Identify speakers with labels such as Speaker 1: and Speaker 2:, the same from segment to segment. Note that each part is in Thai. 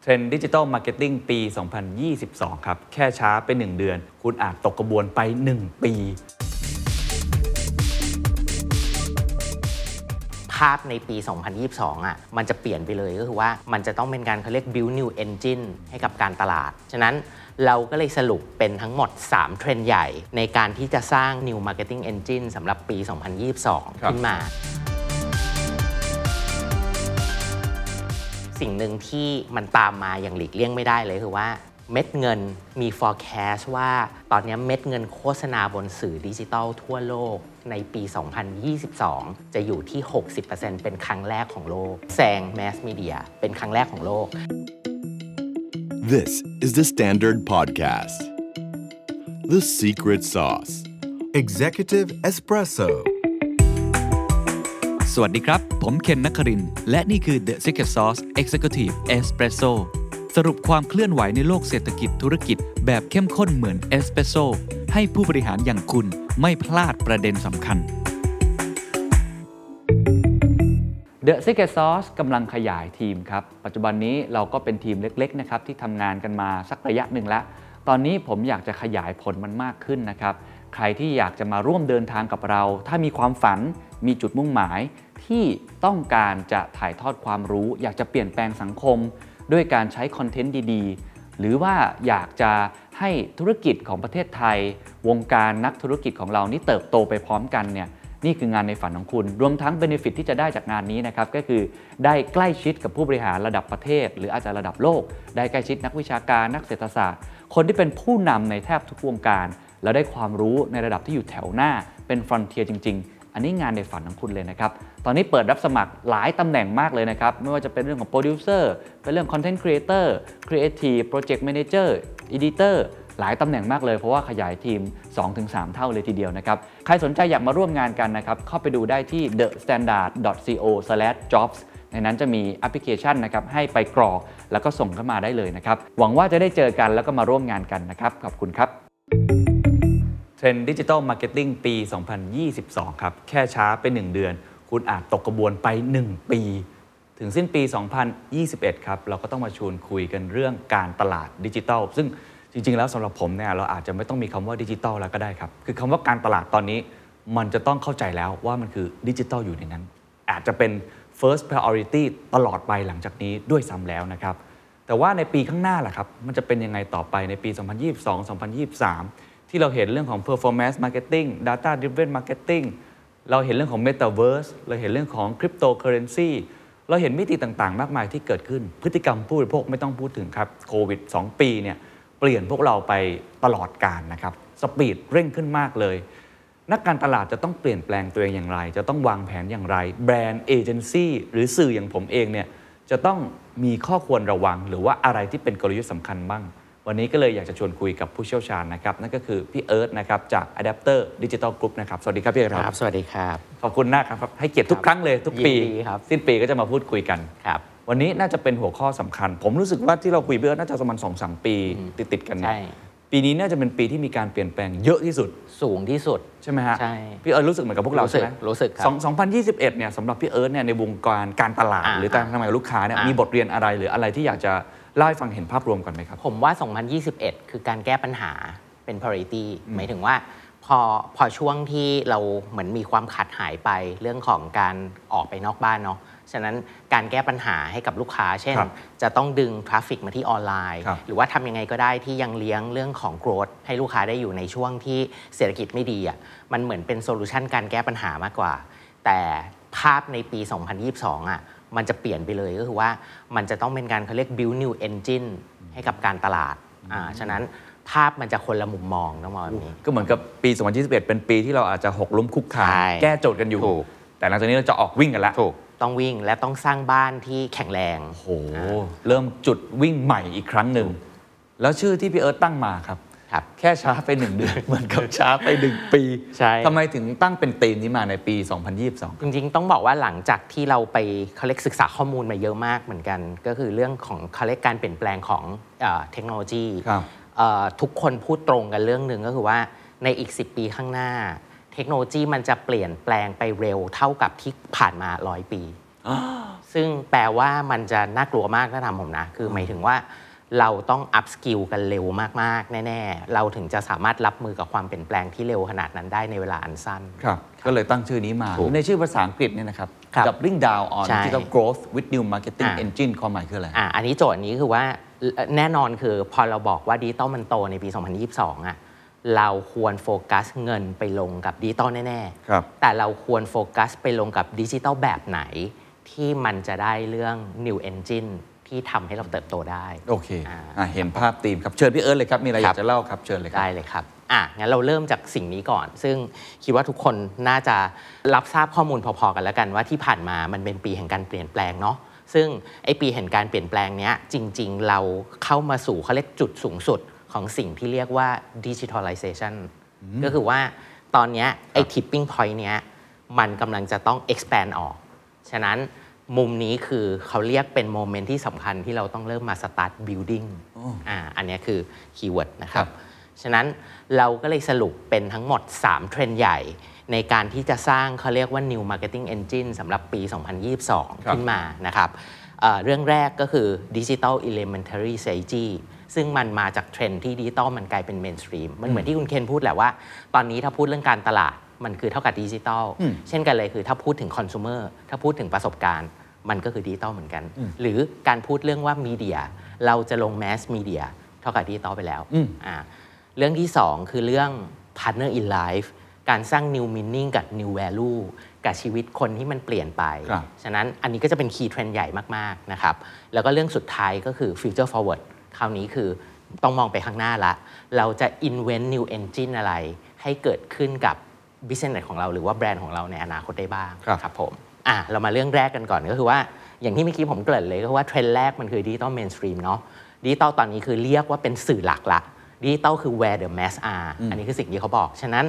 Speaker 1: เทรนด์ดิจิทัลมาร์เก็ตติ้งปี 2022 ครับ แค่ช้าไป 1 เดือน คุณอาจตกกระบวนไป 1 ปี
Speaker 2: ภาพในปี 2022 อ่ะ มันจะเปลี่ยนไปเลยก็คือว่ามันจะต้องเป็นการเขาเรียก build new engine ให้กับการตลาด ฉะนั้นเราก็เลยสรุปเป็นทั้งหมด 3 เทรนด์ใหญ่ ในการที่จะสร้าง new marketing engine สำหรับปี
Speaker 1: ครับ
Speaker 2: 2022 ขึ้นมา สิ่งหนึ่งที่มันตามมาอย่างหลีกเลี่ยงไม่ได้เลยคือว่าเม็ดเงินมี forecast ว่าตอนนี้เม็ดเงินโฆษณาบนสื่อดิจิทัลทั่วโลกในปี 2022 จะอยู่ที่ 60%เป็นครั้งแรกของโลกแซง mass media เป็นครั้งแรกของโลก
Speaker 3: This is the Standard Podcast. The Secret Sauce.
Speaker 4: Executive Espresso.
Speaker 5: สวัสดีครับ ผมเคนนักครินทร์และนี่คือ The Secret Sauce Executive Espresso สรุปความเคลื่อนไหวในโลกเศรษฐกิจธุรกิจแบบเข้มข้นเหมือนเอสเปรสโซให้ผู้บริหารอย่างคุณไม่พลาดประเด็นสำคัญ
Speaker 1: The Secret Sauce กำลังขยายทีมครับ ปัจจุบันนี้เราก็เป็นทีมเล็กๆนะครับที่ทำงานกันมาสักระยะหนึ่งแล้ว ตอนนี้ผมอยากจะขยายผลมันมากขึ้นนะครับ ใครที่อยากจะมาร่วมเดินทางกับเรา ถ้ามีความฝันมีจุดมุ่งหมาย ที่ต้องการจะถ่ายทอดความรู้ อยากจะเปลี่ยนแปลงสังคม ด้วยการใช้คอนเทนต์ดีๆ หรือว่าอยากจะให้ธุรกิจของประเทศไทย วงการนักธุรกิจของเรานี่เติบโตไปพร้อมกันเนี่ย นี่คืองานในฝันของคุณ รวมทั้ง b e n e f i t ที่จะได้จากงานนี้นะครับ ก็คือได้ใกล้ชิดกับผู้บริหารระดับประเทศ หรืออาจจะระดับโลก ได้ใกล้ชิดนักวิชาการนักเศรษฐศาสตร์ คนที่เป็นผู้นำในแทบทุกวงการ แล้วได้ความรู้ในระดับที่อยู่แถวหน้าเป็น frontier จริง ๆ อันนี้งานในฝันของคุณเลยนะครับ ตอนนี้เปิดรับสมัครหลายตำแหน่งมากเลยนะครับ ไม่ว่าจะเป็นเรื่องของโปรดิวเซอร์ เป็นเรื่องคอนเทนต์ครีเอเตอร์ ครีเอทีฟ โปรเจกต์แมเนเจอร์ อีดิเตอร์ หลายตำแหน่งมากเลย เพราะว่าขยายทีม 2-3 เท่าเลยทีเดียวนะครับ ใครสนใจอยากมาร่วมงานกันนะครับ เข้าไปดูได้ที่ thestandard.co/jobs ในนั้นจะมีแอปพลิเคชันนะครับให้ไปกรอกแล้วก็ส่งเข้ามาได้เลยนะครับ หวังว่าจะได้เจอกันแล้วก็มาร่วมงานกันนะครับ ขอบคุณครับ เทรนด์ดิจิทัลมาร์เก็ตติ้งปี 2022 ครับ แค่ช้าไป 1 เดือน คุณอาจตกกระบวนไป 1 ปี ถึงสิ้นปี 2021 ครับ เราก็ต้องมาชวนคุยกันเรื่องการตลาดดิจิทัล ซึ่งจริง ๆ แล้วสำหรับผมเนี่ยเราอาจจะไม่ต้องมีคำว่าดิจิทัลแล้วก็ได้ครับ คือคำว่าการตลาดตอนนี้ มันจะต้องเข้าใจแล้วว่ามันคือดิจิทัลอยู่ในนั้น อาจจะเป็น first priority ตลอดไปหลังจากนี้ด้วยซ้ำแล้วนะครับ แต่ว่าในปีข้างหน้าล่ะครับ มันจะเป็นยังไงต่อไปในปี 2022 2023 ที่เราเห็นเรื่องของ performance marketing data driven marketing เราเห็นเรื่องของ metaverse เราเห็นเรื่องของ cryptocurrency เราเห็นมิติต่างๆ มากมายที่เกิดขึ้น พฤติกรรมผู้บริโภคไม่ต้องพูดถึงครับ โควิด 2 ปีเนี่ยเปลี่ยนพวกเราไปตลอดการนะครับ สปีดเร่งขึ้นมากเลย นักการตลาดจะต้องเปลี่ยนแปลงตัวเองอย่างไร จะต้องวางแผนอย่างไร แบรนด์เอเจนซี่หรือสื่ออย่างผมเองเนี่ยจะต้องมีข้อควรระวัง หรือว่าอะไรที่เป็นกลยุทธ์สำคัญบ้าง วันนี้ก็เลยอยากจะชวนคุยกับผู้เชี่ยวชาญนะครับ นั่นก็คือพี่เอิร์ธนะครับจาก Adapter Digital Group นะครับ สวัสดีครับพี่เอิร์ธ
Speaker 2: ค
Speaker 1: ค
Speaker 2: รั
Speaker 1: รั
Speaker 2: บบ สวัสดีครับ
Speaker 1: ขอบคุณมากครับ ให้เกียรติทุกครั้งเลยทุก
Speaker 2: ยินดี
Speaker 1: ปี
Speaker 2: ครับ
Speaker 1: สิ้นปีก็จะมาพูดคุยกัน
Speaker 2: ครับ
Speaker 1: วันนี้น่าจะเป็นหัวข้อสำคัญ ผมรู้สึกว่าที่เราคุยพี่เอิร์ธน่าจะประมาณสองสามปีติดติดๆกันเนี่ย
Speaker 2: ใช่
Speaker 1: ปีนี้น่าจะเป็นปีที่มีการเปลี่ยนแปลงเยอะที่สุด
Speaker 2: สูงที่สุด
Speaker 1: ใช่ไหมฮะ
Speaker 2: ใช่
Speaker 1: พี่เอิร์ธรู้สึกเหมือนกับพวกเรา
Speaker 2: รู้สึ
Speaker 1: ใช่
Speaker 2: ก
Speaker 1: ไหม
Speaker 2: รู้สึกครับ
Speaker 1: สองสองพันยี่สิบเอ็ดเนี่ยสำหรับพี่เอิร์ธเนี่ยในวงการการตลาด
Speaker 2: อ่า
Speaker 1: หรือการทำงานกับลูกค้าเนี่ย
Speaker 2: อ่ามี
Speaker 1: มีบทเรียนอะไรหรืออะไรที่อยากจะเล่าให้ฟังเห็นภาพรวมก่อนไหมครับ
Speaker 2: ผมว่า 2021 คือการแก้ปัญหาเป็น priority หมายถึงว่า พอพอช่วงที่เราเหมือนมีความขาดหายไปเรื่องของการออกไปนอกบ้านเนาะ ฉะนั้นการแก้ปัญหาให้กับลูกค้า เช่น
Speaker 1: ครับ
Speaker 2: จะต้องดึงทราฟฟิกมาที่ออนไลน์
Speaker 1: ครับ
Speaker 2: หรือว่าทำยังไงก็ได้ที่ยังเลี้ยงเรื่องของ growth ให้ลูกค้าได้อยู่ในช่วงที่เศรษฐกิจไม่ดีอะ่ะ มันเหมือนเป็นโซลูชันการแก้ปัญหามากกว่า แต่ภาพในปี 2022 อ่ะ มันจะเปลี่ยนไปเลยก็คือว่ามันจะต้องเป็นการเขาเรียก build new engine ให้กับการตลาด อ่า ฉะนั้นภาพมันจะคนละมุมมองต้องมองแบบนี้
Speaker 1: ก็เหมือนกับปี 2021 เป็นปีที่เราอาจจะหกล้มคุกคาน
Speaker 2: ใช่
Speaker 1: แก้โจทย์กันอยู่
Speaker 2: ถูก
Speaker 1: แต่หลังจากนี้เราจะออกวิ่งกันแล้ว
Speaker 2: ต้องวิ่งและต้องสร้างบ้านที่แข็งแรง
Speaker 1: โอ้โหเริ่มจุดวิ่งใหม่อีกครั้งหนึ่งแล้วชื่อที่พี่เอิร์ธตั้งมาครับ
Speaker 2: ครับ
Speaker 1: แค่ช้าไปหนึ่งเดือน เหมือนกับช้าไปหนึ่งปี
Speaker 2: ใช่
Speaker 1: ทำไมถึงตั้งเป็นธีมนี้มาในปี 2022
Speaker 2: จริงๆ ต้องบอกว่าหลังจากที่เราไปเขาเรียกศึกษาข้อมูลมาเยอะมากเหมือนกัน ก็คือเรื่องของเขาเรียกการเปลี่ยนแปลงของเอ่อเทคโนโลยี
Speaker 1: ครับ
Speaker 2: เอ่อทุกคนพูดตรงกันเรื่องหนึ่งก็คือว่าในอีก 10 ปีข้างหน้า เทคโนโลยีมันจะเปลี่ยนแปลงไปเร็วเท่ากับที่ผ่านมา 100 ปี ซึ่งแปลว่ามันจะน่ากลัวมากถ้าทำผมนะ คือหมายถึงว่าเราต้องอัพสกิลกันเร็วมากๆ แน่ ๆ เราถึงจะสามารถรับมือกับความเปลี่ยนแปลงที่เร็วขนาดนั้นได้ในเวลาอันสั้น
Speaker 6: ครับ ก็เลยตั้งชื่อนี้มา
Speaker 2: ถูก
Speaker 6: ในชื่อภาษาอังกฤษเนี่ยนะครับ
Speaker 2: ครับ
Speaker 6: Doubling down on
Speaker 2: ใช่
Speaker 6: digital growth with new marketing
Speaker 2: อ่า
Speaker 6: engine ความหมายคืออะไร
Speaker 2: อ่ะอันนี้โจทย์นี้คือว่าเอ่อแน่นอนคือพอเราบอกว่าดิจิตอลมันโตในปี 2022อ่ะเราควรโฟกัสเงินไปลงกับดิจิตอลแน่
Speaker 6: ครับ
Speaker 2: ๆ แต่เราควรโฟกัสไปลงกับดิจิตอลแบบไหน ที่มันจะได้เรื่อง New Engine ที่ทำให้เราเติบโตได้
Speaker 6: โอเค
Speaker 2: อ่า
Speaker 6: อ่าเห็นภาพธีมครับ เชิญพี่เอิร์ธเลยครับ มีอะไรอ
Speaker 2: ครับ
Speaker 6: ยากจะเล่าครับ เชิญเลยครับ
Speaker 2: ได้เลยครับ อ่ะ งั้นเราเริ่มจากสิ่งนี้ก่อน ซึ่งคิดว่าทุกคนน่าจะรับทราบข้อมูลพอๆกันแล้วกันว่าที่ผ่านมามันเป็นปีแห่งการเปลี่ยนแปลงเนาะ ซึ่งไอปีแห่งการเปลี่ยนแปลงเนี้ยจริงๆ เราเข้ามาสู่เขาเรียกจุดสูงสุดของสิ่งที่เรียกว่า digitalization ก็คือว่าตอนเนี้ยไอ tipping point เนี้ยมันกำลังจะต้อง expand ออก ฉะนั้นมุมนี้คือเขาเรียกเป็นโมเมนต์ที่สำคัญที่เราต้องเริ่มมา start building อ่าอันเนี้ยคือคีย์เวิร์ดนะครั
Speaker 6: ครับ บ
Speaker 2: ฉะนั้นเราก็เลยสรุปเป็นทั้งหมด 3 เทรนด์ใหญ่ ในการที่จะสร้างเขาเรียกว่า new marketing engine สำหรับปี
Speaker 6: ครั
Speaker 2: 2022
Speaker 6: บ
Speaker 2: ขึ้นมานะครับเอ่อเรื่องแรกก็คือ digital elementary strategy ซึ่งมันมาจากเทรนด์ที่ดิจิตอลมันกลายเป็น mainstream มันเหมือนที่คุณเคนพูดแหละว่า ตอนนี้ถ้าพูดเรื่องการตลาดมันคือเท่ากับดิจิตอลเช่นกันเลยคือถ้าพูดถึง consumer ถ้าพูดถึงประสบการณ์ มันก็คือดิจิตอลเหมือนกัน หรือการพูดเรื่องว่ามีเดียเราจะลง mass media เท่ากับดิจิตอลไปแล้วอ่า เรื่องที่ 2 คือเรื่อง partner in life การสร้าง new meaning กับ new value กับชีวิตคนที่มันเปลี่ยนไป
Speaker 6: ครับ
Speaker 2: ฉะนั้นอันนี้ก็จะเป็น key trend ใหญ่มาก ๆ นะครับ แล้วก็เรื่องสุดท้ายก็คือ future forward คราวนี้คือต้องมองไปข้างหน้าละ เราจะ invent new engine อะไร ให้เกิดขึ้นกับ business ของเราหรือว่าแบรนด์ของเราในอนาคตได้บ้าง
Speaker 6: ครับ
Speaker 2: ครับผมอ่ะเรามาเรื่องแรกกันก่อนก็คือว่า อย่างที่เมื่อกี้ผมเกริ่นเลยก็คือว่าเทรนด์แรกมันคือดิจิตอลเมนสตรีมเนาะดิจิตอลตอนนี้คือเรียกว่าเป็นสื่อหลักละดิจิตอลคือ where the mass are อันนี้คือสิ่งที่เขาบอก ฉะนั้น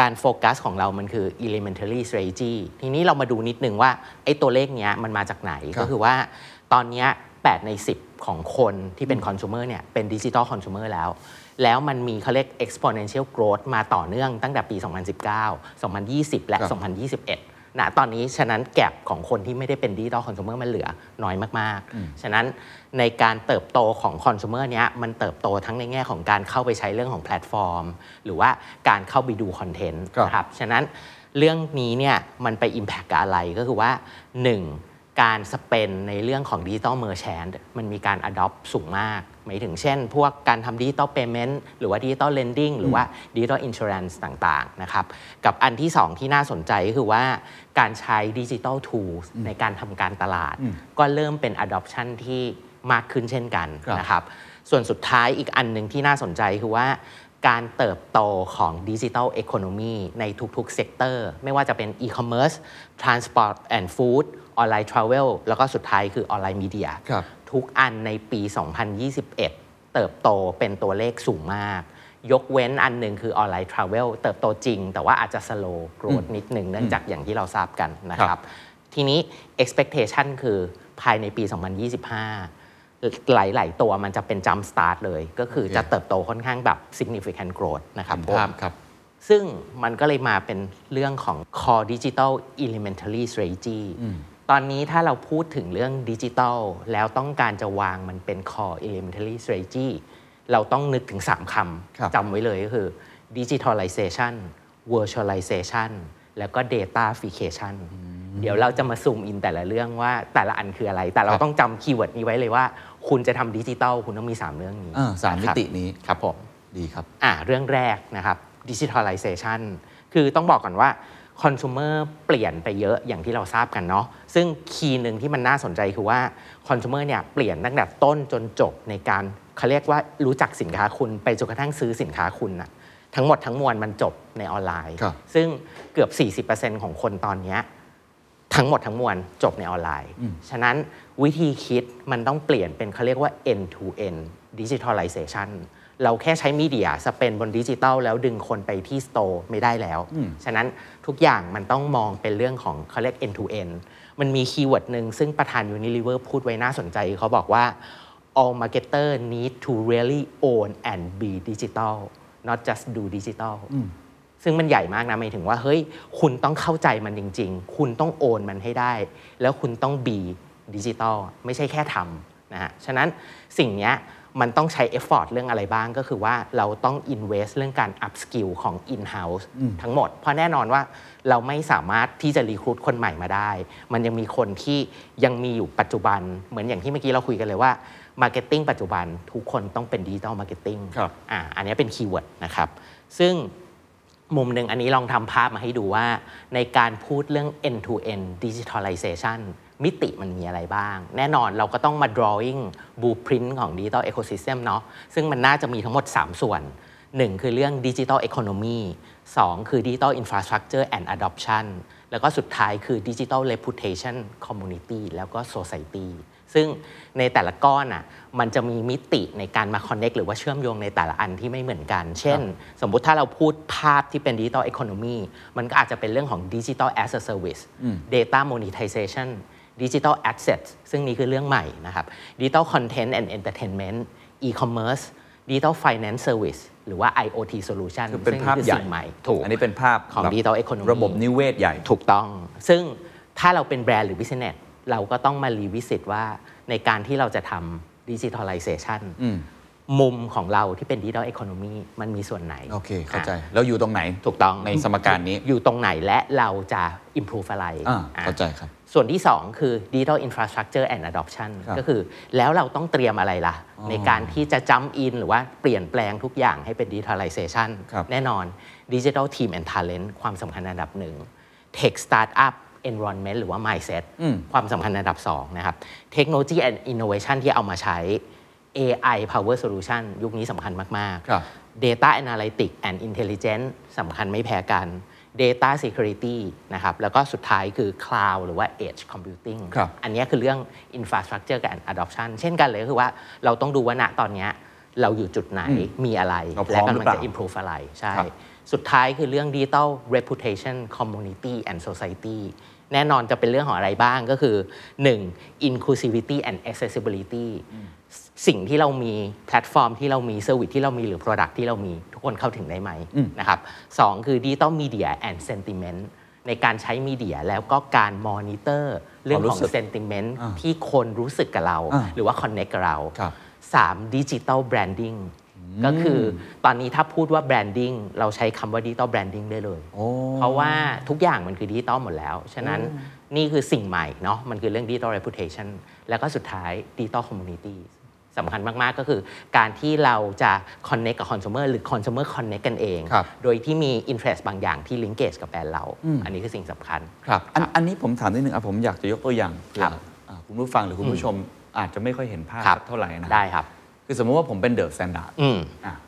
Speaker 2: การโฟกัสของเรามันคือ elementary strategy ทีนี้เรามาดูนิดนึงว่าไอ้ตัวเลขเนี้ยมันมาจากไหน ก็คือว่าตอนเนี้ย8ใน 10 ของคนที่เป็นคอน sumer เนี่ยเป็นดิจิตอลคอน sumer แล้ว แล้วมันมีเขาเรียก exponential growth มาต่อเนื่องตั้งแต่ปี 2019 2020 และ
Speaker 6: ครับ
Speaker 2: 2021นะตอนนี้ฉะนั้นแก็บของคนที่ไม่ได้เป็นดิจิตอลคอน sumer มันเหลือน้อยมาก ๆ ฉะนั้นในการเติบโตของคอน sumer เนี้ยมันเติบโตทั้งในแง่ของการเข้าไปใช้เรื่องของแพลตฟอร์ม หรือว่าการเข้าไปดูคอนเทนต์
Speaker 6: ครับ
Speaker 2: นะครับ ฉะนั้นเรื่องนี้เนี่ยมันไป Impact กับอะไรก็คือว่า 1. การสเปนในเรื่องของดิจิ t a ลเมอร์แชนด์มันมีการ Adopt สูงมาก หมายถึงเช่น พวกการทำดิจิ t a ลเ a y m เมนต์หรือว่าดิจิ t a ลเลนดิ้งหรือว่าดิจิ t a ลอินช r a รน c ์ต่างๆนะครับกับอันที่ 2 ที่น่าสนใจก็คือว่าการใช้ดิจิ t a ลทู l s ในการทำการตลาด ก็เริ่มเป็น Adoption ที่มากขึ้นเช่นกัน
Speaker 6: ครับ
Speaker 2: นะครับ ส่วนสุดท้ายอีกอันหนึ่งที่น่าสนใจคือว่า การเติบโตของดิจิทัลเอ o n o m y ในทุกๆเซกเตอร์ ไม่ว่าจะเป็นอีคอมเมิร์ซทรานสปอร์ตแอนด์ฟู้ดออนไลน์ทราเวลแล้วก็สุดท้ายคือออนไลน์มีเดีย
Speaker 6: ครับ
Speaker 2: ทุกอันในปี 2021 เติบโตเป็นตัวเลขสูงมาก ยกเว้นอันหนึ่งคือออนไลน์ทราเวลเติบโตจริง แต่ว่าอาจจะสโลว์โกรดนิดหนึ่งเนื่องจากอย่างที่เราทราบกันนะครับ ทีนี้ expectation คือภายในปี 2025 หลาย ๆ ตัวมันจะเป็น jump start เลย ก็คือจะเติบโตค่อนข้างแบบ significant growth นะครับ
Speaker 6: เห็น
Speaker 2: ผม
Speaker 6: ภาพครับ
Speaker 2: ซึ่งมันก็เลยมาเป็นเรื่องของ core digital elementary strategy ตอนนี้ถ้าเราพูดถึงเรื่องดิจิ t a ลแล้วต้องการจะวางมันเป็น core elementary strategy เราต้องนึกถึง 3 ค
Speaker 6: ครับ
Speaker 2: ำจำไว้เลยก็คือ digitalization virtualization แล้วก็ datafication เดี๋ยวเราจะมาซูมอินแต่ละเรื่องว่าแต่ละอันคืออะไร แต่เราต้องจำคีย์เวิร์ดนี้ไว้เลยว่า คุณจะทำดิจิ t a ลคุณต้องมี 3 เรื่องนี้
Speaker 6: อ่าสามมิตินี้
Speaker 2: ครับผม
Speaker 6: ดีครับ
Speaker 2: อ่าเรื่องแรกนะครับดิจิทัลไลเซชันคือต้องบอกก่อนว่าคอน sumer เปลี่ยนไปเยอะอย่างที่เราทราบกันเนาะซึ่งคีย์หนึ่งที่มันน่าสนใจคือว่าคอน sumer เนี่ยเปลี่ยนตั้งแต่ต้นจนจบในการเขาเรียกว่ารู้จักสินค้าคุณไปจนกระทั่งซื้อสินค้าคุณอะทั้งหมดทั้งมวลมันจบในออนไลน์
Speaker 6: ครับ
Speaker 2: ซึ่งเกือบ 40%ของคนตอนเนี้ย ทั้งหมดทั้งมวลจบในออนไลน์ ฉะนั้นวิธีคิดมันต้องเปลี่ยนเป็นเขาเรียกว่า end to end digitalization เราแค่ใช้มีเดียสเปนบนดิจิตอลแล้วดึงคนไปที่สโตร์ไม่ได้แล้ว ฉะนั้นทุกอย่างมันต้องมองเป็นเรื่องของเขาเรียก end to end มันมีคีย์เวิร์ดหนึ่งซึ่งประธาน Unilever พูดไว้น่าสนใจ เขาบอกว่า all marketer need to really own and be digital not just do digital ซึ่งมันใหญ่มากนะหมายถึงว่าเฮ้ยคุณต้องเข้าใจมันจริง ๆ คุณต้องโอนมันให้ได้ แล้วคุณต้องบีดิจิตอลไม่ใช่แค่ทำนะฮะฉะนั้นสิ่งเนี้ยมันต้องใช้เอฟฟอร์ตเรื่องอะไรบ้างก็คือว่าเราต้อง invest เรื่องการ up skill ของ in-house ทั้งหมด เพราะแน่นอนว่าเราไม่สามารถที่จะรีครู t คนใหม่มาได้ มันยังมีคนที่ยังมีอยู่ปัจจุบันเหมือนอย่างที่เมื่อกี้เราคุยกันเลยว่า Marketing ปัจจุบันทุกคนต้องเป็นดิจิตอลมาร์เก็ตติ้ง
Speaker 1: ครับ
Speaker 2: อ่าอันเนี้ยเป็นคีย์เวิร์ดนะครับ ซึ่ง มุมหนึ่งอันนี้ลองทำภาพมาให้ดูว่า ในการพูดเรื่อง end to end digitalization มิติมันมีอะไรบ้าง แน่นอนเราก็ต้องมา drawing blueprint ของ digital ecosystem เนาะซึ่งมันน่าจะมีทั้งหมด 3 ส่วน 1 คือเรื่อง digital economy 2 คือ digital infrastructure and adoption แล้วก็สุดท้ายคือ digital reputation community แล้วก็ society ซึ่งในแต่ละก้อนอ่ะมันจะมีมิติในการมา connect หรือว่าเชื่อมโยงในแต่ละอันที่ไม่เหมือนกัน เช่น สมมุติถ้าเราพูดภาพที่เป็นดิจิ t a ล e c o n o m y มันก็อาจจะเป็นเรื่องของดิจิ t a ล as a service data monetization digital assets ซึ่งนี่คือเรื่องใหม่นะครับ digital content and entertainment e-commerce digital finance service หรือว่า IoT solution
Speaker 1: คือเป็น
Speaker 2: ซึ่ง
Speaker 1: ภาพ
Speaker 2: คือ
Speaker 1: ใหญ่
Speaker 2: สิ่งใหม่ถูก
Speaker 1: อันนี้เป็นภาพ
Speaker 2: ของ digital economy
Speaker 1: ระบบนิเวศใหญ่
Speaker 2: ถูกต้อง ซึ่งถ้าเราเป็นแบรนด์หรือ business เราก็ต้องมารีวิสิตว่าในการที่เราจะทำดิจิทัลไลเซชัน
Speaker 1: อืม
Speaker 2: มุมของเราที่เป็นดิจิทัล e อ o n o m y มันมีส่วนไหน
Speaker 1: โอเค เข้าใจ
Speaker 2: อ่ะ
Speaker 1: แล้วอยู่ตรงไหน
Speaker 2: ถูกต้อง
Speaker 1: ในสมการนี้
Speaker 2: อยู่ตรงไหนและเราจะ improve อะไร
Speaker 1: อ่า
Speaker 2: อ่ะ
Speaker 1: เข้าใจครับ
Speaker 2: ส่วนที่ 2 คือ Digital Infrastructure and Adoption
Speaker 1: ครับ
Speaker 2: ก็คือแล้วเราต้องเตรียมอะไรล่ะ
Speaker 1: อ๋อ
Speaker 2: ในการที่จะจ u m p in หรือว่าเปลี่ยนแปลงทุกอย่างให้เป็น Digitalization
Speaker 1: ครับ
Speaker 2: แน่นอน Digital Team and Talent ความสำคัญอันดับหนึ่ง Tech Startup Environment หรือว่า Mindset
Speaker 1: อืม
Speaker 2: ความสำคัญอันดับ 2 นะครับ Technology and Innovation ที่เอามาใช้ AI Power Solution ยุคนี้สำคัญมาก
Speaker 1: ครับ
Speaker 2: Data Analytics and Intelligence สำคัญไม่แพ้กัน Data Security นะครับ แล้วก็สุดท้ายคือ Cloud หรือว่า Edge Computing
Speaker 1: ครับ
Speaker 2: อันเนี้ยคือเรื่อง Infrastructure กับ Adoption เช่นกันเลยก็คือว่าเราต้องดูว่าณตอนเนี้ยเราอยู่จุดไหน
Speaker 1: อืม
Speaker 2: มีอะไร
Speaker 1: เราพร้
Speaker 2: และ
Speaker 1: อมหรื
Speaker 2: กำลั
Speaker 1: อง เปล่า
Speaker 2: จะ improve อะไร ใช่
Speaker 1: ครับ
Speaker 2: สุดท้ายคือเรื่อง Digital Reputation Community and Society แน่นอนจะเป็นเรื่องของอะไรบ้างก็คือ 1. Inclusivity and Accessibility สิ่งที่เรามีแพลตฟอร์มที่เรามีเซอร์วิสที่เรามีหรือ Product ที่เรามีทุกคนเข้าถึงได้ไหมนะครับสองคือ Digital Media and Sentiment ในการใช้มีเดียแล้วก็การมอนิเตอร์เรื่อง
Speaker 1: ค
Speaker 2: ข
Speaker 1: วามรู้
Speaker 2: อง
Speaker 1: สึก
Speaker 2: Sentiment
Speaker 1: อ่า
Speaker 2: ที่คนรู้สึกกับเรา
Speaker 1: อ่า
Speaker 2: หรือว่า Connect กับเรา
Speaker 1: ครับ
Speaker 2: 3. Digital Branding ก็คือตอนนี้ถ้าพูดว่า Branding เราใช้คำว่า Digital Branding ได้เลย
Speaker 1: โอ้
Speaker 2: เพราะว่าทุกอย่างมันคือดิจิตอลหมดแล้ว ฉะนั้นนี่คือสิ่งใหม่เนาะ มันคือเรื่องดิจิตอล reputation แล้วก็สุดท้ายดิจิตอลคอมมูนิตี้สำคัญมาก ๆ ก็คือการที่เราจะ connect กับ consumer หรือ consumer connect กันเอง
Speaker 1: ครับ
Speaker 2: โดยที่มี interest บางอย่างที่ linkage กับแบรนด์เรา อันนี้คือสิ่งสำคัญ
Speaker 1: ครับอันอันนี้ผมถามนิดนึงอ่ะผมอยากจะยกตัวอย่างเพื่อ
Speaker 2: ครับ
Speaker 1: อ่าคุณผู้ฟังหรือคุณผู้ชมอาจจะไม่ค่อยเห็นภาพ
Speaker 2: ครับ
Speaker 1: สักเท่าไหร่นะ
Speaker 2: ได้ครับ
Speaker 1: คือสมมติว่าผมเป็นเดอะแซนด์
Speaker 2: อืม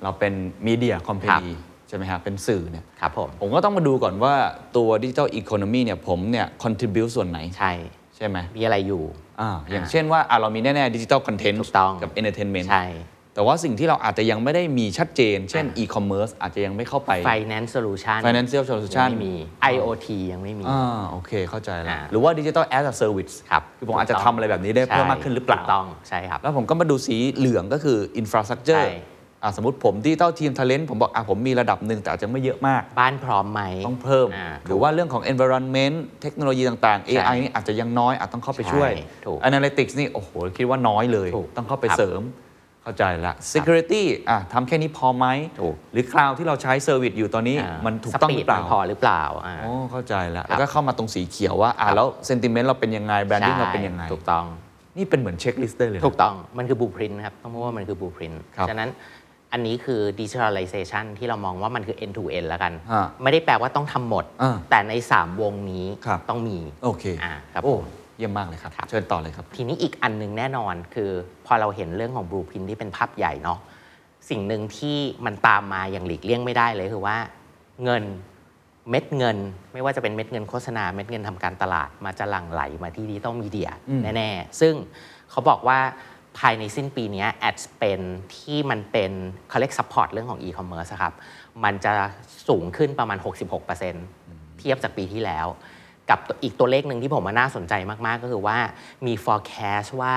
Speaker 1: เราเป็นมีเดียคอมเพ
Speaker 2: ครับ
Speaker 1: นีใช่ไหมครับเป็นสื่อเนี่ย
Speaker 2: ครับผม
Speaker 1: ผมก็ต้องมาดูก่อนว่าตัวดิจิทัลอีโคโนมีเนี่ยผมเนี่ยคอนทิบิวส่วนไหน
Speaker 2: ใช่
Speaker 1: ใช่ไหม
Speaker 2: มีอะไรอยู่
Speaker 1: อ่าอย่าง
Speaker 2: อ่า
Speaker 1: เช่นว่าอ่ะเรามีแน่ๆดิจิทัลคอนเทนต์
Speaker 2: ถูกต้อง
Speaker 1: กับเอนเตอร์เทนเมนต์
Speaker 2: ใช่
Speaker 1: แต่ว่าสิ่งที่เราอาจจะยังไม่ได้มีชัดเจน เช่น e-commerce อาจจะยังไม่เข้าไป
Speaker 2: finance solution
Speaker 1: financial solution
Speaker 2: ยังไม่มี IoT ยังไม่มี
Speaker 1: อ่าโอเค เข้าใจแล้ว
Speaker 2: อ่า
Speaker 1: หรือว่า digital as a service
Speaker 2: ครับ
Speaker 1: คือผมอาจจะทำอะไรแบบนี้ได้เพิ่มมากขึ้นหรือเปล่า
Speaker 2: ใช่ถูกต้องใช่ครับ
Speaker 1: แล้วผมก็มาดูสีเหลืองก็คือ infrastructure
Speaker 2: ใช่
Speaker 1: อ่าสมมติผมดิจิ t a ลทีม talent ผมบอกอ่ะผมมีระดับหนึ่งแต่อาจจะไม่เยอะมาก
Speaker 2: บ้านพร้อมไหม
Speaker 1: ต้องเพิ่ม
Speaker 2: า
Speaker 1: หรือว่าเรื่องของ environment เทคโนโลยีต่างๆ AI นี่อาจจะยังน้อยอาจต้องเข้าไปช่วย
Speaker 2: ใช่ถูก
Speaker 1: analytics นี่ โอ้โห คิดว่าน้อยเลย
Speaker 2: ถูก
Speaker 1: ต้องเข้าไป
Speaker 2: ครับ
Speaker 1: เสริมเข้าใจละ security อ่ะทำแค่นี้พอไหม
Speaker 2: ถูก
Speaker 1: หรือ cloud ที่เราใช้ service อยู่ตอนนี้
Speaker 2: อ่า
Speaker 1: มันถูกต้องหรือเปล่า
Speaker 2: สปีดมันพอหรือเปล่าอ่า
Speaker 1: อ๋อเข้าใจแล้ว
Speaker 2: ครับ
Speaker 1: แล้วก็เข้ามาตรงสีเขียวว่าอ่าแล้ว sentiment เราเป็นยังไง branding
Speaker 2: ใช่
Speaker 1: เราเป็นยังไง
Speaker 2: ถูกต้อง
Speaker 1: นี่เป็นเหมือนเช็คลิสต์ได้เลยนะ
Speaker 2: ถูกต้องมันคือบูพรินครับ ต้องพูดว่ามันคือบูพริน
Speaker 1: ครับ
Speaker 2: ฉะนั้นอันนี้คือ digitalization ที่เรามองว่ามันคือ end to end แล้วกัน
Speaker 1: ฮะ
Speaker 2: ไม่ได้แปลว่าต้องทำหมด
Speaker 1: อ่า
Speaker 2: แต่ใน 3 วงนี้
Speaker 1: ครับ
Speaker 2: ต้องมี
Speaker 1: โอเค
Speaker 2: อ่าครับ
Speaker 1: โอ้
Speaker 2: ผม
Speaker 1: เยี่ยมมากเลยครับ
Speaker 2: ครับ
Speaker 1: เชิญต่อเลยครับ
Speaker 2: ทีนี้อีกอันหนึ่งแน่นอนคือพอเราเห็นเรื่องของบลูพินที่เป็นภาพใหญ่เนาะสิ่งหนึ่งที่มันตามมาอย่างหลีกเลี่ยงไม่ได้เลยคือว่าเงินเม็ดเงิน ไม่ว่าจะเป็นเม็ดเงินโฆษณาเม็ดเงินทำการตลาดมาจะหลั่งไหลมาที่ดิจิตอลมีเดียแน่ ๆ ซึ่งเขาบอกว่าภายในสิ้นปีเนี้แอดสเปนที่มันเป็นเขาเรียกซัพพอร์ตเรื่องของอีคอมเมิร์ซครับมันจะสูงขึ้นประมาณ 66%เทียบจากปีที่แล้ว กับอีกตัวเลขหนึ่งที่ผมว่าน่าสนใจมาก ๆ ก็คือว่ามี forecast ว่า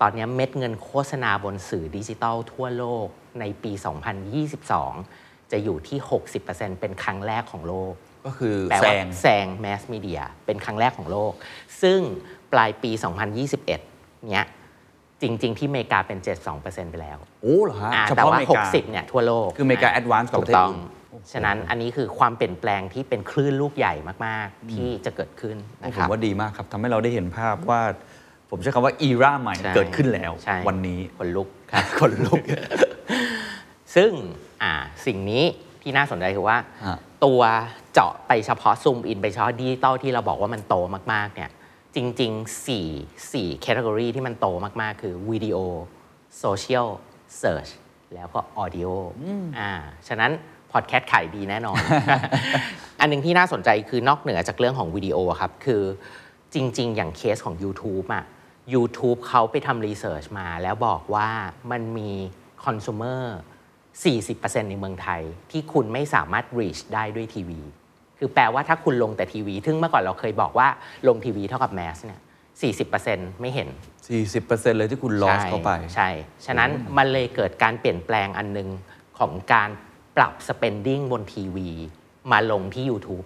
Speaker 2: ตอนนี้เม็ดเงินโฆษณาบนสื่อดิจิทัลทั่วโลกในปี 2022 จะอยู่ที่ 60%เป็นครั้งแรกของโลก
Speaker 1: ก็คือ
Speaker 2: แปล
Speaker 1: แซ
Speaker 2: ว่าง แซงแมสมีเดียเป็นครั้งแรกของโลก ซึ่งปลายปี 2021 เนี้ยจริง ๆ ที่อเมริกาเป็น 72%ไปแล้ว
Speaker 1: โอ้เหรอฮะ
Speaker 2: อ่า
Speaker 1: เฉ
Speaker 2: แต่
Speaker 1: พาะอ
Speaker 2: ว่า
Speaker 1: เมริกา
Speaker 2: 60 เนี่ยทั่วโลก
Speaker 1: คืออเมริกา advance กว่า
Speaker 2: ถู
Speaker 1: ประ
Speaker 2: ก
Speaker 1: เทศอื่น
Speaker 2: ต้อง ฉะนั้นอันนี้คือความเปลี่ยนแปลงที่เป็นคลื่นลูกใหญ่มาก ๆ ที่จะเกิดขึ้นนะค
Speaker 1: ผ
Speaker 2: รับ
Speaker 1: มว่าดีมากครับทำให้เราได้เห็นภาพว่า ผมใช้คำว่าอีราใหม่
Speaker 2: ใช่
Speaker 1: เกิดขึ้นแล้ว
Speaker 2: ใช่
Speaker 1: วันนี้
Speaker 2: ขนลุก
Speaker 1: คนลุก
Speaker 2: ซึ่งอ่าสิ่งนี้ที่น่าสนใจคือว่า
Speaker 1: ฮะ
Speaker 2: ตัวเจาะไปเฉพาะซูมอินไปเฉพาะดิจิตอลที่เราบอกว่ามันโตมาก ๆ เนี่ย จริง ๆ 4 4 category ที่มันโตมาก ๆ คือวิดีโอโซเชียลเซิร์ชแล้วก็ออดิโออ่าฉะนั้นพอดแคสต์ขายดีแน่นอน อันหนึงที่น่าสนใจคือนอกเหนือจากเรื่องของวิดีโออะครับ คือจริง ๆ อย่างเคสของ YouTube อ่ะ YouTube เขาไปทำรีเสิร์ชมาแล้วบอกว่ามันมีคอน sumer 40%ในเมืองไทย ที่คุณไม่สามารถ reach ได้ด้วยทีวี คือแปลว่าถ้าคุณลงแต่ทีวี ซึ่งเมื่อก่อนเราเคยบอกว่าลงทีวีเท่ากับแมสเนี่ย 40%ไม่เห็น
Speaker 1: 40%เลยที่คุณลอส
Speaker 2: ใช่
Speaker 1: เข้าไป
Speaker 2: ใช่ ฉะนั้นมันเลยเกิดการเปลี่ยนแปลงอันหนึงของการปรับ spending บนทีวี มาลงที่ YouTube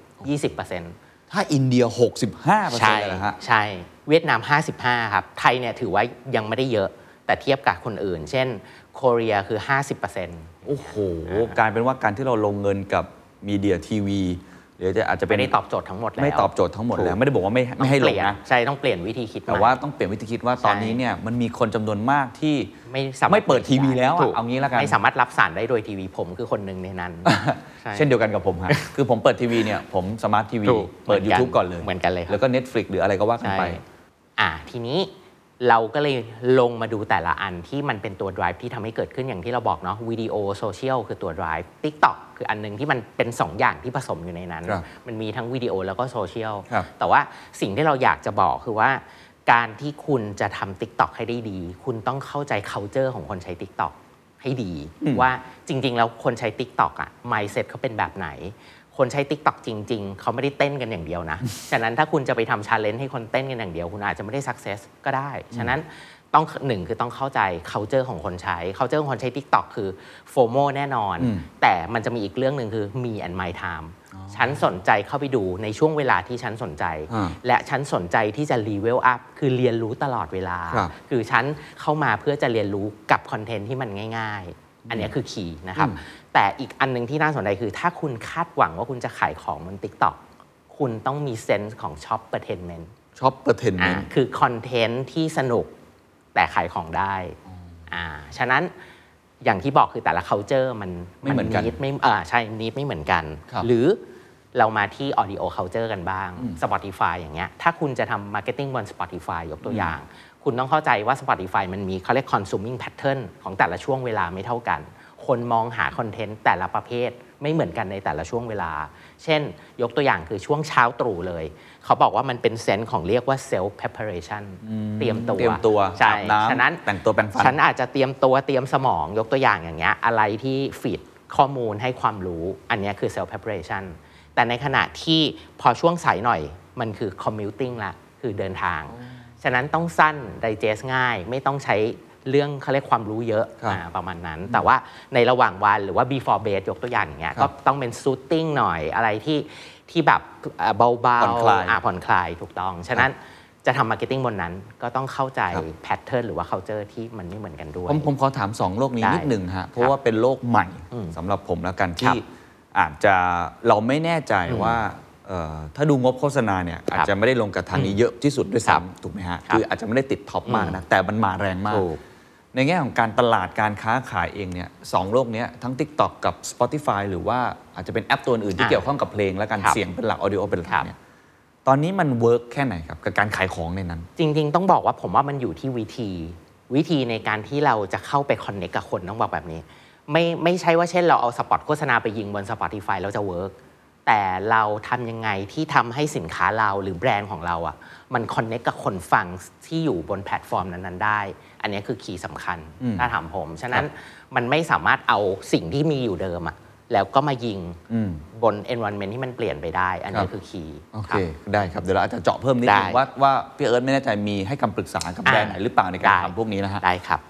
Speaker 2: 20%
Speaker 1: ถ้าอินเดีย 65%
Speaker 2: ใช่
Speaker 1: เลยนะฮะ
Speaker 2: ใช่ เวียดนาม 55 ครับ ไทยเนี่ยถือว่ายังไม่ได้เยอะ แต่เทียบกับคนอื่น เช่นโคเรียคือ 50%
Speaker 1: โอ้โหกลายเป็นว่าการที่เราลงเงินกับมีเดียทีวีหรือจะอาจจะเป็
Speaker 2: ไม่
Speaker 1: น
Speaker 2: ได้ตอบโจทย์ทั้งหมดแล้ว
Speaker 1: ไม่ตอบโจทย์ทั้งหมดแล้ว
Speaker 2: ถูก
Speaker 1: ไม่ได้บอกว่าไม่ไม่ให้ล
Speaker 2: ต้อง เปย
Speaker 1: นะ
Speaker 2: ใช่ ต้องเปลี่ยนวิธีคิด
Speaker 1: แต่
Speaker 2: ใหม่
Speaker 1: ว่าต้องเปลี่ยนวิธีคิดว่าตอนนี้เนี่ยมันมีคนจำนวนมากที่
Speaker 2: ไม่สามารถ
Speaker 1: ไม่เปิดทีวีแล้วอะ
Speaker 2: ถูก
Speaker 1: เอางี้ละกัน
Speaker 2: ไม่สามารถรับสารได้โดยทีวีผมคือคนหนึ่งในนั้น ใช่
Speaker 1: เช่นเดียวกันกับผมฮะ คือผมเปิดทีวีเนี่ย ผมสมาร์ททีวี
Speaker 2: ถูก
Speaker 1: เปิด
Speaker 2: เหมือนกัน
Speaker 1: YouTube ก่อนเลย
Speaker 2: เหมือนกันเลยครับ
Speaker 1: แล้วก็ Netflix หรืออะไรก็ว่ากัน
Speaker 2: ใช่
Speaker 1: ไป
Speaker 2: อ่าทีนี้เราก็เลยลงมาดูแต่ละอันที่มันเป็นตัว drive ที่ทำให้เกิดขึ้นอย่างที่เราบอกเนาะวิดีโอโซเชียลคือตัว drive TikTok คืออันหนึงที่มันเป็น 2 อย่างที่ผสมอยู่ในนั้น
Speaker 1: ครับ
Speaker 2: มันมีทั้งวิดีโอแล้วก็โซเชียล
Speaker 1: ครับ
Speaker 2: แต่ว่าสิ่งที่เราอยากจะบอกคือว่า การที่คุณจะทำ TikTok ให้ได้ดี คุณต้องเข้าใจ culture ของคนใช้ TikTok ให้ดี ว่าจริง ๆ แล้วคนใช้ TikTok อะ mindset เขาเป็นแบบไหน คนใช้ TikTok จริง ๆ เขาไม่ได้เต้นกันอย่างเดียวนะ ฉะนั้นถ้าคุณจะไปทำชาเลนจ์ให้คนเต้นกันอย่างเดียว คุณอาจจะไม่ได้ success ก็ได้ ฉะนั้นต้องหนึ่งคือต้องเข้าใจ culture ของคนใช้ culture ของคนใช้ TikTok คือ FOMO แน่นอน แต่มันจะมีอีกเรื่องหนึ่งคือ me and my time ฉันสนใจเข้าไปดูในช่วงเวลาที่ฉันสนใจ
Speaker 1: อ่า
Speaker 2: และฉันสนใจที่จะรีเวลอัพคือเรียนรู้ตลอดเวลา
Speaker 1: ครับ
Speaker 2: คือฉันเข้ามาเพื่อจะเรียนรู้กับคอนเทนต์ที่มันง่าย ๆ อันเนี้ยคือขีย์นะครับ แต่อีกอันหนึงที่น่าสนใจคือ ถ้าคุณคาดหวังว่าคุณจะขายของบน t ิ k t o k คุณต้องมีเซนส์ของช็อปเปอร์เทนเมนต์
Speaker 1: ช็อปเปอร์เทนเมนต์
Speaker 2: คือคอนเทนต์ที่สนุกแต่ขายของได้อ่าฉะนั้นอย่างที่บอกคือแต่ละ culture มัน
Speaker 1: ไม่เหมือนกัน
Speaker 2: นิดไม่อ่าใช่นิดไม่เหมือนกัน
Speaker 1: ครับ
Speaker 2: หรือเรามาที่ audio culture กันบ้าง Spotify อย่างเงี้ย ถ้าคุณจะทำ marketing บน Spotify ยกตัวอย่าง คุณต้องเข้าใจว่า Spotify มันมีเขาเรียก consuming pattern ของแต่ละช่วงเวลาไม่เท่ากัน คนมองหาคอนเทนต์แต่ละประเภทไม่เหมือนกันในแต่ละช่วงเวลา เช่น ยกตัวอย่างคือช่วงเช้าตรู่เลย เขาบอกว่ามันเป็นเซนส์ของเรียกว่า self preparation เตรียมตัว
Speaker 1: เตรียมตัว
Speaker 2: ใช่
Speaker 1: อาบน้ำ
Speaker 2: ฉะนั้น
Speaker 1: แต่งตัวแปรงฟัน
Speaker 2: ฉันอาจจะเตรียมตัวเตรียมสมองยกตัวอย่างอย่างเงี้ยอะไรที่ฟีดข้อมูลให้ความรู้ อันเนี้ยคือ self preparation แต่ในขณะที่พอช่วงสายหน่อยมันคือ commuting ละ คือเดินทาง ฉะนั้นต้องสั้น digest ง่าย ไม่ต้องใช้เรื่องเขาเรียกความรู้เยอะ
Speaker 1: ครับ
Speaker 2: อ่าประมาณนั้น แต่ว่าในระหว่างวันหรือว่า before bed ยกตัวอย่างอย่างเงี้ย
Speaker 1: ครั
Speaker 2: ก็
Speaker 1: บ
Speaker 2: ต้องเป็น soothing หน่อยอะไรที่ที่แบบเอ่อเบา
Speaker 1: ผ่อ
Speaker 2: ๆ
Speaker 1: นคลาย
Speaker 2: ะผ่อนคลายถูกต้อง ฉะนั้นจะทำมาร์เก็ตติ้งบนนั้น ก็ต้องเข้าใจ
Speaker 1: ครับ
Speaker 2: แพทเทิร์นหรือว่า culture ที่มันไม่เหมือนกันด้วย
Speaker 1: ผมผมขอถาม 2 โลกนี้
Speaker 2: ได้
Speaker 1: นิดหนึ่งฮะ เพ
Speaker 2: ครั
Speaker 1: ราะ
Speaker 2: บ
Speaker 1: ว่าเป็นโลกใหม่
Speaker 2: อืม
Speaker 1: สำหรับผมแล้วกัน
Speaker 2: ครั
Speaker 1: ที่
Speaker 2: บ
Speaker 1: อาจจะเราไม่แน่ใจ
Speaker 2: อืม
Speaker 1: ว่าเอ่อถ้าดูงบโฆษณาเนี่ยอาจจะไม่ได้ลงกับทางนี้เยอะที่สุดด้วย
Speaker 2: ครับ
Speaker 1: ซ้ำถูกไหมฮะ
Speaker 2: ครับ
Speaker 1: คืออาจจะไม่ได้ติดท็อปมากนะ แต่มันมาแรงมาก
Speaker 2: ถูก
Speaker 1: ในแง่ของการตลาดการค้าขายเองเนี่ยสองโลกเนี้ยทั้ง TikTok กับ Spotify หรือว่าอาจจะเป็นแอปตัวอื่นๆที่
Speaker 2: อ่า
Speaker 1: เกี่ยวข้องกับเพลงและการ
Speaker 2: ครับ
Speaker 1: เสียงเป็นหลักออดิโอเป็นหลัก
Speaker 2: ครับ
Speaker 1: เนี่ยตอนนี้มันเวิร์กแค่ไหนครับกับการขายของในนั้น
Speaker 2: จริง ๆ ต้องบอกว่าผมว่ามันอยู่ที่วิธี วิธีในการที่เราจะเข้าไปคอนเน c t กับคนต้องบอกแบบนี้ ไม่ไม่ใช่ว่าเช่นเราเอาสปอตโฆษณาไปยิงบน Spotify แล้วจะเวิร์กแต่เราทำยังไงที่ทำให้สินค้าเราหรือแบรนด์ของเราอะ่ะมันคอนเน c t กับคนฟังที่อยู่บนแพลตฟอร์มนั้น ๆ ได้ อันนี้คือคีย์สำคัญถ้าถามผม ฉะนั้นมันไม่สามารถเอาสิ่งที่มีอยู่เดิมอะแล้วก็มายิง
Speaker 1: อืม
Speaker 2: บน environment ที่มันเปลี่ยนไปได้ อัน
Speaker 1: ครั
Speaker 2: นี้
Speaker 1: บ
Speaker 2: คือคีย์
Speaker 1: โอเค ได้ครับ เดี๋ยวเราอาจจะเจาะเพิ่มนิดนึง
Speaker 2: ได้
Speaker 1: ว่าว่าพี่เอิร์ธไม่แน่ใจมีให้คำปรึกษากับแบรนด์ไหนหรือเปล่าในการทำพวกนี้นะฮะ
Speaker 2: ได้ครับ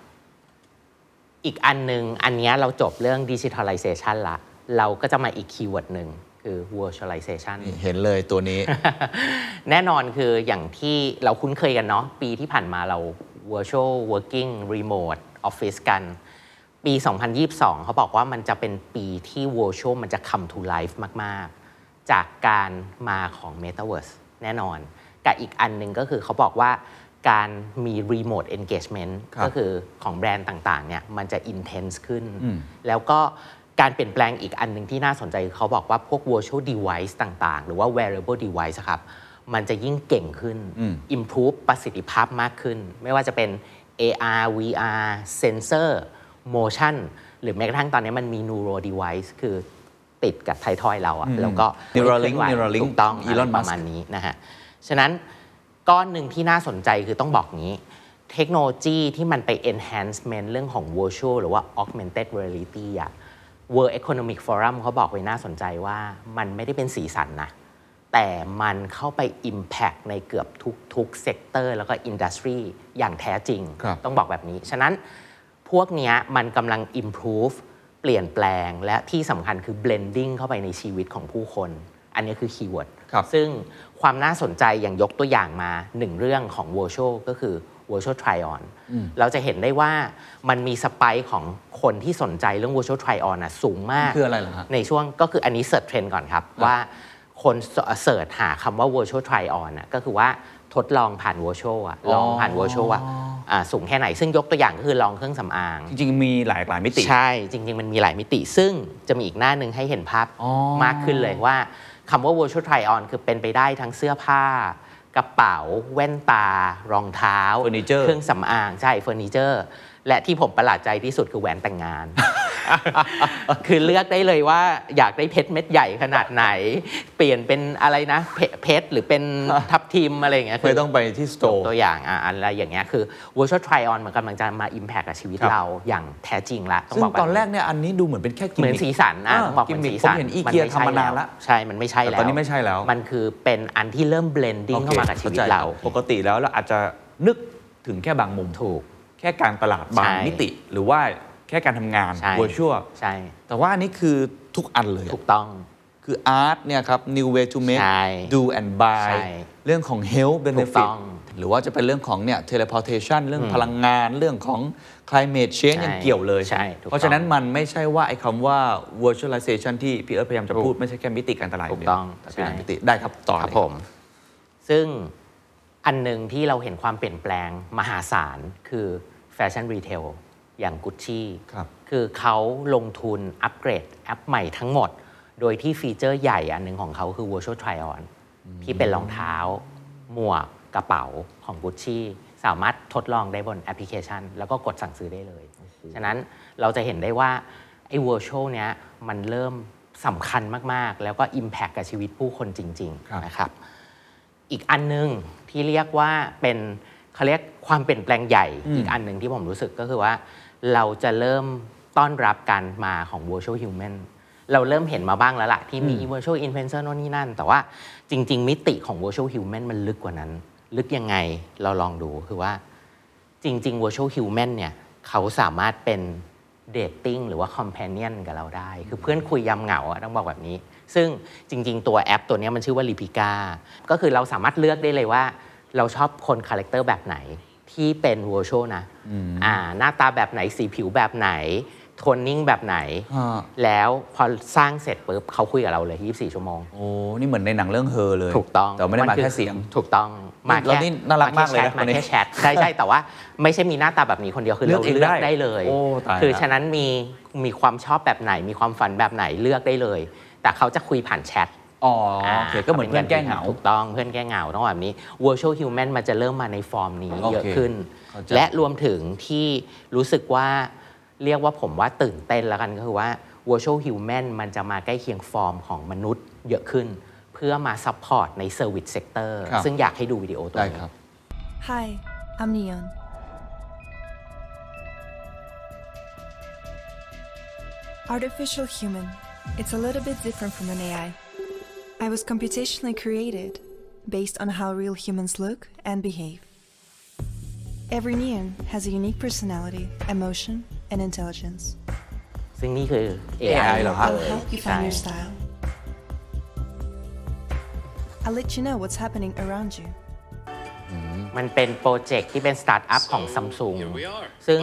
Speaker 2: อีกอันหนึง อันเนี้ยเราจบเรื่องดิจิทัลไลเซชันละ เราก็จะมาอีกคีย์เวิร์ดหนึ่งคือ virtualization
Speaker 1: นี่เห็นเลยตัว นี้
Speaker 2: แน่นอนคืออย่างที่เราคุ้นเคยกันเนาะปีที่ผ่านมาเรา virtual working remote office กัน ปี 2022 เขาบอกว่ามันจะเป็นปีที่ virtual มันจะ come to life มาก ๆ จากการมาของ metaverse แน่นอน กับอีกอันหนึ่งก็คือเขาบอกว่าการมี remote engagement
Speaker 1: ครับ
Speaker 2: ก็คือของแบรนด์ต่าง ๆ เนี่ยมันจะ intense ขึ้น แล้วก็การเปลี่ยนแปลงอีกอันหนึ่งที่น่าสนใจคือเขาบอกว่าพวก virtual device ต่าง ๆ หรือว่า wearable device อะครับ มันจะยิ่งเก่งขึ้น improve ประสิทธิภาพมากขึ้น ไม่ว่าจะเป็น AR VR sensor motion หรือแม้กระทั่งตอนนี้มันมี neuro device คือติดกับไททอยเราอะแล้วก็
Speaker 1: Neuralink
Speaker 2: เคลื่อนไหว
Speaker 1: Neuralink
Speaker 2: ถูกต้อง
Speaker 1: Elon
Speaker 2: ะไรประมาณนี้นะฮะ ฉะนั้นก้อนหนึ่งที่น่าสนใจคือต้องบอกงี้ เทคโนโลยีที่มันไป enhancement เรื่องของ virtual หรือว่า augmented reality อะ World Economic Forum เขาบอกไว้น่าสนใจว่ามันไม่ได้เป็นสีสันนะ แต่มันเข้าไป impact ในเกือบทุกๆเซกเตอร์แล้วก็อินดัสทรีอย่างแท้จริง
Speaker 1: ครับ
Speaker 2: ต้องบอกแบบนี้ ฉะนั้นพวกเนี้ยมันกำลัง improve เปลี่ยนแปลงและที่สำคัญคือ blending เข้าไปในชีวิตของผู้คน อันนี้คือคีย์เวิร์ด
Speaker 1: ครับ
Speaker 2: ซึ่งความน่าสนใจอย่างยกตัวอย่างมาหนึ่งเรื่องของ virtual ก็คือ virtual try on เราจะเห็นได้ว่ามันมีสไปค์ของคนที่สนใจเรื่อง virtual try on อะสูงมาก
Speaker 1: คืออะไรเหรอฮะ
Speaker 2: ในช่วงก็คืออันนี้เสิร์ชเทรนก่อนครับ ว่าคนเสิร์ชหาคำว่า virtual try on น่ะก็คือว่าทดลองผ่าน virtual อะลองผ่าน virtual อะอ่าสูงแค่ไหน ซึ่งยกตัวอย่างก็คือลองเครื่องสำอาง
Speaker 6: จริงๆ มีหลายหลายมิติ
Speaker 2: ใช่ จริง ๆ มันมีหลายมิติ ซึ่งจะมีอีกหน้าหนึ่งให้เห็นภาพมากขึ้นเลยว่าคำว่า virtual try on คือเป็นไปได้ทั้งเสื้อผ้า กระเป๋า แว่นตา รองเท้า
Speaker 6: Furniture
Speaker 2: เครื่องสำอางใช่เฟอร์นิเจอร์ และที่ผมประหลาดใจที่สุดคือแหวนแต่งงาน คือเลือกได้เลยว่าอยากได้เพชรเม็ดใหญ่ขนาดไหน เปลี่ยนเป็นอะไรนะเพเพชรหรือเป็นทับทิมอะไรอย่างเงี้ยคื
Speaker 1: ไม่ต้องไปที่สโตร์
Speaker 2: ตัวอย่างอ่ะอะไรอย่างเงี้ยคือ virtual try on มันกำลังจะมา impact กับชีวิต
Speaker 1: ครับ
Speaker 2: เราอย่างแท้จริงละต้อง
Speaker 1: ซึ่ง
Speaker 2: บอกแบบ
Speaker 1: ตอนแรกเนี่ยอันนี้ดูเหมือนเป็นแค่กิม
Speaker 2: เหมื
Speaker 1: มิค
Speaker 2: อนสีสันอ่ะ
Speaker 1: อ่า
Speaker 2: ต้องบอกเหมือนสี
Speaker 1: ผม
Speaker 2: สัน
Speaker 1: เห็นอี
Speaker 2: มั
Speaker 1: เกีย
Speaker 2: ไ
Speaker 1: ทำมานานละ
Speaker 2: ใช่มันไม่ใช่
Speaker 1: แต่
Speaker 2: แล้ว
Speaker 1: ตอนนี้ไม่ใช่แล้ว
Speaker 2: มันคือเป็นอันที่เริ่ม
Speaker 1: โอ
Speaker 2: blending
Speaker 1: ค
Speaker 2: เข้ามากับชีวิต
Speaker 1: ข้ใจ
Speaker 2: เรา
Speaker 6: ปกติแล้วเราอาจจะนึกถึงแค่บางมุม
Speaker 2: ถูก
Speaker 6: แค่การตลาดบาง
Speaker 2: ใช่
Speaker 6: มิติ หรือว่าแค่การทำงาน
Speaker 2: ใช่
Speaker 6: วอชั่ว
Speaker 2: ใช่
Speaker 1: แต่ว่าอันนี้คือทุกอันเลยอะ
Speaker 2: ถูกต้อง
Speaker 1: คืออาร์ตเนี่ยครับ new way to make
Speaker 2: ใช่
Speaker 1: do and buy
Speaker 2: ใช่
Speaker 1: เรื่องของ health
Speaker 2: ถูกต้
Speaker 1: benefit
Speaker 2: อง
Speaker 1: หรือว่าจะเป็นเรื่องของเนี่ย teleportation เรื่องพลังงานเรื่องของ climate change
Speaker 2: ใช่
Speaker 1: ยังเกี่ยวเลย
Speaker 2: ใช่ถูกต้อง
Speaker 1: เพราะฉะนั้นมันไม่ใช่ว่าไอ้คำว่า virtualization ที่พี่เอิร์ธพยายามจะพูดไม่ใช่แค่มิติการตลาด
Speaker 2: ถูก
Speaker 1: ย่าเดียว
Speaker 2: ต้อง
Speaker 1: แต่เป็นหลาย
Speaker 2: ใช่
Speaker 1: มิติได้ครับต่อ
Speaker 2: ครับ
Speaker 1: เลย
Speaker 2: ผม ซึ่งอันหนึ่งที่เราเห็นความเปลี่ยนแปลงมหาศาลคือแฟชั่นรีเทลอย่างกุชชี่
Speaker 1: ครับ
Speaker 2: คือเขาลงทุนอัปเกรดแอปใหม่ทั้งหมด โดยที่ฟีเจอร์ใหญ่อันหนึ่งของเขาคือ Virtual Try-on ที่เป็นรองเท้า หมวกกระเป๋าของกุชชี่สามารถทดลองได้บนแอปพลิเคชัน แล้วก็กดสั่งซื้อได้เลย ฉะนั้นเราจะเห็นได้ว่า ไอ้ Virtual เนี้ยมันเริ่มสำคัญมาก ๆ แล้วก็ Impact กับชีวิตผู้คนจริง
Speaker 1: ครับ
Speaker 2: ๆ นะครับ อีกอันหนึ่งที่เรียกว่าเป็นเขาเรียกความเปลี่ยนแปลงใหญ่ อีกอันหนึ่งที่ผมรู้สึกก็คือว่า เราจะเริ่มต้อนรับการมาของ virtual human เราเริ่มเห็นมาบ้างแล้วล่ะ ที่มี virtual influencer โน่นนี่นั่น แต่ว่าจริง ๆ มิติของ virtual human มันลึกกว่านั้น ลึกยังไงเราลองดูคือว่า จริง ๆ virtual human เนี่ยเขาสามารถเป็นเดทติ้งหรือว่าคอมเพนเนียนกับเราได้ คือเพื่อนคุยยามเหงาอะต้องบอกแบบนี้ ซึ่งจริง ๆ ตัวแอปตัวเนี้ยมันชื่อว่า Lipica ก็คือเราสามารถเลือกได้เลยว่า เราชอบคนคาแรคเตอร์แบบไหนที่เป็น virtual นะอ่าหน้าตาแบบไหนสีผิวแบบไหนโทนนิ่งแบบไหน
Speaker 1: ฮะ
Speaker 2: แล้วพอสร้างเสร็จปุ๊บเขาคุยกับเราเลย 24 ชั่วโมง
Speaker 1: โอ้ นี่เหมือนในหนังเรื่องเฮอเลย
Speaker 2: ถูกต้อง
Speaker 1: แต่ไม่ได้มา
Speaker 2: อ
Speaker 1: แค่เสียง
Speaker 2: ถูกต้อง
Speaker 1: แล้วนี่น่ารักมากเลยนะ
Speaker 2: แชทมา
Speaker 1: คนนี้
Speaker 2: แค่แชทใช่ใช่ แต่ว่าไม่ใช่มีหน้าตาแบบนี้คนเดียวคือ
Speaker 1: เลื
Speaker 2: เรา
Speaker 1: อกเอง
Speaker 2: เลือก
Speaker 1: ได้
Speaker 2: ได้เลย
Speaker 1: โอ้ตาย
Speaker 2: คือ
Speaker 1: ละ
Speaker 2: ฉะนั้นมีมีความชอบแบบไหน มีความฝันแบบไหนเลือกได้เลย แต่เขาจะคุยผ่านแชท
Speaker 1: อ๋อโอเคก็เหมือนเพื่อนแก้เหงา
Speaker 2: ถูกต้องเพื่อนแก้เหงาต้องแบบนี้ virtual human มันจะเริ่มมาในฟอร์มนี้
Speaker 1: โอเค
Speaker 2: เยอะขึ้น
Speaker 1: เข้าใจ
Speaker 2: และรวมถึงที่รู้สึกว่าเรียกว่าผมว่าตื่นเต้นแล้วกันก็คือว่า virtual human มันจะมาใกล้เคียงฟอร์มของมนุษย์เยอะขึ้น เพื่อมาซัพพอร์ตใน Service Sector
Speaker 1: ครับ
Speaker 2: ซึ่งอยากให้ดูวิดีโอตัว
Speaker 1: ได้
Speaker 2: นี้
Speaker 1: ครับ
Speaker 7: Hi, I'm Neon. Artificial human. It's a little bit different from an AI. I was computationally created based on how real humans look and behave. Every Neon has a unique personality, emotion, and intelligence.
Speaker 2: ซึ่งนี่คือ
Speaker 1: AI
Speaker 2: AI
Speaker 1: เหรอฮะ
Speaker 7: I'll help you find your style. I'll let you know what's happening around you.
Speaker 2: มันเป็นโปรเจกต์ที่เป็นสตาร์ทอัพของซัมซุงซึ่ง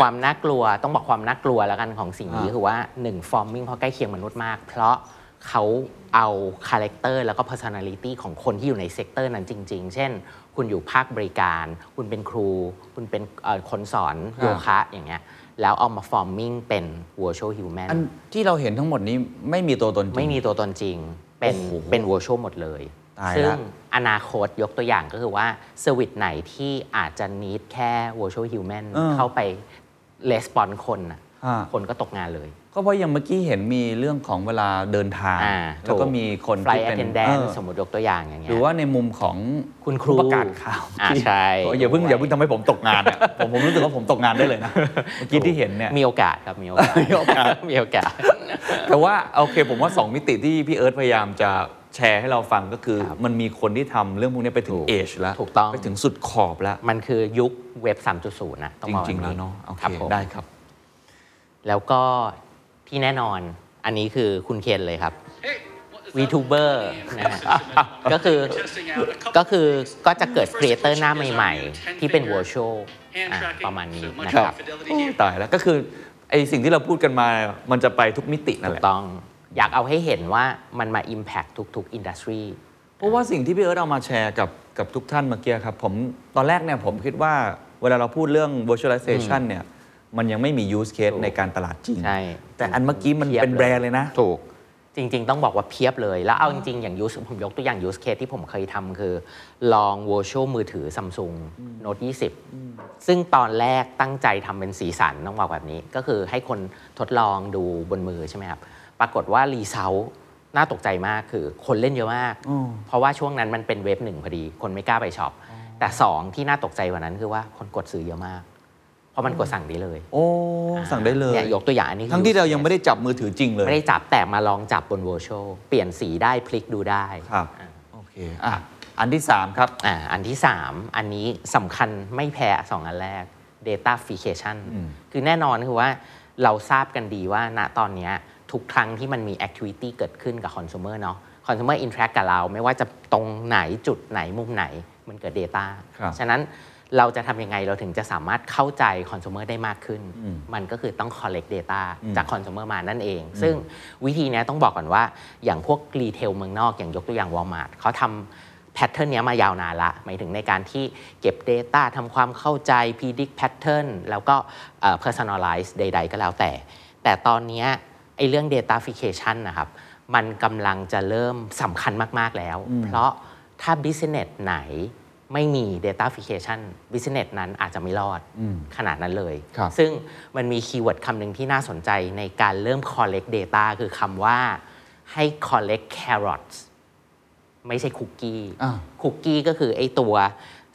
Speaker 2: ความน่ากลัวต้องบอกความน่ากลัวแล้วกันของสิ่งนี้คือว่า1 forming เพราะใกล้เคียงมนุษย์มาก เพราะเขาเอาคาแรคเตอร์แล้วก็ personality ของคนที่อยู่ในเซกเตอร์นั้นจริง ๆ เช่น คุณอยู่ภาคบริการ คุณเป็นครู คุณเป็นเอ่อคนสอนโยคะอย่างเงี้ยแล้วเอามา forming เป็น virtual human
Speaker 1: อันที่เราเห็นทั้งหมดนี้ไม่มีตัวตนจริง
Speaker 2: ไม่มีตัวตนจริง เป็น
Speaker 1: โอ้โห
Speaker 2: เป็นวอร์ชวลหมดเลย
Speaker 1: ตายละ
Speaker 2: ซึ่งอนาคตยกตัวอย่างก็คือว่าเซอร์วิสไหนที่อาจจะนิดแค่ virtual human เข้าไปレスปอนคนน่ะคนก็ตกงานเลย
Speaker 1: ก็เพราะอย่างเมื่อกี้เห็นมีเรื่องของเวลาเดินทาง
Speaker 2: อ่า
Speaker 1: แล้วก็มีคน
Speaker 2: ฟลาย
Speaker 1: ที่
Speaker 2: แอ
Speaker 1: เป็น
Speaker 2: เทนแดน
Speaker 1: เออ
Speaker 2: สมมติยกตัวอย่างอย่างเงี้
Speaker 1: ห
Speaker 2: ย
Speaker 1: รือว่าในมุมของ
Speaker 2: คุณครู
Speaker 1: ผู้ประกาศข่าว
Speaker 2: อ่า
Speaker 1: ที่
Speaker 2: ใช่
Speaker 1: อย่าเพิ่งอย่าเพิ่งทำให้ผมตกงาน เนี่ยผมผมรู้สึกว่าผมตกงานได้เลยนะ เมื่อกี้ที่เห็นเนี่ย
Speaker 2: มีโอกาสครับ มีโอกาส
Speaker 1: มีโอกาส
Speaker 2: มีโอกาส
Speaker 1: แต่ว่าโอเคผมว่า 2 มิติที่พี่เอิร์ธพยายามจะแชร์ให้เราฟังก็คือ มันมีคนที่ทำเรื่องพวกนี้ไปถึงเอชแล้ว
Speaker 2: ถูกต้อง
Speaker 1: ไปถึงสุดขอบแล้ว
Speaker 2: มันคือยุคเว็บ 3.0 นะต้อง
Speaker 1: จ
Speaker 2: มองบบ
Speaker 1: ริง ๆ
Speaker 2: นี้
Speaker 1: แล้วเนาะโอเค
Speaker 2: ครับผม
Speaker 1: ได้ครับ
Speaker 2: แล้วก็ที่แน่นอนอันนี้คือคุณเคนเลยครับ VTuber นะ ฮะก็คือก็คือก็จะเกิดครีเอเตอร์หน้าใหม่ๆ ที่เป็น virtual อ่ะประมาณนี้นะครับ
Speaker 1: โอ้ยตายแล้วก็คือไอสิ่งที่เราพูดกันมา มันจะไปทุกมิตินั่นแห
Speaker 2: ถูก
Speaker 1: ละ
Speaker 2: ต้องอยากเอาให้เห็นว่ามันมา impact ทุกๆ industry
Speaker 1: เพราะว่าสิ่งที่พี่เอิร์ธเอามาแชร์กับกับทุกท่านเมื่อกี้ครับ ผมตอนแรกเนี่ยผมคิดว่าเวลาเราพูดเรื่อง virtualization เนี่ย มันยังไม่มี use case ในการตลาดจริง
Speaker 2: ใช่
Speaker 1: แต่อันเมื่อกี้มัน
Speaker 2: ทีย
Speaker 1: เป็นแบรนด์เลยนะ
Speaker 2: ถูก จริง ๆ ต้องบอกว่าเพียบเลย แล้วเอาจริง ๆ อย่างยูสผมยกตัวอย่างยูสเคสที่ผมเคยทำคือ ลอง virtual มือถือ Samsung Note 20 ซึ่งตอนแรกตั้งใจทำเป็นสีสันต้องบอกแบบนี้ ก็คือให้คนทดลองดูบนมือใช่ไหมครับ ปรากฏว่ารีเซลน่าตกใจมากคือคนเล่นเยอะมาก เพราะว่าช่วงนั้นมันเป็นเว็บหนึ่งพอดี คนไม่กล้าไปช็อป แต่สองที่น่าตกใจกว่านั้นคือว่าคนกดซื้อเยอะมาก เพราะมันกดสั่งนี้เลย
Speaker 1: โอ้สั่งได้เลย
Speaker 2: นี่ยกตัวอย่างอันนี้คือ
Speaker 1: ทั้งที่เรายังไม่ได้จับมือถือจริงเลย
Speaker 2: ไม่ได้จับแต่มาลองจับบน virtual เปลี่ยนสีได้พลิกดูได้
Speaker 1: ครับ โอเคอ่ะอันที่ 3 ครับ
Speaker 2: อ่าอันที่ 3 อันนี้สำคัญไม่แพ้ 2 อันแรก data f i c a t i o n คือแน่นอนคือว่าเราทราบกันดีว่าณตอนเนี้ยทุกครั้งที่มันมี activity เกิดขึ้นกับ consumer เนาะ consumer interact กับเรา ไม่ว่าจะตรงไหนจุดไหนมุมไหนมันเกิด data
Speaker 1: ครับ
Speaker 2: ฉะนั้นเราจะทำยังไงเราถึงจะสามารถเข้าใจคอน sumer ได้มากขึ้น มันก็คือต้อง collect data จากคอน sumer มานั่นเอง ซึ่งวิธีเนี้ยต้องบอกก่อนว่าอย่างพวกรีเทลเมืองนอกอย่างยกตัวอย่าง Walmart เขาทำแพทเทิร์นนี้ยมายาวนานละ หมายถึงในการที่เก็บ Data ทำความเข้าใจ predict pattern แล้วก็เอ่อ personalize ใด ๆ ก็แล้วแต่ แต่ตอนเนี้ยไอ้เรื่อง datafication นะครับ มันกำลังจะเริ่มสำคัญมาก ๆ แล้ว เพราะถ้า business ไหนไม่มี datafication business นั้นอาจจะไม่รอดขนาดนั้นเลย
Speaker 1: ครับ
Speaker 2: ซึ่งมันมีคีย์เวิร์ดคำหนึ่งที่น่าสนใจในการเริ่ม collect data คือคำว่าให้ collect carrots ไม่ใช่คุกกี้คุกกี้ก็คือไอ้ตัว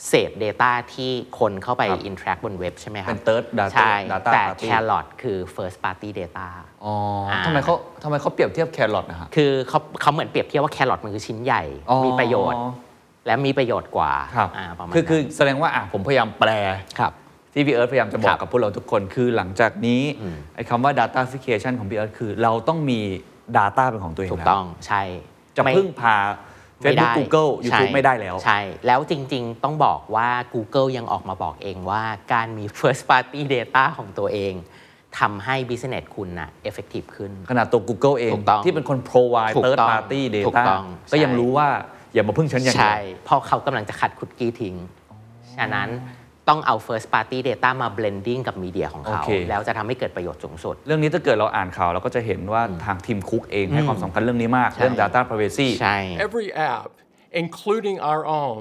Speaker 2: เศษ Data ที่คนเข้าไป interact บนเว็บใช่ไหมครับ
Speaker 1: เป็น third data
Speaker 2: ใช่
Speaker 1: data
Speaker 2: แต่
Speaker 1: party
Speaker 2: carrot คือ first party data
Speaker 1: อ๋อทำไมเขาทำไมเขาเปรียบเทียบแครอทนะฮะ
Speaker 2: คือเขาเขาเหมือนเปรียบเทียบว่าแครอทมันคือชิ้นใหญ่
Speaker 1: อ๋อ
Speaker 2: มีประโยชน์ และมีประโยชน์กว่า
Speaker 1: ครับ
Speaker 2: อ่าประมาณ
Speaker 1: คือคือ
Speaker 2: นั้น
Speaker 1: แสดงว่าอ่ะผมพยายามแปล
Speaker 2: ครับ
Speaker 1: ที่พี่เอิร์ธพยายามจะบอ
Speaker 2: ครั
Speaker 1: ก
Speaker 2: บ
Speaker 1: กับพวกเราทุกคนคือหลังจากนี้
Speaker 2: อืม
Speaker 1: ไอ้คำว่า data f i c a t i o n ของพี่เอิร์ธคือเราต้องมี Data เป็นของตัวเอง
Speaker 2: ถูก
Speaker 1: แล้ว
Speaker 2: ต้องใช่
Speaker 1: จะ
Speaker 2: ไม่
Speaker 1: พึ่งพา Facebook
Speaker 2: ไม่ได้
Speaker 1: Google
Speaker 2: ใช่
Speaker 1: YouTube ไม่ได้แล้ว
Speaker 2: ใช่ แล้วจริงๆ ต้องบอกว่า Google ยังออกมาบอกเองว่าการมี first party data ของตัวเองทำให้ business คุณนะ effective ขึ้น
Speaker 1: ขนาดตัว Google เอง
Speaker 2: ถูกต้อง
Speaker 1: ที่เป็นคน provide
Speaker 2: ถูก
Speaker 1: third
Speaker 2: ต้อง
Speaker 1: party
Speaker 2: ถู
Speaker 1: data
Speaker 2: กต้อง
Speaker 1: ก็ยัง
Speaker 2: ใช่
Speaker 1: รู้ว่าอย่ามาพึ่งฉันอย่างเดี
Speaker 2: ใช่
Speaker 1: ยว
Speaker 2: เพราะเขากำลังจะขัดคุกกี้ทิ้ง ฉะนั้นต้องเอา first party data มา blending กับ media ของเขา
Speaker 1: โอเค
Speaker 2: แล้วจะทำให้เกิดประโยชน์สูงสุด
Speaker 1: เรื่องนี้ถ้าเกิดเราอ่านข่าวเราก็จะเห็นว่าทางทีมคุกเองให้ความสำคัญเรื่องนี้มาก เรื่อง data privacy
Speaker 2: ใช่
Speaker 8: Every app, including our own,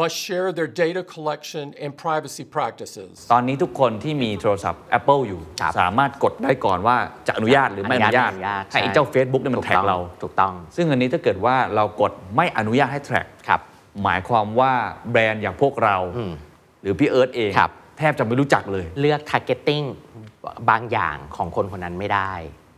Speaker 8: must share their data collection and privacy practices.
Speaker 1: ตอนนี้ทุกคนที่มีโทรศัพท์ Apple อยู่
Speaker 2: ครับ
Speaker 1: สามารถกดได้ก่อนว่าจะอนุญาตหรือไม่อนุญาต
Speaker 2: อนุญาต
Speaker 1: ให้ไอ้
Speaker 2: ใช่
Speaker 1: เจ้า Facebook เนี่ยมัน
Speaker 2: ถูก
Speaker 1: แท็ก
Speaker 2: ต้อง
Speaker 1: เรา
Speaker 2: ถูกต้อง
Speaker 1: ซึ่งอันนี้ถ้าเกิดว่าเรากดไม่อนุญาตให้แท็ก
Speaker 2: ครับ
Speaker 1: หมายความว่าแบรนด์อย่างพวกเรา หรือพี่เอิร์ธเอง
Speaker 2: ครับ
Speaker 1: แทบจะไม่รู้จักเลย
Speaker 2: เลือก targeting บางอย่างของคนคนนั้นไม่ได้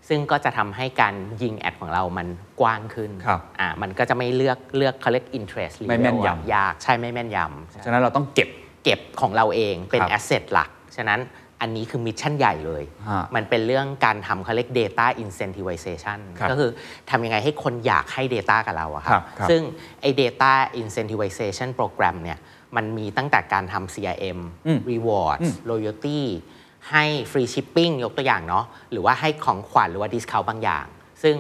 Speaker 2: ซึ่งก็จะทำให้การยิงแอดของเรามันกว้างขึ้น
Speaker 1: ครับ
Speaker 2: อ่ามันก็จะไม่เลือกเลือก collect interest
Speaker 1: ไม่แม่นยำ
Speaker 2: หรือว่ายากใช่ไม่แม่นยำ
Speaker 1: ฉะนั้นเราต้องเก็บ
Speaker 2: เก็บของเราเองเป็น
Speaker 1: ครับ
Speaker 2: แอสเซทหลัก ฉะนั้น อันนี้คือมิชชั่นใหญ่เลย
Speaker 1: ฮะ
Speaker 2: มันเป็นเรื่องการทำเขาเรียก data incentivization
Speaker 1: ครับ
Speaker 2: ก็คือทำยังไงให้คนอยากให้ data กับเราอะครั
Speaker 1: ครับ บครับ
Speaker 2: ซึ่งไอ้ data incentivization program เนี่ยมันมีตั้งแต่การทำ CRM rewards loyalty ให้ free shipping ยกตัวอย่างเนาะหรือว่าให้ของขวัญหรือว่า discount บางอย่าง ซึ่ง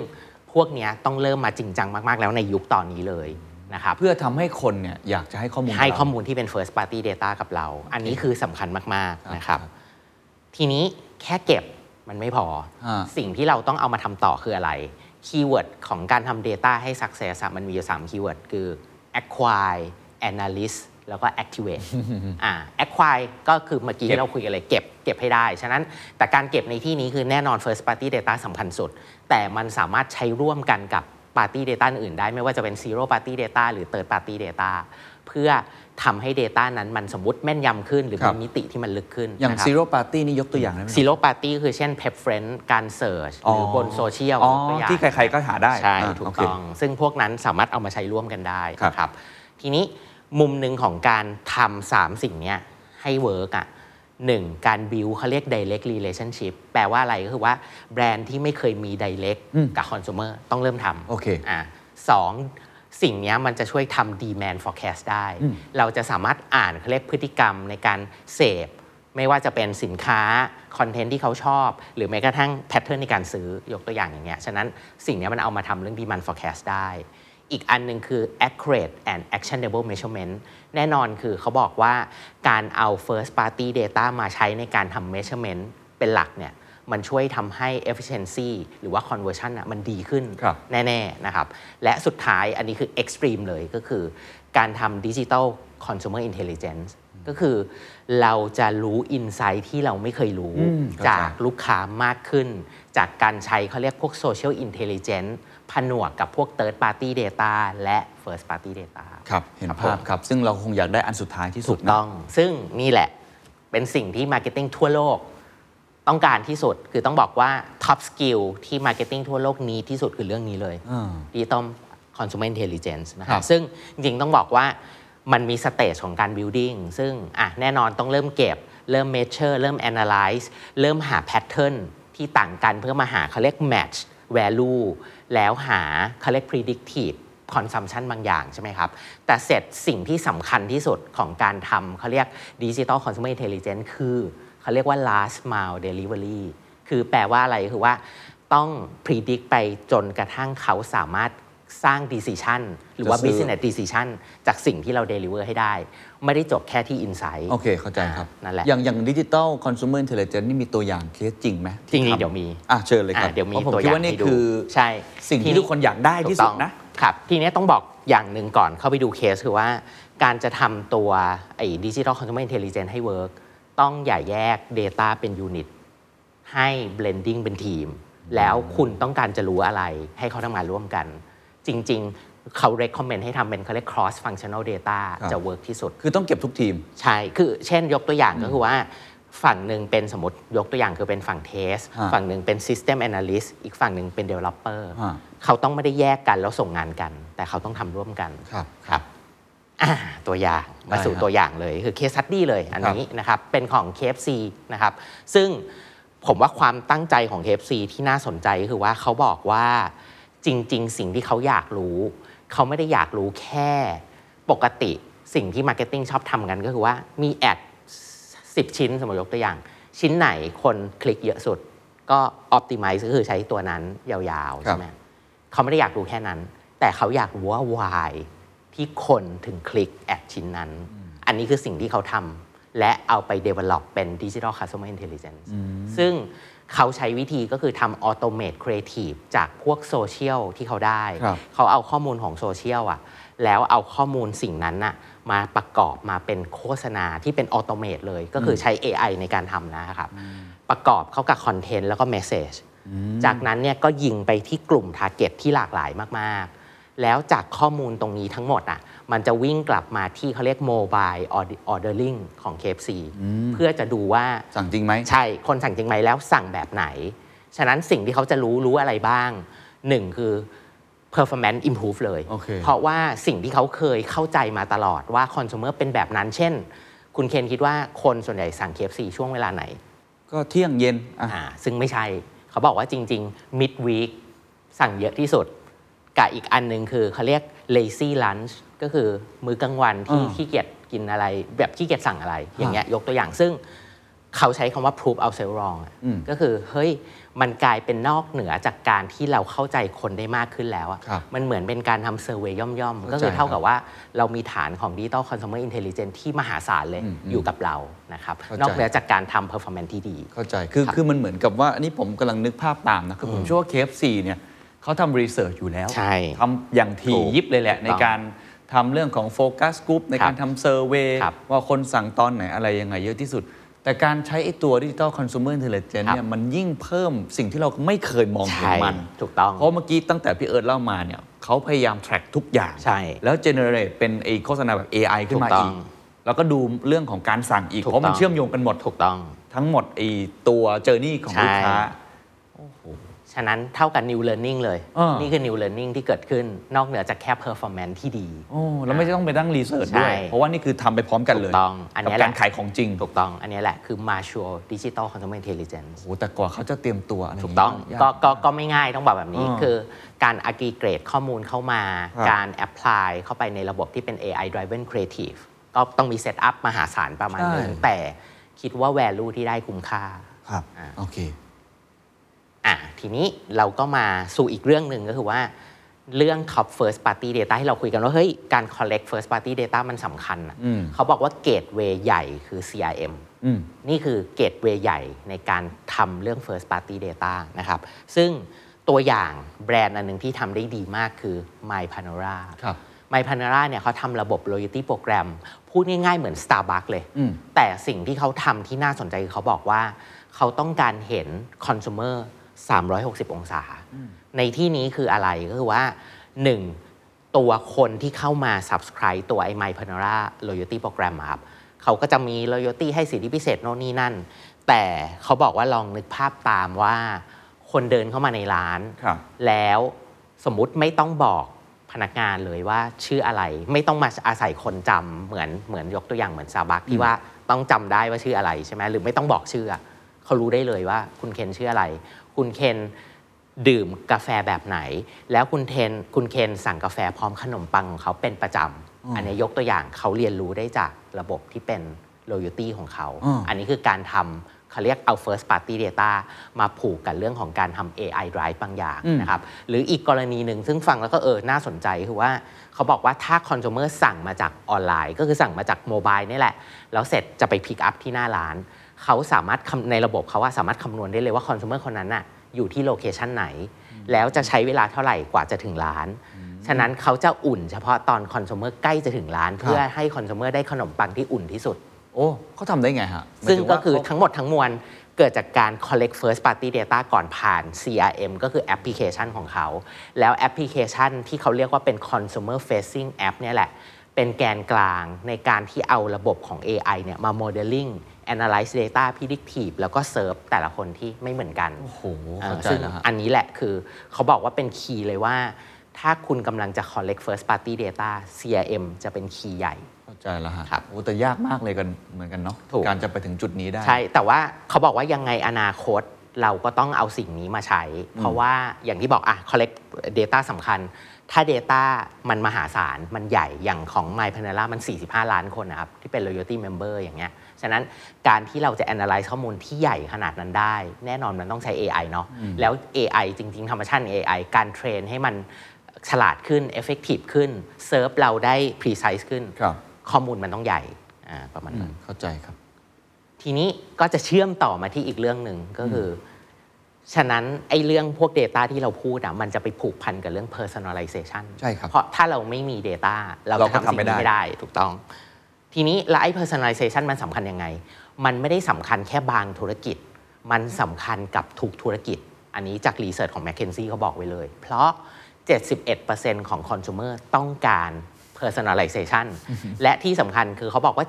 Speaker 2: พวกเนี้ยต้องเริ่มมาจริงจังมาก ๆ แล้วในยุคตอนนี้เลยนะครับ
Speaker 1: เพื่อทำให้คนเนี่ยอยากจะให้ข้อมูล
Speaker 2: ให้
Speaker 1: เรา
Speaker 2: ข้อมูลที่เป็น first party data กับเรา อันนี้คือสำคัญมาก ๆ นะครับ ทีนี้แค่เก็บมันไม่พอ
Speaker 1: อ่า
Speaker 2: สิ่งที่เราต้องเอามาทำต่อคืออะไร คีย์เวิร์ดของการทำ data ให้ success อะมันมีอยู่3คีย์เวิร์ดคือ acquire analyze แล้วก็ activate อ่า acquire ก็คือเมื่อกี้ที่เราคุยกันเลยเก็บเก็บให้ได้ ฉะนั้น แต่การเก็บในที่นี้คือแน่นอน first party data สำคัญสุด แต่มันสามารถใช้ร่วมกันกับ party data อื่นๆได้ไม่ว่าจะเป็น zero party data หรือ third party data เพื่อทำให้ Data นั้นมันสมมติแม่นยำขึ้น หรือ
Speaker 1: ครั
Speaker 2: มี
Speaker 1: บ
Speaker 2: มิติที่มันลึกขึ้น
Speaker 1: อย่าง
Speaker 2: นะครับ
Speaker 1: ซีโร่ปาร์ตี้นี่ยกตัวอย่างได้ไหม
Speaker 2: ซีโร่ปาร์ตี้คือเช่น preference การเสิร์ชหรืออบนโซเชียล
Speaker 1: อ๋อย
Speaker 2: กตัวอย่าง
Speaker 1: ที่ใครๆก็หาได้
Speaker 2: ใช่
Speaker 1: อ่า
Speaker 2: ถู
Speaker 1: โอก เค
Speaker 2: ต้อง ซึ่งพวกนั้นสามารถเอามาใช้ร่วมกันได้
Speaker 1: ครับ
Speaker 2: นะครับ ทีนี้มุมหนึ่งของการทำสามสิ่งเนี้ยให้เวิร์กอ่ะหนึ่งการ build เขาเรียก direct relationship แปลว่าอะไรก็คือว่าแบรนด์ที่ไม่เคยมี direct กับ consumer ต้องเริ่มทำ
Speaker 1: โอเค
Speaker 2: อ่ะสองสิ่งเนี้ยมันจะช่วยทำ demand forecast ได้ เราจะสามารถอ่านเขาเรียกพฤติกรรมในการเสพ ไม่ว่าจะเป็นสินค้า คอนเทนต์ที่เขาชอบ หรือแม้กระทั่งแพทเทิร์นในการซื้อยกตัวอย่างอย่างเงี้ย ฉะนั้นสิ่งเนี้ยมันเอามาทำเรื่อง demand forecast ได้ อีกอันหนึ่งคือ accurate and actionable measurement แน่นอนคือเขาบอกว่าการเอา first party data มาใช้ในการทำ measurement เป็นหลักเนี่ยมันช่วยทำให้ efficiency หรือว่า conversion อะมันดีขึ้น
Speaker 1: ครับ
Speaker 2: แน่ ๆ นะครับ และสุดท้ายอันนี้คือ extreme เลยก็คือ การทำ digital consumer intelligence ก็คือเราจะรู้ insight ที่เราไม่เคยรู้ จากลูกค้ามากขึ้น จากการใช้เขาเรียกพวก social intelligence ผนวกกับพวก third party data และ first party data
Speaker 1: ครับเห็น
Speaker 2: ครับ
Speaker 1: ภาพ
Speaker 2: ผม
Speaker 1: ครับ ซึ่งเราคงอยากได้อันสุดท้ายที่สุด
Speaker 2: ถู
Speaker 1: นะ
Speaker 2: กต้อง ซึ่งนี่แหละเป็นสิ่งที่ Marketing ทั่วโลก ต้องการที่สุด คือต้องบอกว่า Top Skill ที่ Marketing ทั่วโลกนี้ที่สุดคือเรื่องนี้เลยดิจิตอล Consumer Intelligence นะค
Speaker 1: ครั
Speaker 2: รับบ ซึ่งจริงๆต้องบอกว่ามันมีสเตจของการ building ซึ่งอ่ะแน่นอนต้องเริ่มเก็บ เริ่ม measure เริ่ม analyze เริ่มหา pattern ที่ต่างกันเพื่อมาหาเขาเรียก match value แล้วหาเขาเรียก predictive consumption บางอย่างใช่ไหมครับ แต่เสร็จสิ่งที่สำคัญที่สุดของการทำเขาเรียก digital consumer intelligence คือเขาเรียกว่า last mile delivery คือแปลว่าอะไรคือว่าต้อง predict ไปจนกระทั่งเขาสามารถสร้าง decision หรือว่า
Speaker 1: จะซื้อ
Speaker 2: business decision จากสิ่งที่เรา deliver ให้ได้ ไม่ได้จบแค่ที่ insight
Speaker 1: โอเค เข้าใจครับ
Speaker 2: อ่านั่นแหละ
Speaker 1: อย่างอย่างดิจิตอลคอน sumer intelligence นี่มีตัวอย่างเคสจริงไหม
Speaker 2: จริง
Speaker 1: ที่
Speaker 2: ๆ
Speaker 1: ทำ
Speaker 2: เดี๋ยวมี
Speaker 1: อ่ะเชิญเลยครับ
Speaker 2: อ่ะเดี๋ยวมี
Speaker 1: พราะผม
Speaker 2: ตัวอ
Speaker 1: คิด
Speaker 2: ย่าง
Speaker 1: ว่านี่
Speaker 2: ให้ดู
Speaker 1: คือ
Speaker 2: ใช่
Speaker 1: สิ่งที่ทุกคนอยากได้ที่สุด
Speaker 2: ถูก
Speaker 1: นะ
Speaker 2: ต้องครับ ทีเนี้ยต้องบอกอย่างหนึ่งก่อนเข้าไปดูเคสคือว่า การจะทำตัวไอ้ดิจิทัลคอน sumer intelligence ให้เวิร์กต้องอย่าแยก Data เป็นยูนิต ให้ blending เป็นทีม แล้วคุณต้องการจะรู้อะไรให้เขาทำงานร่วมกัน จริง ๆ เขา recommend ให้ทำเป็นเขาเรียก cross functional data
Speaker 1: ครับ
Speaker 2: จะ work ที่สุด
Speaker 1: คือต้องเก็บทุกทีม
Speaker 2: ใช่ คือเช่นยกตัวอย่างก็คือว่า ฝั่งหนึ่งเป็นสมมติยกตัวอย่างคือเป็นฝั่งเทส
Speaker 1: ฮะ
Speaker 2: ฝั่งหนึ่งเป็น System Analyst อีกฝั่งหนึ่งเป็น Developer
Speaker 1: ฮะ
Speaker 2: เขาต้องไม่ได้แยกกันแล้วส่งงานกัน แต่เขาต้องทำร่วมกัน
Speaker 1: ครับ
Speaker 2: ครับอ่าตัวอย่างมาสู่
Speaker 1: ได้ครับ
Speaker 2: ตัวอย่างเลยคือเคส e ั t ดี้เลยอันนี้นะครับ เป็นของ KFC นะครับ ซึ่งผมว่าความตั้งใจของ KFC ที่น่าสนใจก็คือว่าเขาบอกว่าจริง ๆ สิ่งที่เขาอยากรู้ เขาไม่ได้อยากรู้แค่ ปกติสิ่งที่มาร์เก็ตติ้งชอบทำกันก็คือว่ามีแอด 10 ชิ้นสมมติยกตัวอย่าง ชิ้นไหนคนคลิกเยอะสุด ก็ optimize ก็คือใช้ตัวนั้นยาวๆ
Speaker 1: ครับ
Speaker 2: ใช่ไหมเขาไม่ได้อยากรู้แค่นั้น แต่เขาอยากรู้ว่า why ที่คนถึงคลิกแอดชิ้นนั้น อันนี้คือสิ่งที่เขาทำและเอาไป develop เป็น digital customer intelligence ซึ่งเขาใช้วิธีก็คือทำ automate creative จากพวกโซเชียลที่เขาได้
Speaker 1: ครับ
Speaker 2: เขาเอาข้อมูลของโซเชียลอะแล้วเอาข้อมูลสิ่งนั้นอะมาประกอบมาเป็นโฆษณาที่เป็นออโตเมตเลย ก็คือใช้ AI ในการทำนะครับ ประกอบเข้ากับคอนเทนต์แล้วก็เมสเซจจากนั้นเนี่ยก็ยิงไปที่กลุ่มทาร์เก็ตที่หลากหลายมากๆ แล้วจากข้อมูลตรงนี้ทั้งหมดอะมันจะวิ่งกลับมาที่เขาเรียกโมบายออเดอร์ลิงของ KFC เพื่อจะดูว่า
Speaker 1: สั่งจริงไหม
Speaker 2: ใช่ คนสั่งจริงไหมแล้วสั่งแบบไหน ฉะนั้นสิ่งที่เขาจะรู้รู้อะไรบ้าง หนึ่งคือ performance improve เลย
Speaker 1: โอเค
Speaker 2: เพราะว่าสิ่งที่เขาเคยเข้าใจมาตลอดว่า consumer เป็นแบบนั้น เช่น คุณเคนคิดว่าคนส่วนใหญ่สั่ง KFC ช่วงเวลาไหน
Speaker 1: ก็เที่ยงเย็นอ่ะ
Speaker 2: อ่าซึ่งไม่ใช่ เขาบอกว่าจริง ๆ mid week สั่งเยอะที่สุดกับอีกอันหนึ่งคือเขาเรียก lazy lunch ก็คือมื้อกลางวันที่
Speaker 1: อ่า
Speaker 2: ขี้เกียจกินอะไร แบบขี้เกียจสั่งอะไร อย่างเงี้ยยกตัวอย่างซึ่งเขาใช้คำว่า prove ourselves wrong อะก็คือ เฮ้ย มันกลายเป็นนอกเหนือจากการที่เราเข้าใจคนได้มากขึ้นแล้วอะ
Speaker 1: ครับ
Speaker 2: มันเหมือนเป็นการทำเซอร์เวยย่อม ๆ ก็
Speaker 1: เข้าใจ
Speaker 2: คือเท่า
Speaker 1: ครั
Speaker 2: กับบ ว่าเรามีฐานของ Digital Consumer Intelligence ที่มหาศาลเลยอยู่กับเรานะครับนอกเหนือจากการทำ performance ที่ดี
Speaker 1: เข้าใจ คือ
Speaker 2: ครับ
Speaker 1: คือ มันเหมือนกับว่า อันนี้ผมกำลังนึกภาพตามนะ คือผมเชื่อว่า KFC เนี่ยเขาทำรีเสิร์ชอยู่แล้ว
Speaker 2: ใช่
Speaker 1: ทำอย่างถี่ยิบเลยแหละ
Speaker 2: ถูกต้
Speaker 1: ใน
Speaker 2: อง
Speaker 1: การทำเรื่องของโฟกัสก r ุ u p ในการ
Speaker 2: ครับ
Speaker 1: ทำเซอร์เวย
Speaker 2: ครับ
Speaker 1: ว่าคนสั่งตอนไหนอะไรยังไงเยอะที่สุด แต่การใช้ไอ้ตัวดิจิ t a ลคอน sumer intelligence
Speaker 2: ครับ
Speaker 1: เนี่ย มันยิ่งเพิ่มสิ่งที่เราไม่เคยมองเห็นมัน
Speaker 2: ใช่ถูกต้อง
Speaker 1: เพราะเมื่อกี้ตั้งแต่พี่เอิร์ธเล่ามาเนี่ยเขาพยายาม track ทุกอย่าง
Speaker 2: ใช่
Speaker 1: แล้ว generate เป็นไอ้โฆษณาแบบ AI ขึ้นมา
Speaker 2: ถูกต้
Speaker 1: อี
Speaker 2: อก ง
Speaker 1: แล้วก็ดูเรื่องของการสั่งอีก
Speaker 2: ถูก
Speaker 1: เพราะมัน
Speaker 2: ต้อง
Speaker 1: เชื่อมโยงกันหมด
Speaker 2: ถูกต้อง
Speaker 1: ทั้งหมดไอตัวเจอร์นี่ของ
Speaker 2: ใช่
Speaker 1: ลูกค้า
Speaker 2: ฉะนั้นเท่ากับ new learning เลย
Speaker 1: อ่านี่
Speaker 2: นี่คือ new learning ที่เกิดขึ้นนอกเหนือจากแค่ performance ที่ดี
Speaker 1: โอ้แล้วไม่ต้องไปตั้งรีเสิร์ชด้วย
Speaker 2: ใช่
Speaker 1: เพราะว่านี่คือทำไปพร้อมกันเลย
Speaker 2: ถูกต้องอัน
Speaker 1: กับ
Speaker 2: นี้แหละ
Speaker 1: การขายของจริง
Speaker 2: ถูกต้อง อันนี้แหละคือ mature digital consumer intelligence
Speaker 1: โอ้แต่กว่าเขาจะเตรียมตัวอะไรย่า
Speaker 2: ถูกต้อง
Speaker 1: ยา
Speaker 2: ก็ก็ก็ไม่ง่ายต้องบอกแบบนี้
Speaker 1: อ่า
Speaker 2: คือการ aggregate ข้อมูลเข้ามา
Speaker 1: ครับ
Speaker 2: การ apply เข้าไปในระบบที่เป็น AI driven creative ก็ต้องมี set up มหาศาลประมาณนึง
Speaker 1: ใช่
Speaker 2: แต่คิดว่า value ที่ได้คุ้มค่า
Speaker 1: ครับ
Speaker 2: อ่า
Speaker 1: โอเค
Speaker 2: อ่ะทีนี้เราก็มาสู่อีกเรื่องหนึ่งก็คือว่า เรื่อง top first party data ที่เราคุยกันว่า เฮ้ย การ collect first party data มันสำคัญอะ
Speaker 1: อืม
Speaker 2: เขาบอกว่า gateway ใหญ่คือ CRM
Speaker 1: อืม
Speaker 2: นี่คือ gateway ใหญ่ในการทำเรื่อง first party data นะครับ ซึ่งตัวอย่างแบรนด์อันหนึงที่ทำได้ดีมากคือ My Panora
Speaker 1: ครับ
Speaker 2: My Panora เนี่ยเขาทำระบบ loyalty program พูดง่ายๆเหมือน Starbucks เลย
Speaker 1: อืม
Speaker 2: แต่สิ่งที่เขาทำที่น่าสนใจคือเขาบอกว่า เขาต้องการเห็น consumer 360 องศา ในที่นี้คืออะไรก็คือว่า 1. ตัวคนที่เข้ามา subscribe ตัวไอ My Panora Loyalty Program อะครับ เขาก็จะมี loyalty ให้สิทธิพิเศษโน่นนี่นั่น แต่เขาบอกว่าลองนึกภาพตามว่า คนเดินเข้ามาในร้าน
Speaker 1: ครับ
Speaker 2: แล้วสมมุติไม่ต้องบอกพนักงานเลยว่าชื่ออะไรไม่ต้องมาอาศัยคนจำเหมือนเหมือนยกตัวอย่างเหมือนซาบักที่ว่าต้องจำได้ว่าชื่ออะไรใช่ไหมหรือไม่ต้องบอกชื่ออะเขารู้ได้เลยว่าคุณเคนชื่ออะไร คุณเคนดื่มกาแฟแบบไหน แล้วคุณเทนคุณเคนสั่งกาแฟพร้อมขนมปังของเขาเป็นประจำอันนี้ยกตัวอย่างเขาเรียนรู้ได้จากระบบที่เป็น loyalty ของเขา
Speaker 1: อ่า
Speaker 2: อันนี้คือการทำเขาเรียกเอา first party data มาผูกกับเรื่องของการทำ AI drive บางอย่างนะครับ หรืออีกกรณีหนึ่งซึ่งฟังแล้วก็เออ น่าสนใจคือว่า เขาบอกว่าถ้า consumer สั่งมาจากออนไลน์ ก็คือสั่งมาจากโมบายนี่แหละ แล้วเสร็จจะไป pick up ที่หน้าร้าน เขาสามารถคำในระบบเขาว่าสามารถคำนวณได้เลยว่า consumer คนนั้นน่ะอยู่ที่โลเคชันไหน แล้วจะใช้เวลาเท่าไหร่กว่าจะถึงร้าน ฉะนั้นเขาจะอุ่นเฉพาะตอนคอน sumer ใกล้จะถึงร้าน เพื่อให้ consumer ได้ขนมปังที่อุ่นที่สุด
Speaker 1: โอ้เขาทำได้ไงฮะหมาย
Speaker 2: ซึ่ง
Speaker 1: ถึ
Speaker 2: ก็
Speaker 1: ว่า
Speaker 2: คือ
Speaker 1: เขา
Speaker 2: ทั้งหมดทั้งมวลเกิดจากการ collect first party data ก่อนผ่าน CRM ก็คือแอปพลิเคชันของเขา แล้วแอปพลิเคชันที่เขาเรียกว่าเป็น consumer facing app เนี่ยแหละ เป็นแกนกลางในการที่เอาระบบของ AI เนี่ยมา modeling analyze data predictive แล้วก็ serve แต่ละคนที่ไม่เหมือนกัน
Speaker 1: โอ้โห
Speaker 2: เอ่อ
Speaker 1: เข้าใจ
Speaker 2: ซึ่ง
Speaker 1: แล้วฮะ
Speaker 2: อันนี้แหละคือเขาบอกว่าเป็นคีย์เลยว่า ถ้าคุณกำลังจะ collect first party data CRM จะเป็นคีย์ใหญ่
Speaker 1: เข้าใจแล้วฮะ
Speaker 2: ครับ
Speaker 1: โอ้แต่ยากมากเลยกันเหมือนกันเนาะ
Speaker 2: ถูก
Speaker 1: การจะไปถึงจุดนี้ได้
Speaker 2: ใช่ แต่ว่าเขาบอกว่ายังไงอนาคตเราก็ต้องเอาสิ่งนี้มาใช้ เพราะว่าอย่างที่บอกอะ collect data สำคัญ ถ้า data มันมหาศาล มันใหญ่อย่างของ My Panera มัน 45 ล้านคนนะครับ ที่เป็น loyalty member อย่างเงี้ยฉะนั้นการที่เราจะ analyze ข้อมูลที่ใหญ่ขนาดนั้นได้ แน่นอนมันต้องใช้ AI เนาะแล้ว AI จริง ๆ ธรรมชาติ AI การเทรนให้มันฉลาดขึ้น effective ขึ้น serve เราได้ precise ขึ้น
Speaker 1: ครับ
Speaker 2: ข้อมูลมันต้องใหญ่อ่าประมาณนั้น
Speaker 1: เข้าใจครับ
Speaker 2: ทีนี้ก็จะเชื่อมต่อมาที่อีกเรื่องหนึ่งก็คืออฉะนั้นไอ้เรื่องพวก Data ที่เราพูดอะมันจะไปผูกพันกับเรื่อง personalization
Speaker 1: ใช่ครับ
Speaker 2: เพราะถ้าเราไม่มี Data เรา
Speaker 1: เรา
Speaker 2: จะ
Speaker 1: ก็
Speaker 2: ทำ
Speaker 1: ทำ
Speaker 2: สิ่ง
Speaker 1: ไม่ได้
Speaker 2: นี้ไม่ได้ ถูกต้อง ทีนี้แล้วไอ้ personalization มันสำคัญยังไง มันไม่ได้สำคัญแค่บางธุรกิจ มันสำคัญกับทุกธุรกิจ อันนี้จากรีเสิร์ชของ m c k e n z i e เขาบอกไว้เลย เพราะ 71%ของคอน sumer ต้องการ personalization และที่สำคัญคือเขาบอกว่า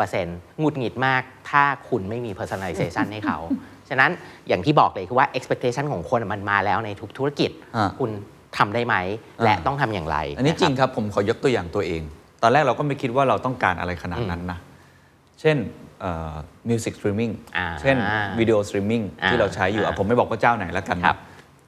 Speaker 2: 76%หงุดหงิดมาก ถ้าคุณไม่มี personalization ให้ เขา ฉะนั้นอย่างที่บอกเลยคือว่า expectation ของคนมันมาแล้วในทุกธุรกิจ
Speaker 1: อ่า
Speaker 2: คุณทำได้ไหม และต้องทำอย่างไร
Speaker 1: อันนี้
Speaker 2: ะค
Speaker 1: จ
Speaker 2: บ
Speaker 1: ริงครับผมขอยกตัวอย่างตัวเอง ตอนแรกเราก็ไม่คิดว่าเราต้องการอะไรขนาดนั้นนะ เช่น มิวสิกสตรีมมิ่ง
Speaker 2: อ่า
Speaker 1: เช่นวิดีโอสตรีมมิ่ง
Speaker 2: อ่า
Speaker 1: ที่เราใช้อยู่อ่ะ
Speaker 2: อ่า
Speaker 1: ผมไม่บอกว่าเจ้าไหนแล้วกันนะครับ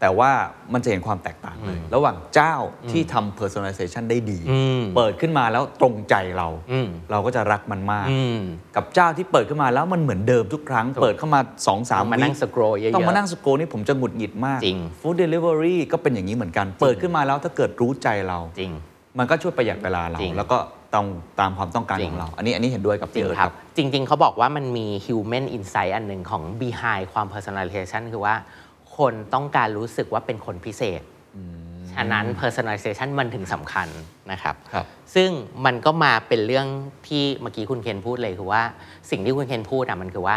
Speaker 1: แต่ว่ามันจะเห็นความแตกต่างเลย ระหว่างเจ้าที่ทำ personalization ได้ดี
Speaker 2: อืม
Speaker 1: เปิดขึ้นมาแล้วตรงใจเรา
Speaker 2: อืม
Speaker 1: เราก็จะรักมันมาก
Speaker 2: อืม
Speaker 1: กับเจ้าที่เปิดขึ้นมาแล้วมันเหมือนเดิมทุกครั้ง เปิดเข้ามา2อสาม
Speaker 2: ต้องมานั่ง scroll เยอะๆ
Speaker 1: ต้องมานั่งสโกรนี่ผมจะหงุดหงิดมาก
Speaker 2: จริง
Speaker 1: ฟู้ดเดลิเวอรี่ก็เป็นอย่างนี้เหมือนกัน เปิดขึ้นมาแล้วถ้าเกิดรู้ใจเรา
Speaker 2: จริง
Speaker 1: มันก็ช่วยประหยัดเวลาเรา
Speaker 2: จริง
Speaker 1: แล้วก็ตรงตามความต้องการ
Speaker 2: จริ
Speaker 1: ของ งเรา อันนี้อันนี้เห็นด้วยกับ
Speaker 2: จริ
Speaker 1: พี่
Speaker 2: ง
Speaker 1: เอิร์ธ
Speaker 2: ค
Speaker 1: ค
Speaker 2: รั
Speaker 1: รับ บ
Speaker 2: จริง ๆ เขาบอกว่ามันมี human insight อันหนึ่งของ behind ความ personalization คือว่า คนต้องการรู้สึกว่าเป็นคนพิเศษ ฉะนั้น personalization มันถึงสำคัญนะครับ
Speaker 1: ครับ
Speaker 2: ซึ่งมันก็มาเป็นเรื่องที่เมื่อกี้คุณเคนพูดเลยคือว่า สิ่งที่คุณเคนพูดอะมันคือว่า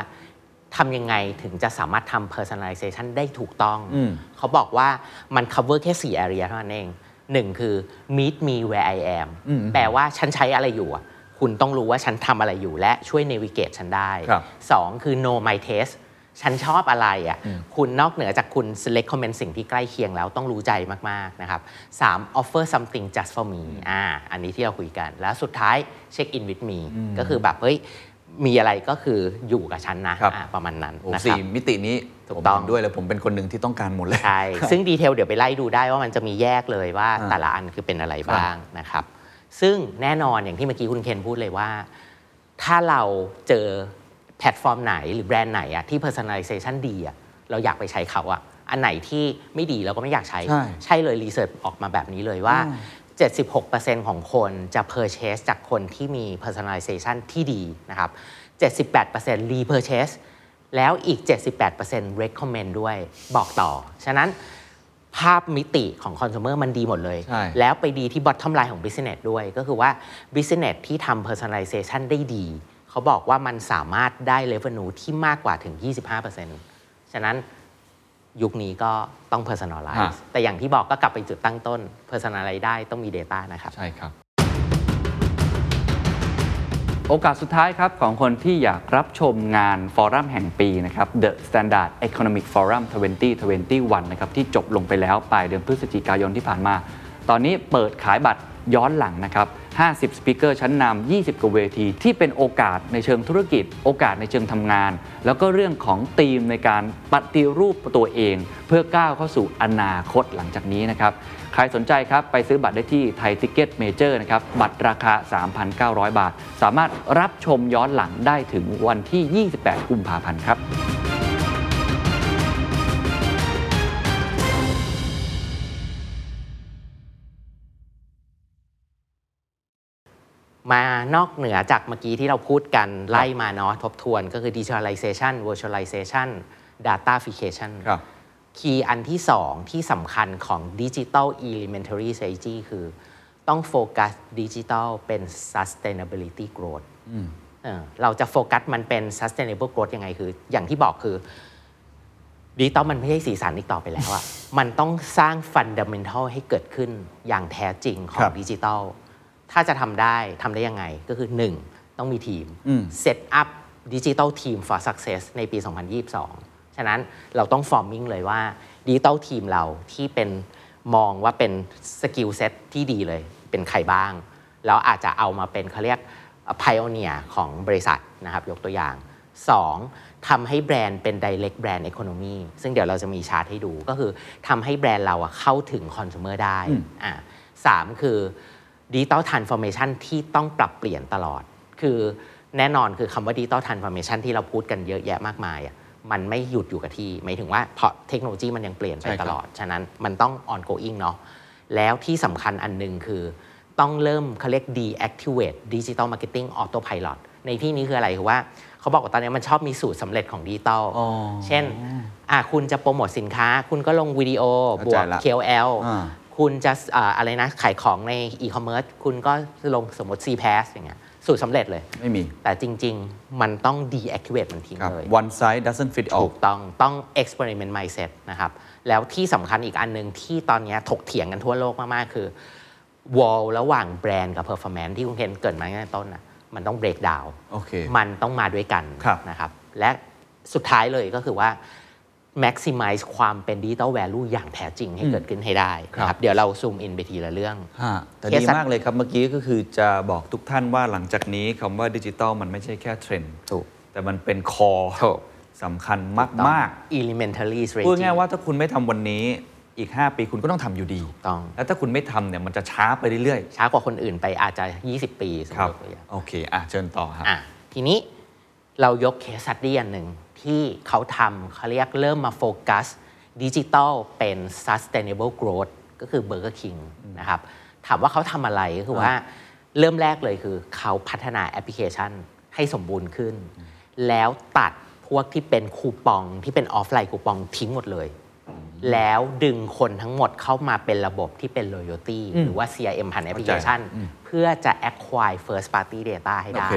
Speaker 2: ทำยังไงถึงจะสามารถทำ personalization ได้ถูกต้อง
Speaker 1: อืม
Speaker 2: เขาบอกว่ามัน cover แค่ 4 area เท่านั้นเองหนึ่งคือ meet me where I am แปลว่าฉันใช้อะไรอยู่อะคุณต้องรู้ว่าฉันทำอะไรอยู่และช่วย navigate ฉันได้
Speaker 1: ครับ
Speaker 2: สองคือ know my taste ฉันชอบอะไรอ่ะคุณนอกเหนือจากคุณ select comment สิ่งที่ใกล้เคียงแล้วต้องรู้ใจมาก ๆ นะครับสาม offer something just for me อ่าอันนี้ที่เราคุยกัน แล้วสุดท้าย check in with me ก็คือแบบเฮ้ยมีอะไรก็คืออยู่กับฉันนะครับ อ่าประมาณนั้น
Speaker 1: โอ้
Speaker 2: นะครับ
Speaker 1: สี่มิตินี้
Speaker 2: ถู
Speaker 1: ผ
Speaker 2: ก
Speaker 1: ม
Speaker 2: ต้อง
Speaker 1: เห็นด้วยเลยผมเป็นคนหนึ่งที่ต้องการหมดเลย
Speaker 2: ใช่ ซึ่งดีเทลเดี๋ยวไปไล่ดูได้ว่ามันจะมีแยกเลยว่า
Speaker 1: อ่า
Speaker 2: แต่ละอันคือเป็นอะไรบ้างนะครับ ซึ่งแน่นอนอย่างที่เมื่อกี้คุณเคนพูดเลยว่า ถ้าเราเจอแพลตฟอร์มไหนหรือแบรนด์ไหนอะที่ personalization ดีอะเราอยากไปใช้เขาอะอันไหนที่ไม่ดีเราก็ไม่อยากใช้
Speaker 1: ใช่
Speaker 2: ใช่เลยรีเสิร์ชออกมาแบบนี้เลยว่า 76%ของคนจะ purchase จากคนที่มี personalization ที่ดีนะครับ 78% repurchase แล้วอีก 78% recommend ด้วยบอกต่อ ฉะนั้นภาพมิติของ consumer มันดีหมดเลย
Speaker 1: ใช่
Speaker 2: แล้วไปดีที่ bottom line ของ business ด้วยก็คือว่า business ที่ทำ personalization ได้ดี เขาบอกว่ามันสามารถได้ revenue ที่มากกว่าถึง 25%ฉะนั้น ยุคนี้ก็ต้อง
Speaker 1: ฮะ
Speaker 2: personalize แต่อย่างที่บอกก็กลับไปจุดตั้งต้น personalize ได้ต้องมี data นะครับ
Speaker 1: ใช่ครับ
Speaker 6: โอกาสสุดท้ายครับ ของคนที่อยากรับชมงานฟอรัมแห่งปีนะครับ The Standard Economic Forum 2021 นะครับ ที่จบลงไปแล้วปลายเดือนพฤศจิกายนที่ผ่านมา ตอนนี้เปิดขายบัตรย้อนหลังนะครับ 50 สปีกเกอร์ชั้นนำ 20 กว่าเวที ที่เป็นโอกาสในเชิงธุรกิจ โอกาสในเชิงทำงาน แล้วก็เรื่องของธีมในการปฏิรูปตัวเอง เพื่อก้าวเข้าสู่อนาคตหลังจากนี้นะครับ ใครสนใจครับ ไปซื้อบัตรได้ที่ไทยติกเก็ตเมเจอร์นะครับ บัตรราคา 3,900 บาท สามารถรับชมย้อนหลังได้ถึงวันที่ 28 กุมภาพันธ์ครับ
Speaker 2: มานอกเหนือจากเมื่อกี้ที่เราพูดกันไล่มาเนาะทบทวนก็คือ digitalization virtualization datafication
Speaker 1: ครับ
Speaker 2: คีย์อันที่ 2 ที่สำคัญของ digital elementary strategy คือต้องโฟกัสดิจิ t a ลเป็น sustainability growth เออเราจะโฟกัสมันเป็น sustainable growth ยังไงคือ อย่างที่บอกคือ ดิจิตอลมันไม่ใช่สีสันอีกต่อไปแล้ว อะ มันต้องสร้างฟันเดเมนทัลให้เกิดขึ้นอย่างแท้จริงขอ
Speaker 1: ครั
Speaker 2: ง
Speaker 1: บ
Speaker 2: ดิจิตอล ถ้าจะทำได้ทำได้ยังไงก็คือ 1. ต้องมีทีมเซตอัพดิจิตอลทีม for success ในปี 2022 ฉะนั้นเราต้องฟอร์มิ่งเลยว่าดิจิตอลทีมเราที่เป็นมองว่าเป็นสกิลเซ็ตที่ดีเลย เป็นใครบ้าง แล้วอาจจะเอามาเป็นเขาเรียก p i o n e e r ของบริษัทนะครับ ยกตัวอย่าง 2. ทำให้แบรนด์เป็น direct brand economy ซึ่งเดี๋ยวเราจะมีชาร์ตให้ดูก็คือทำให้แบรนด์เราอะเข้าถึงคอน sumer ได้อ่าสามคือดิจิตอลท a n s f o r m a t i o n ที่ต้องปรับเปลี่ยนตลอด คือแน่นอนคือคำว่าดิจิตอลท a n s f o r m a t i o n ที่เราพูดกันเยอะแยะมากมายอะมันไม่หยุดอยู่กับที่หมายถึงว่าเพราะเทคโนโลยีมันยังเปลี่ยนไป
Speaker 1: ใช่ครับ
Speaker 2: ตลอด ฉะนั้นมันต้อง ongoing เนาะแล้วที่สำคัญอันหนึ่งคือ ต้องเริ่มเขาเรียก deactivate digital marketing autopilot ในที่นี้คืออะไรคือว่า เขาบอกว่าตอนนี้มันชอบมีสูตรสำเร็จของดิจิตอลเช่นอ่ะคุณจะโปรโมทสินค้า คุณก็ลงวิดีโอ บ
Speaker 1: เข้าว ใจ
Speaker 2: ก
Speaker 1: ละ
Speaker 2: KOL
Speaker 1: อ่า
Speaker 2: คุณจะอ่าอะไรนะ ขายของใน e-commerce คุณก็ลงสมมติ C Pass อย่างเงี้ยสูตรสำเร็จเลย
Speaker 1: ไม่มี
Speaker 2: แต่จริง ๆ มันต้อง deactivate มันทิ้ง
Speaker 1: ครับ
Speaker 2: เลย
Speaker 1: one size doesn't fit all
Speaker 2: ถูกต้องต้อง experiment mindset นะครับ แล้วที่สำคัญอีกอันหนึ่งที่ตอนเนี้ยถกเถียงกันทั่วโลกมาก ๆ คือ wall ระหว่างแบรนด์กับ performance ที่คุณเคนเกริดมาตั้งแต่ต้นนะมันต้อง break down
Speaker 1: โอเค
Speaker 2: มันต้องมาด้วยกัน
Speaker 1: ครับ
Speaker 2: นะครับ และสุดท้ายเลยก็คือว่า maximize ความเป็น digital value อย่างแท้จริงให้เกิดขึ้นให้ได้นะครับ เดี๋ยวเราซูมอินไปทีละเรื่อง
Speaker 1: ฮะแต่
Speaker 2: เค
Speaker 1: ดี
Speaker 2: สอะ
Speaker 1: มากเลยครับ เมื่อกี้ก็คือจะบอกทุกท่านว่าหลังจากนี้คำว่าดิจิตอลมันไม่ใช่แค่เทรนด์
Speaker 2: ถูก
Speaker 1: แต่มันเป็นคอ
Speaker 2: ถูก
Speaker 1: สำคัญมากๆ
Speaker 2: elementary strategy
Speaker 1: พูดง่ายๆว่าถ้าคุณไม่ทำวันนี้อีก 5 ปีคุณก็ต้องทำอยู่ดี
Speaker 2: ต้อง
Speaker 1: แล้วถ้าคุณไม่ทำเนี่ยมันจะช้าไปเรื่อย
Speaker 2: ช้ากว่าคนอื่นไปอาจจะ 20 ปีสม
Speaker 1: ๆ
Speaker 2: มติตัวอย่าง
Speaker 1: โอเคอ่ะเชิญต่อฮะ
Speaker 2: อ่ะทีนี้เรายกเคสตัดดี้อันหนึ่งที่เขาทำเขาเรียกเริ่มมาโฟกัสดิจิตอลเป็น sustainable growth ก็คือ Burger King นะครับ ถามว่าเขาทำอะไรก็คือว่าเริ่มแรกเลยคือเขาพัฒนาแอปพลิเคชันให้สมบูรณ์ขึ้น แล้วตัดพวกที่เป็นคูปองที่เป็นออฟไลน์คูปองทิ้งหมดเลย แล้วดึงคนทั้งหมดเข้ามาเป็นระบบที่เป็น loyalty หรือว่า CRM ผ่านแอปพลิเคชัน เพื่อจะ acquire first party data ให้ได้
Speaker 1: โอเค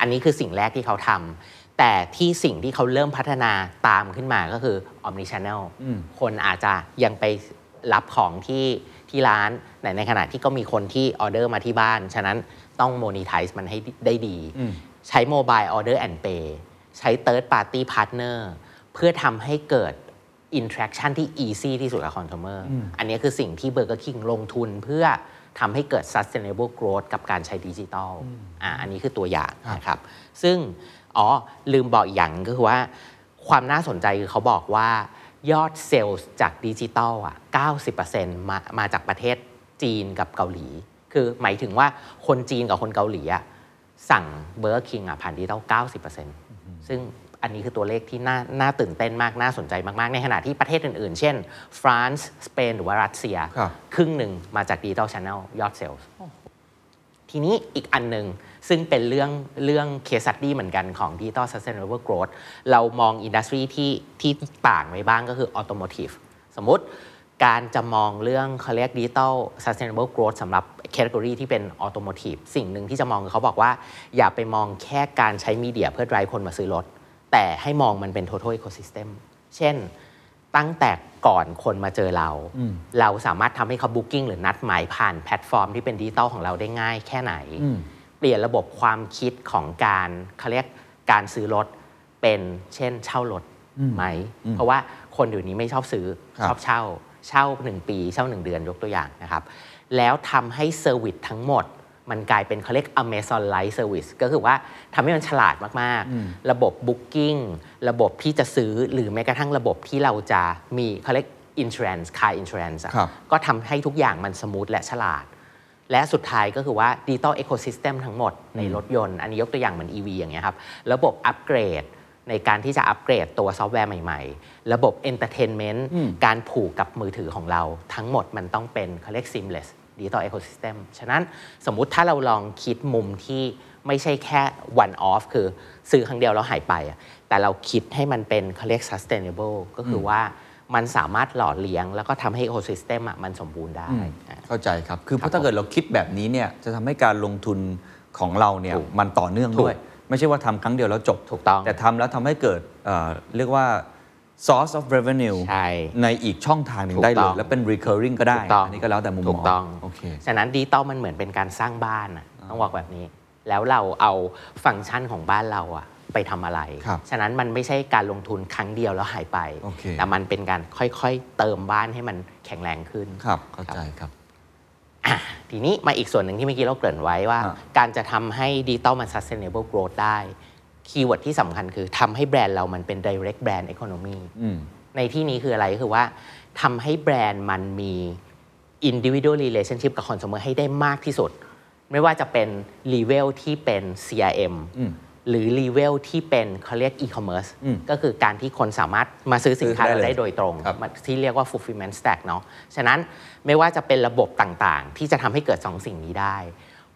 Speaker 2: อันนี้คือสิ่งแรกที่เขาทำ แต่ที่สิ่งที่เขาเริ่มพัฒนาตามขึ้นมาก็คือ omnichannel คนอาจจะยังไปรับของที่ที่ร้านในในขณะที่ก็มีคนที่ออเดอร์มาที่บ้าน ฉะนั้นต้อง monetize มันให้ได้ดี ใช้ mobile order and pay ใช้ third party partner เพื่อทำให้เกิด interaction ที่ easy ที่สุดกับ consumer อันนี้คือสิ่งที่ Burger King ลงทุนเพื่อทำให้เกิด sustainable growth กับการใช้ดิจิตอลอ่าอันนี้คือตัวอย่างนะครับ ซึ่ง อ๋อ ลืมบอกอีกอย่างก็คือว่า ความน่าสนใจคือเขาบอกว่ายอดเซลล์จากดิจิตอลอ่ะ 90%มามาจากประเทศจีนกับเกาหลี คือหมายถึงว่าคนจีนกับคนเกาหลีอ่ะ สั่งเบอร์คิงอ่ะผ่านดิจิตอล90%ซึ่งอันนี้คือตัวเลขที่น่าน่าตื่นเต้นมาก น่าสนใจมาก ๆ ในขณะที่ประเทศอื่น ๆ เช่น ฟรานซ์ สเปน หรือว่ารัสเซีย
Speaker 1: ครับ
Speaker 2: ครึ่งหนึ่งมาจากดิจิตอลช n น e ลยอดเซลล์ ทีนี้อีกอันหนึ่งซึ่งเป็นเรื่องเรื่องเคสัตดี้เหมือนกันของ Digital Sustainable Growth เรามองอินดัสทรีที่ที่ต่างไว้บ้างก็คือออโตโมทีฟสมมติการจะมองเรื่องเขาเรียกดิจิตอล sustainable growth สำหรับ category ที่เป็นออโตโมทีฟสิ่งหนึ่งที่จะมองคือเขาบอกว่า อย่าไปมองแค่การใช้มีเดียเพื่อ drive คนมาซื้อรถ แต่ให้มองมันเป็น total ecosystem เช่น ตั้งแต่ก่อนคนมาเจอเรา เราสามารถทำให้เขาบุ๊กิ้งหรือนัดหมายผ่านแพลตฟอร์มที่เป็นดิจิตอลของเราได้ง่ายแค่ไหน เปลี่ยนระบบความคิดของการเขาเรียกการซื้อรถเป็นเช่นเช่ารถไหม เพราะว่าคนเดี๋ยวนี้ไม่ชอบซื้อ ชอบเช่า เช่า 1 ปี เช่า 1 เดือนยกตัวอย่างนะครับ แล้วทำให้เซอร์วิสทั้งหมด มันกลายเป็นเขาเรียก Amazon Live Service ก็คือว่าทำให้มันฉลาดมาก ๆ ระบบ Booking ระบบที่จะซื้อหรือแม้กระทั่งระบบที่เราจะมีเขาเรียก Insurance Car Insurance อะ
Speaker 1: ครับ
Speaker 2: ก็ทำให้ทุกอย่างมันสมูทและฉลาด และสุดท้ายก็คือว่า Digital Ecosystem ทั้งหมดในรถยนต์ อันนี้ยกตัวอย่างเหมือน EV อย่างเงี้ยครับ ระบบอัปเกรดในการที่จะอัปเกรดตัวซอฟต์แวร์ใหม่ ๆ ระบบ Entertainment การผูกกับมือถือของเรา ทั้งหมดมันต้องเป็นเขาเรียก Seamless Digital Ecosystem ฉะนั้นสมมุติถ้าเราลองคิดมุมที่ไม่ใช่แค่ one off คือซื้อครั้งเดียวแล้วหายไปอะแต่เราคิดให้มันเป็นเขาเรียก sustainable ก็คือว่ามันสามารถหล่อเลี้ยง แล้วก็ทำให้ ecosystem อะมันสมบูรณ์ได้อ่ะ
Speaker 1: เข้าใจครับ คือเพราะถ้าเกิดเราคิดแบบนี้เนี่ยจะทำให้การลงทุนของเราเนี่ยมันต่อเนื่องด้วย ไม่ใช่ว่าทำครั้งเดียวแล้วจบ
Speaker 2: ถูกต้อง
Speaker 1: แต่ทำแล้วทำให้เกิดเอ่อเรียกว่า source of revenue
Speaker 2: ใช่
Speaker 1: อีกช่องทางหนึ่ง
Speaker 2: ถูก
Speaker 1: ได้เลย
Speaker 2: ต้อง
Speaker 1: และเป็น recurring ก็ได้
Speaker 2: ถูกต้อง
Speaker 1: อันนี้ก็แล้วแต่มุมมอง
Speaker 2: ถูกต้อง
Speaker 1: โอเค
Speaker 2: ฉะนั้นดิจิตอลมันเหมือนเป็นการสร้างบ้านน่ะต้องบอกแบบนี้ แล้วเราเอาฟังก์ชันของบ้านเราอะไปทำอะไร
Speaker 1: ครับ
Speaker 2: ฉะนั้นมันไม่ใช่การลงทุนครั้งเดียวแล้วหายไป
Speaker 1: โอเค
Speaker 2: แต่มันเป็นการค่อยๆ เติมบ้านให้มันแข็งแรงขึ้น
Speaker 1: ครับเข้าใจครับ
Speaker 2: ทีนี้มาอีกส่วนหนึ่งที่เมื่อกี้เราเกริ่นไว้ว่า
Speaker 1: อ่ะ
Speaker 2: การจะทำให้ดิจิตอลมัน sustainable growth ได้ คีย์เวิร์ดที่สำคัญคือทำให้แบรนด์เรามันเป็น direct brand economy ในที่นี้คืออะไรก็คือว่าทำให้แบรนด์มันมี individual relationship กับ consumer ให้ได้มากที่สุด ไม่ว่าจะเป็น level ที่เป็น CRM หรือ level ที่เป็นเขาเรียก e-commerce ก็คือการที่คนสามารถมาซื้อสินค้า
Speaker 1: ซื้อได้เลย
Speaker 2: เราได้โดยตรง
Speaker 1: ครับ
Speaker 2: ที่เรียกว่า fulfillment stack เนาะ ฉะนั้นไม่ว่าจะเป็นระบบต่างๆ ที่จะทำให้เกิด 2 สิ่งนี้ได้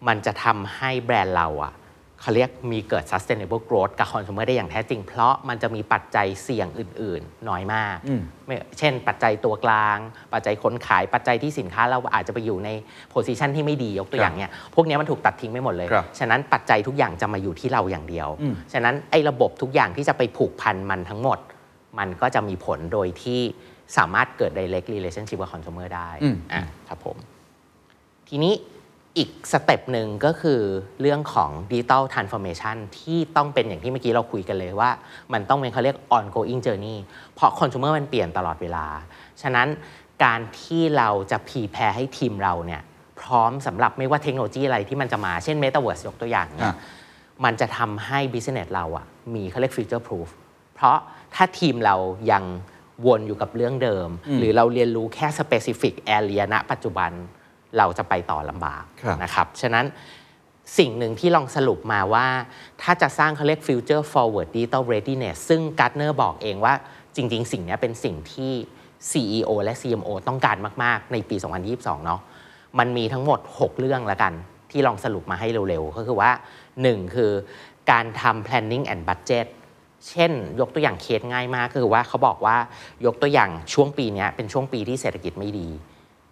Speaker 2: มันจะทำให้แบรนด์เราอะเขาเรียกมีเกิด sustainable growth กับ consumer ได้อย่างแท้จริง เพราะมันจะมีปัจจัยเสี่ยงอื่นๆ น้อยมากไม่เช่น ปัจจัยตัวกลาง ปัจจัยคนขาย ปัจจัยที่สินค้าเราอาจจะไปอยู่ใน position ที่ไม่ดียกตัวอย่างเนี้ย พวกเนี้ยมันถูกตัดทิ้งไปหมดเลย
Speaker 1: ครับ
Speaker 2: ฉะนั้นปัจจัยทุกอย่างจะมาอยู่ที่เราอย่างเดียว ฉะนั้นไอ้ระบบทุกอย่างที่จะไปผูกพันมันทั้งหมด มันก็จะมีผลโดยที่สามารถเกิด direct relationship กับ consumer ได้อ่ะครับผม ทีนี้อีกสเต็ปหนึ่งก็คือเรื่องของ Digital Transformation ที่ต้องเป็นอย่างที่เมื่อกี้เราคุยกันเลยว่า มันต้องเป็นเขาเรียก ongoing journey เพราะ consumer มันเปลี่ยนตลอดเวลา ฉะนั้นการที่เราจะ prepare ให้ทีมเราเนี่ยพร้อมสำหรับไม่ว่าเทคโนโลยีอะไรที่มันจะมาเช่น Metaverse ยกตัวอย่างเนี่ย มันจะทำให้ business เราอะ มีเขาเรียก future proof เพราะถ้าทีมเรายังวนอยู่กับเรื่องเดิม หรือเราเรียนรู้แค่ specific area ณปัจจุบันเราจะไปต่อลำบาก
Speaker 1: ครับ
Speaker 2: นะครับ ฉะนั้นสิ่งหนึ่งที่ลองสรุปมาว่า ถ้าจะสร้างเขาเรียก future forward digital readiness ซึ่งการ์ n เนอร์บอกเองว่าจริง ๆ สิ่งเนี้ยเป็นสิ่งที่ CEO และ CMO ต้องการมาก ๆ ในปี 2022 เนาะ มันมีทั้งหมด 6 เรื่องละกัน ที่ลองสรุปมาให้เร็ว ๆ ก็คือว่า 1 คือการทำ planning and budget เช่น ยกตัวอย่างเคสง่ายมากก็คือว่าเขาบอกว่ายกตัวอย่างช่วงปีเนี้ยเป็นช่วงปีที่เศรษฐกิจไม่ดี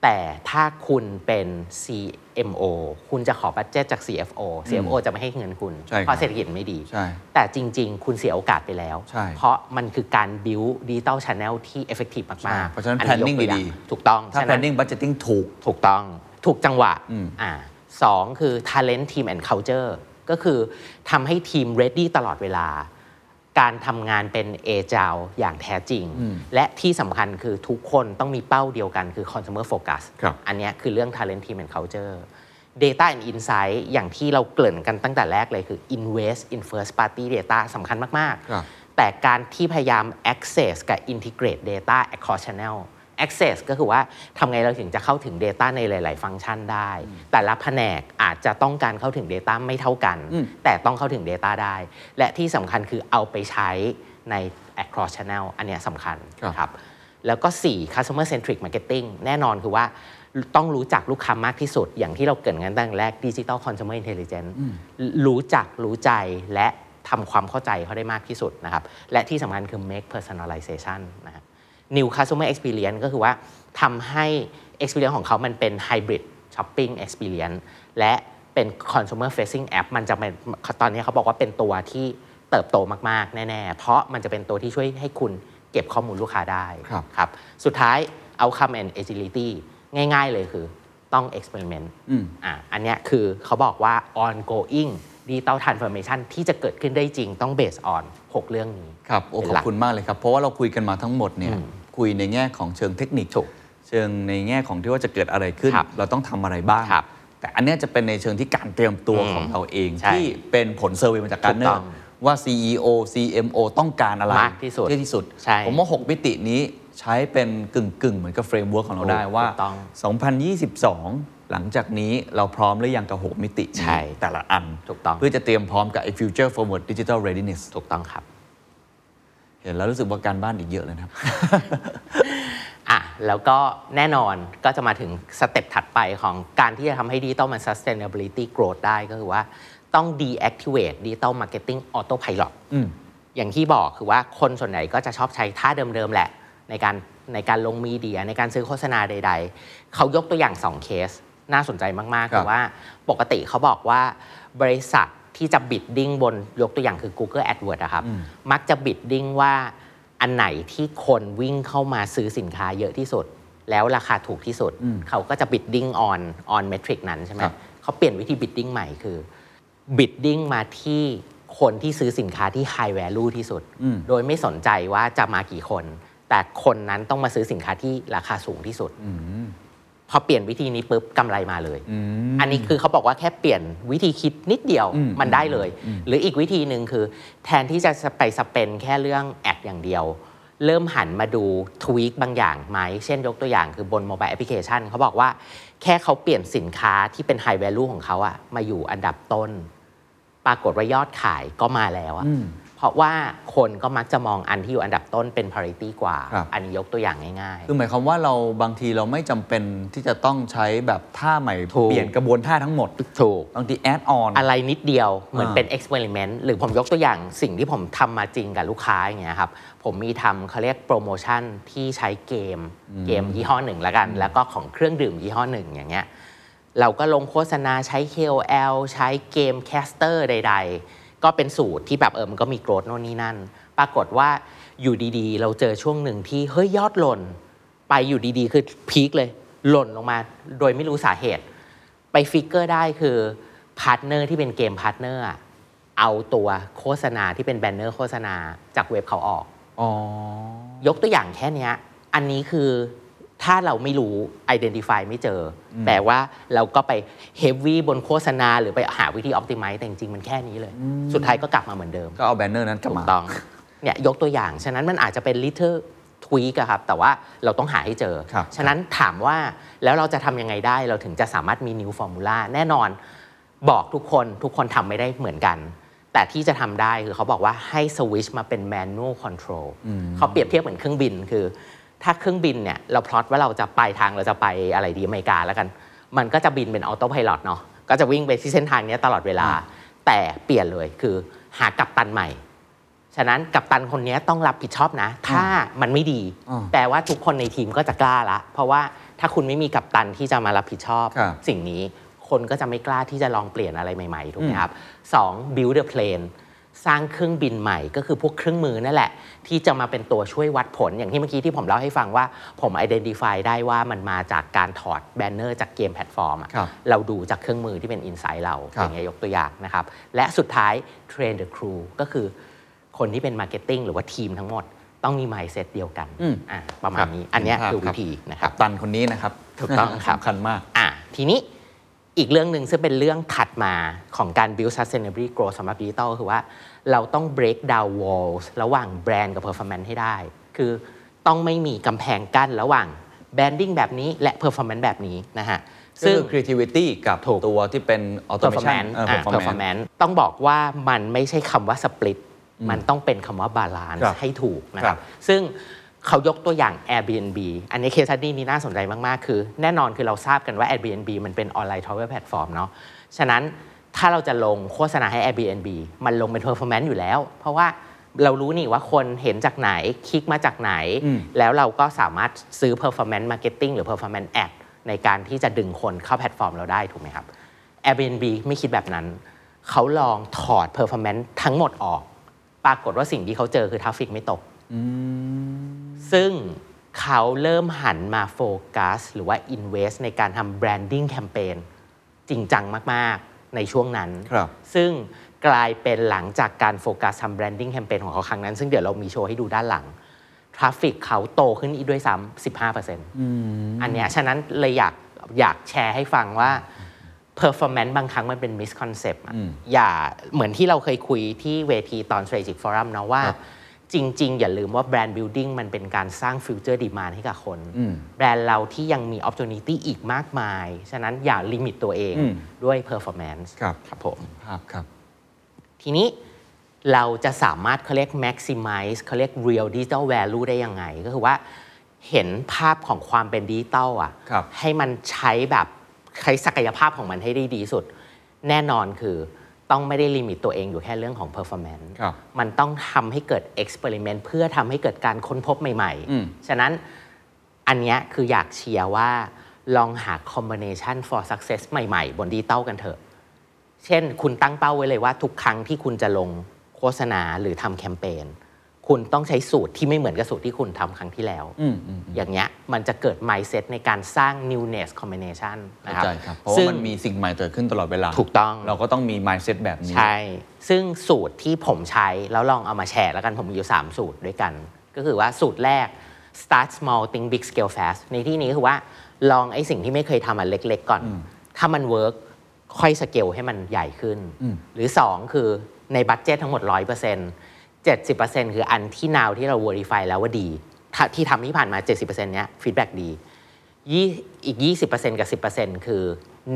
Speaker 2: แต่ถ้าคุณเป็น CMO คุณจะขอบัตเจตจาก CFO CFO จะไม่ให้เงินคุณ
Speaker 1: ใช่ครับ
Speaker 2: เพราะเศรษฐกิจไม่ดี
Speaker 1: ใช่
Speaker 2: แต่จริง ๆ คุณเสียโอกาสไปแล้ว
Speaker 1: ใช่
Speaker 2: เพราะมันคือการ build digital channel ที่ effective
Speaker 1: ใช่
Speaker 2: มากๆ
Speaker 1: เพราะฉะนั้น
Speaker 2: อั
Speaker 1: planning
Speaker 2: ยกตัวอย่าง
Speaker 1: ดี
Speaker 2: ถูกต้อง
Speaker 1: ถ้า
Speaker 2: ฉะนั้น
Speaker 1: planning budgeting ถูก
Speaker 2: ถูกต้องถูกจังหวะ
Speaker 1: อืม
Speaker 2: อ่าสองคือ talent team and culture ก็คือทำให้ทีม ready ตลอดเวลา การทำงานเป็น agile อย่างแท้จริง และที่สำคัญคือทุกคนต้องมีเป้าเดียวกันคือ consumer focus
Speaker 1: ครับ
Speaker 2: อันเนี้ยคือเรื่อง talent team and culture data and insight อย่างที่เราเกริ่นกันตั้งแต่แรกเลยคือ invest in first party data สำคัญมาก
Speaker 1: ครับ
Speaker 2: ๆ แต่การที่พยายาม access กับ integrate data across channel access ก็คือว่าทำไงเราถึงจะเข้าถึง Data ในหลาย ๆ ฟังก์ชันได้ แต่ละแผนกอาจจะต้องการเข้าถึง Data ไม่เท่ากัน แต่ต้องเข้าถึง Data ได้ และที่สำคัญคือเอาไปใช้ใน across channel อันเนี้ยสำคัญ
Speaker 1: ครับ
Speaker 2: ครับ แล้วก็ 4 customer centric marketing แน่นอนคือว่าต้องรู้จักลูกค้ามากที่สุด อย่างที่เราเกริดกันตั้งแต่แรก digital consumer intelligence รู้จักรู้ใจและทำความเข้าใจเขาได้มากที่สุดนะครับ และที่สำคัญคือ make personalization นะครับ new customer experience ก็คือว่าทำให้ experience ของเขามันเป็น hybrid shopping experience และเป็น consumer facing app มันจะเป็นตอนนี้เขาบอกว่าเป็นตัวที่เติบโตมาก ๆ แน่ ๆ เพราะมันจะเป็นตัวที่ช่วยให้คุณเก็บข้อมูลลูกค้าได้
Speaker 1: ครับ
Speaker 2: ครับ สุดท้าย outcome and agility ง่าย ๆ เลยคือต้อง experiment อ่ะอันเนี้ยคือเขาบอกว่า ongoing digital transformation ที่จะเกิดขึ้นได้จริงต้อง based on หกเรื่องนี้
Speaker 1: ครับโอ้ข
Speaker 2: เป็
Speaker 1: อน
Speaker 2: หลั
Speaker 1: บ
Speaker 2: ก
Speaker 1: คุณมากเลยครับ เพราะว่าเราคุยกันมาทั้งหมดเนี่ย
Speaker 2: อืม
Speaker 1: คุยในแง่ของเชิงเทคนิคเชิงในแง่ของที่ว่าจะเกิดอะไรขึ้น
Speaker 2: ครับ
Speaker 1: เราต้องทำอะไรบ้าง
Speaker 2: ครับ
Speaker 1: แต่อันเนี้ยจะเป็นในเชิงที่การเตรียมตัว
Speaker 2: อืม
Speaker 1: ของเราเอง
Speaker 2: ใช่
Speaker 1: ที่เป็นผลเซอร์เวย์มาจากการ
Speaker 2: ถู
Speaker 1: เน
Speaker 2: กต้
Speaker 1: อ
Speaker 2: อง
Speaker 1: ร์ว่า CEO CMO ต้องการอะไร
Speaker 2: มากที่สุด
Speaker 1: ที่สุด
Speaker 2: ใช่
Speaker 1: ผมว่า 6 มิตินี้ใช้เป็นกึ่งกึ่งๆ เหมือนกับเฟรมเวิร์กของเราได้
Speaker 2: ถูก
Speaker 1: ว่า
Speaker 2: ต้อง
Speaker 1: 2022 หลังจากนี้เราพร้อมหรือยังกับ 6 มิตินี้
Speaker 2: ใช่
Speaker 1: แต่ละอัน
Speaker 2: ถูกต้อง
Speaker 1: เพื่อจะเตรียมพร้อมกับไอ้ future forward digital readiness
Speaker 2: ถูกต้องครับ
Speaker 1: เห็นแล้วรู้สึกว่าการบ้านอีกเยอะเลยนะครับ
Speaker 2: อ่ะแล้วก็แน่นอนก็จะมาถึงสเต็ปถัดไปของการที่จะทำให้ดิจิตอลมัน sustainability growth ได้ก็คือว่าต้อง deactivate digital marketing autopilot อย่างที่บอกคือว่าคนส่วนใหญ่ก็จะชอบใช้ท่าเดิมๆ แหละ ในการในการลงมีเดีย ในการซื้อโฆษณาใดๆ เขายกตัวอย่าง 2 เคส น่าสนใจมากๆ
Speaker 1: ครั
Speaker 2: คื
Speaker 1: บ
Speaker 2: อว่าปกติเขาบอกว่าบริษัทที่จะบิดดิ้งบนยกตัวอย่างคือ Google AdWords อะครับ มักจะบิดดิ้งว่าอันไหนที่คนวิ่งเข้ามาซื้อสินค้าเยอะที่สุด แล้วราคาถูกที่สุด เขาก็จะบิดดิ้งออนออนเมทริกนั้นใช่ไหม
Speaker 1: ครับ
Speaker 2: เขาเปลี่ยนวิธีบิดดิ้งใหม่คือ บิดดิ้งมาที่คนที่ซื้อสินค้าที่ high value ที่สุด โดยไม่สนใจว่าจะมากี่คน แต่คนนั้นต้องมาซื้อสินค้าที่ราคาสูงที่สุด พอเปลี่ยนวิธีนี้ปุ๊บกำไรมาเลย อันนี้คือเขาบอกว่าแค่เปลี่ยนวิธีคิดนิดเดียวมันได้เลย หรืออีกวิธีหนึ่งคือ แทนที่จะไปสเปนแค่เรื่องแอดอย่างเดียว เริ่มหันมาดูทวีคบางอย่างไหม เช่นยกตัวอย่างคือบนโมบายแอปพลิเคชันเขาบอกว่าแค่เขาเปลี่ยนสินค้าที่เป็นไฮแวลูของเขาอะมาอยู่อันดับต้น ปรากฏว่ายอดขายก็มาแล้วอะเพราะว่าคนก็มักจะมองอันที่อยู่อันดับต้นเป็น parity กว่า
Speaker 1: ครับ
Speaker 2: อันนี้ยกตัวอย่างง่าย ๆ
Speaker 1: คือหมายความว่าเราบางทีเราไม่จำเป็นที่จะต้องใช้แบบท่าใหม่
Speaker 2: ถูก
Speaker 1: เปลี่ยนกระบวนท่าทั้งหมด
Speaker 2: ถูก
Speaker 1: บางทีแอดออน
Speaker 2: อะไรนิดเดียวเหมือน
Speaker 1: อ่า
Speaker 2: เป็นเอ็กซ์เพร์เมนต์หรือผมยกตัวอย่างสิ่งที่ผมทำมาจริงกับลูกค้าอย่างเงี้ยครับผมมีทำเขาเรียกโปรโมชั่นที่ใช้เกมเกมยี่ห้อหนึ่งละกัน แล้วก็ของเครื่องดื่มยี่ห้อหนึ่งอย่างเงี้ยเราก็ลงโฆษณาใช้ KOL ใช้เกมแคสเตอร์ใด ๆ ก็เป็นสูตรที่แบบเออมันก็มีโกรดโน่นนี่นั่น ปรากฏว่าอยู่ดีๆ เราเจอช่วงหนึ่งที่เฮ้ยยอดหล่น ไปอยู่ดีๆ คือพีคเลยหล่นลงมาโดยไม่รู้สาเหตุ ไปฟิกเกอร์ได้คือพาร์ทเนอร์ที่เป็นเกมพาร์ทเนอร์อะเอาตัวโฆษณาที่เป็นแบนเนอร์โฆษณาจากเว็บเขาออก ยกตัวอย่างแค่เนี้ยอันนี้คือ ถ้าเราไม่รู้ identify ไม่เจออแปลว่าเราก็ไป heavy บนโฆษณา หรือไปหาวิธี optimize แต่จริงๆมันแค่นี้เลย สุดท้ายก็กลับมาเหมือนเดิม
Speaker 1: ก็เอาแบนเนอร์นั้นกลับ
Speaker 2: ถู
Speaker 1: มาก
Speaker 2: ต้อง เนี่ยยกตัวอย่าง ฉะนั้นมันอาจจะเป็น little tweak อะครับ แต่ว่าเราต้องหาให้เจอ
Speaker 1: ครับ
Speaker 2: ฉะนั้นถามว่าแล้วเราจะทำยังไงได้ เราถึงจะสามารถมี new formula แน่นอนบอกทุกคนทุกคนทำไม่ได้เหมือนกัน แต่ที่จะทำได้คือเขาบอกว่าให้ switch มาเป็น manual control เขาเปรียบเทียบเหมือนเครื่องบินคือ ถ้าเครื่องบินเนี่ยเราพลอตว่าเราจะไปทางเราจะไปอะไรดีอเมริกาแล้วกัน มันก็จะบินเป็นออโต้พายロเนาะก็จะวิ่งไปที่เส้นทางเนี้ยตลอดเวลา แต่เปลี่ยนเลยคือหากัปตันใหม่ ฉะนั้นกัปตันคนนี้ต้องรับผิดชอบนะ ถ้ามันไม่ดี
Speaker 1: อ่า
Speaker 2: แปลว่าทุกคนในทีมก็จะกล้าละ เพราะว่าถ้าคุณไม่มีกัปตันที่จะมารับผิดชอบ
Speaker 1: ครับ
Speaker 2: สิ่งนี้คนก็จะไม่กล้าที่จะลองเปลี่ยนอะไรใหม่ๆถูกไหมครับสอง build the plane สร้างเครื่องบินใหม่ก็คือพวกเครื่องมือนั่นแหละ ที่จะมาเป็นตัวช่วยวัดผลอย่างที่เมื่อกี้ที่ผมเล่าให้ฟังว่าผม identify ได้ว่ามันมาจากการถอดแบนเนอร์จากเกมแพลตฟอร์มอะ
Speaker 1: ครับ
Speaker 2: เราดูจากเครื่องมือที่เป็นอินไซต์เรา
Speaker 1: ครั
Speaker 2: อบ ย่างเงี้ยยกตัวอย่างนะครับ และสุดท้ายเทรนเดอะครูก็คือคนที่เป็นมาร์เก็ตติ้งหรือว่าทีมทั้งหมด ต้องมี mindset เดียวกันอ่ะประมาณนี้ อันเนี้ยคือวิธีนะค
Speaker 1: กั
Speaker 2: รับ
Speaker 1: ปตันคนนี้นะครับ
Speaker 2: ถูกต้องครับ
Speaker 1: สำคัญมาก
Speaker 2: อ่ะทีนี้อีกเรื่องหนึ่งซึ่งเป็นเรื่องถัดมาของการ build sustainability growth สำหรับดิจิตอลคือว่าเราต้อง break down walls ระหว่างแบรนด์กับ performance ให้ได้ คือต้องไม่มีกำแพงกั้นระหว่าง branding แบบนี้และ performance แบบนี้นะฮะ
Speaker 1: ซึ่ง creativity กับ
Speaker 2: ถูก
Speaker 1: ตัวที่เป็น automation
Speaker 2: performance
Speaker 1: เออ
Speaker 2: อ่ะ
Speaker 1: performance
Speaker 2: performance ต้องบอกว่ามันไม่ใช่คำว่า split มันต้องเป็นคำว่า balance
Speaker 1: ครับ
Speaker 2: ให้ถูกนะค
Speaker 1: ครั
Speaker 2: รับ
Speaker 1: บ
Speaker 2: ซึ่งเขายกตัวอย่าง Airbnb อันนี้เคสตี้นี้น่าสนใจมาก ๆ คือ แน่นอนคือเราทราบกันว่า Airbnb มันเป็นออนไลน์ท r a v e l แพลตฟอร์มเนาะ ฉะนั้นถ้าเราจะลงโฆษณาให้ Airbnb มันลงเป็น performance อยู่แล้ว เพราะว่าเรารู้นี่ว่าคนเห็นจากไหน คลิกมาจากไหน แล้วเราก็สามารถซื้อ performance marketing หรือ performance ad ในการที่จะดึงคนเข้าแพลตฟอร์มเราได้ถูกไหมครับ Airbnb ไม่คิดแบบนั้น เขาลองถอด performance ทั้งหมดออก ปรากฏว่าสิ่งที่เขาเจอคือทราฟฟิกไม่ตก ซึ่งเขาเริ่มหันมาโฟกัส หรือว่า invest ในการทำแบรนดิ้งแคมเปญจริงจังมาก ๆ ในช่วงนั้น
Speaker 1: ครับ
Speaker 2: ซึ่งกลายเป็นหลังจากการโฟกัสทำแบรนดิ้งแคมเปญของเขาครั้งนั้น ซึ่งเดี๋ยวเรามีโชว์ให้ดูด้านหลัง ทราฟฟิกเขาโตขึ้นอีกด้วยซ้ำ 15%อันเนี้ยฉะนั้นเลยอยากอยากแชร์ให้ฟังว่า performance บางครั้งมันเป็น misconcept อะอย่าเหมือนที่เราเคยคุยที่เวทีตอน strategic forum เนาะว่า จริง ๆ อย่าลืมว่า brand building มันเป็นการสร้าง future demand ให้กับคน แบรนด์เราที่ยังมี opportunity อีกมากมาย ฉะนั้นอย่าลิมิตตัวเอง
Speaker 1: อืม
Speaker 2: ด้วย performance
Speaker 1: ครับ
Speaker 2: ครับผม
Speaker 1: ภาพครับ
Speaker 2: ทีนี้เราจะสามารถเขาเรียก maximize เขาเรียก real digital value ได้ยังไง ก็คือว่าเห็นภาพของความเป็นดิจิตอลอ่ะ
Speaker 1: ครับ
Speaker 2: ให้มันใช้แบบใช้ศักยภาพของมันให้ได้ดีที่สุด แน่นอนคือต้องไม่ได้ลิมิตตัวเองอยู่แค่เรื่องของ performance
Speaker 1: ครับ
Speaker 2: มันต้องทำให้เกิด experiment เพื่อทำให้เกิดการค้นพบใหม่
Speaker 1: อืม
Speaker 2: ๆ ฉะนั้นอันเนี้ยคืออยากเชียร์ว่าลองหา combination for success ใหม่ ๆ บนดิจิตอลกันเถอะ เช่น คุณตั้งเป้าไว้เลยว่าทุกครั้งที่คุณจะลงโฆษณาหรือทำแคมเปญคุณต้องใช้สูตรที่ไม่เหมือนกับสูตรที่คุณทำครั้งที่แล้ว อย่างเงี้ยมันจะเกิด mindset ในการสร้าง newness combination นะ
Speaker 1: เข้า
Speaker 2: ครับ
Speaker 1: ใจครับ เพราะว่า
Speaker 2: ซึ่ง
Speaker 1: มันมีสิ่งใหม่เกิดขึ้นตลอดเวลา
Speaker 2: ถูกต้อง
Speaker 1: เราก็ต้องมี mindset แบบนี้
Speaker 2: ใช่ ซึ่งสูตรที่ผมใช้ แล้วลองเอามาแชร์แล้วกันผมมีอยู่ 3 สูตรด้วยกัน ก็คือว่าสูตรแรก start small think big scale fast ในที่นี้คือว่าลองไอ้สิ่งที่ไม่เคยทำอันเล็ก ๆ ก่อน ถ้ามันเวิร์กค่อยสเกลให้มันใหญ่ขึ้น หรือ 2 คือในบัตเจตทั้งหมด 100% 70%คืออันที่นาวที่เรา verify แล้วว่าดีถ้าที่ทำที่ผ่านมา 70%เนี้ย feedback ดี ยี่อีก 20%กับ 10%คือ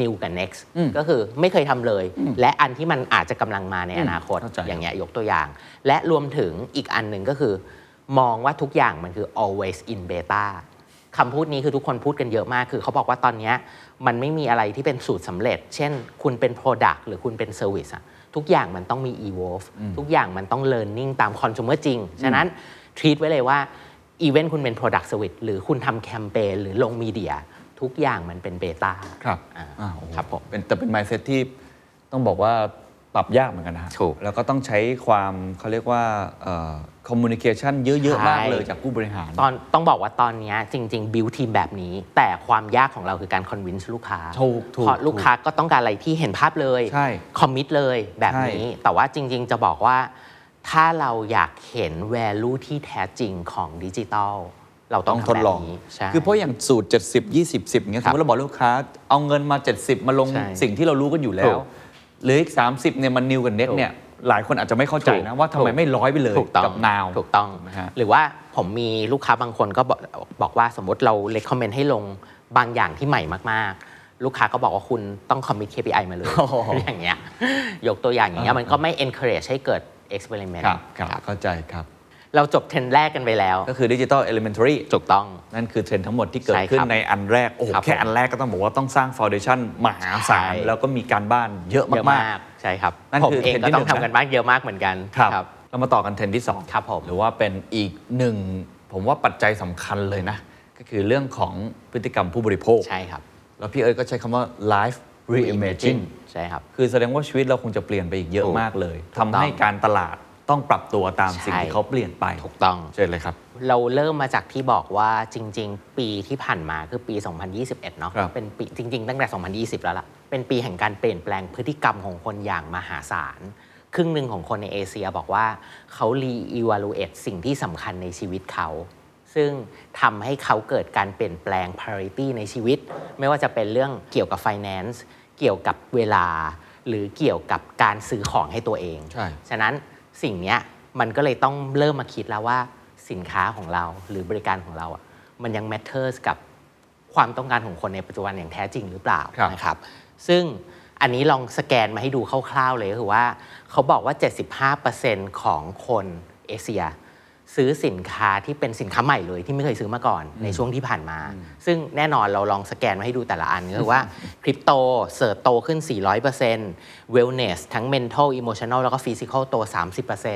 Speaker 2: new กับ next ก็คือไม่เคยทำเลย และอันที่มันอาจจะกำลังมาในอนาคต
Speaker 1: เข้าใจ
Speaker 2: อย่างเงี้ยยกตัวอย่าง และรวมถึงอีกอันหนึ่งก็คือ มองว่าทุกอย่างมันคือ always in beta คำพูดนี้คือทุกคนพูดกันเยอะมาก คือเขาบอกว่าตอนเนี้ยมันไม่มีอะไรที่เป็นสูตรสำเร็จ เช่น คุณเป็น product หรือคุณเป็น service อะทุกอย่างมันต้องมี evolve ทุกอย่างมันต้อง learning ตาม consumer จริง ฉะนั้น treat ไว้เลยว่า อีเวนต์คุณเป็น Product Service หรือคุณทำแคมเปญหรือลงมีเดีย ทุกอย่างมันเป็นเบต้า
Speaker 1: ครับ
Speaker 2: อ่า
Speaker 1: อ่าโอ้โห
Speaker 2: ครับผม
Speaker 1: เป็นแต่เป็น mindset ที่ต้องบอกว่าปรับยากเหมือนกันนะฮะ
Speaker 2: ถูก
Speaker 1: แล้วก็ต้องใช้ความเขาเรียกว่าเอ่อ communication เยอะ ๆ มากเลย
Speaker 2: ใช่
Speaker 1: จากผู้บริหาร
Speaker 2: ตอนต้องบอกว่าตอนเนี้ยจริง ๆ บิวทีมแบบนี้ แต่ความยากของเราคือการคอนวินส์ลูกค้า
Speaker 1: ถูกถูก
Speaker 2: เพราะลูกค้าก็ต้องการอะไรที่เห็นภาพเลย
Speaker 1: ใช่
Speaker 2: คอมมิตเลยแบบนี้ แต่ว่าจริง ๆ จะบอกว่า ถ้าเราอยากเห็น value ที่แท้จริงของดิจิทัล เราต้อง
Speaker 1: ทด
Speaker 2: ทำแบบ
Speaker 1: ลอง
Speaker 2: นี้ใช่
Speaker 1: คือเพราะอย่างสูตร 70 20 10เงี้ยส
Speaker 2: ค
Speaker 1: ม
Speaker 2: รั
Speaker 1: ม
Speaker 2: บ
Speaker 1: ติเราบอกลูกค้าเอาเงินมา 70 มาลง
Speaker 2: ใช่
Speaker 1: สิ่งที่เรารู้กันอยู่แล้
Speaker 2: ถู
Speaker 1: ว
Speaker 2: ก
Speaker 1: เหรืออีก 30เนี่ยมันนิวกับเน็ก
Speaker 2: ถูก
Speaker 1: เนี่ยหลายคนอาจจะไม่เข้าใจนะว่าทำไม
Speaker 2: ถูก
Speaker 1: ไม่ร้อยไปเลย
Speaker 2: ถูกต้อง
Speaker 1: กับนาว
Speaker 2: ถูกต้อง
Speaker 1: นะฮะ
Speaker 2: หรือว่าผมมีลูกค้าบางคนก็บอกบอกว่าสมมติเรา recommend ให้ลงบางอย่างที่ใหม่มากๆ ลูกค้าก็บอกว่าคุณต้อง commit KPI มาเลย
Speaker 1: โอ้โห
Speaker 2: อย่างเงี้ยยกตัวอย่างอย่างเงี้ยมันก็ไม่ encourage ให้เกิด experiment
Speaker 1: ครับครับเข้าใจครับ
Speaker 2: เราจบเทรนด์แรกกันไปแล้ว
Speaker 1: ก็คือดิจิ t a ลเอลิเมนท r y
Speaker 2: ถูกต้อง
Speaker 1: นั่นคือเทรนด์ทั้งหมดที่เกิด
Speaker 2: ใช่
Speaker 1: ขึ้น
Speaker 2: ครับ
Speaker 1: ในอันแรก โอ้โห
Speaker 2: ครับ
Speaker 1: แค่
Speaker 2: ผม
Speaker 1: อันแรกก็ต้องบอกว่าต้องสร้างฟ u เดชั o นมหาศาล
Speaker 2: ใช่
Speaker 1: แล้วก็มีการบ้านเยอะ
Speaker 2: เยอะ
Speaker 1: มาม
Speaker 2: าก กใช่ครับ
Speaker 1: นั่น
Speaker 2: ผม
Speaker 1: คือ
Speaker 2: เอง
Speaker 1: เทรนด์
Speaker 2: ก็
Speaker 1: ที่
Speaker 2: ต้อง
Speaker 1: หนึ่งนะ
Speaker 2: ทำกันบ้านเยอะมากเหมือนกัน
Speaker 1: ๆครับเรามาต่อกันเทรนด์ที่2
Speaker 2: ครับผม
Speaker 1: หรือว่าเป็นอีกหนึ่งผมว่าปัจจัยสำคัญเลยนะ ก็คือเรื่องของพฤติกรรมผู้บริโภค
Speaker 2: ใช่ครับ
Speaker 1: แล้วพี่เอิร์ธก็ใช้คำว่า life reimagine
Speaker 2: ใช่ครับ
Speaker 1: คือแสดงว่าชีวิตเราคงจะเปลี่ยนไปอีกเยอะ
Speaker 2: ถูก
Speaker 1: มากเลย
Speaker 2: ถูก
Speaker 1: ทำให้การตลาดต้องปรับตัวตาม
Speaker 2: ใช่
Speaker 1: สิ่งที่เขาเปลี่ยนไป
Speaker 2: ถูกต้อง
Speaker 1: เชิญเลยครับ
Speaker 2: เราเริ่มมาจากที่บอกว่าจริง ๆ ปีที่ผ่านมาคือปี 2021 เนาะ
Speaker 1: ครับ
Speaker 2: เป็นปีจริง ๆ ตั้งแต่ 2020 แล้วล่ะ เป็นปีแห่งการเปลี่ยนแปลงพฤติกรรมของคนอย่างมหาศาล ครึ่งหนึ่งของคนในเอเชียบอกว่าเขา re-evaluate สิ่งที่สำคัญในชีวิตเขา ซึ่งทำให้เขาเกิดการเปลี่ยนแปลง priority ในชีวิต ไม่ว่าจะเป็นเรื่องเกี่ยวกับ finance เกี่ยวกับเวลา หรือเกี่ยวกับการซื้อของให้ตัวเอง
Speaker 1: ใช่
Speaker 2: ฉะนั้นสิ่งเนี้ยมันก็เลยต้องเริ่มมาคิดแล้วว่าสินค้าของเราหรือบริการของเราอ่ะมันยัง matters กับความต้องการของคนในปัจจุบันอย่างแท้จริงหรือเปล่า
Speaker 1: ครับ
Speaker 2: นะครับ ซึ่งอันนี้ลองสแกนมาให้ดูคร่าวๆเลยก็คือว่า เขาบอกว่า 75%ของคนเอเชีย ซื้อสินค้าที่เป็นสินค้าใหม่เลยที่ไม่เคยซื้อมาก่อนในช่วงที่ผ่านมา ซึ่งแน่นอนเราลองสแกนมาให้ดูแต่ละอันก็คือว่าคริปโตเสิร์ชโตขึ้น 400% wellness ทั้ง mental emotional แล้วก็ physical โต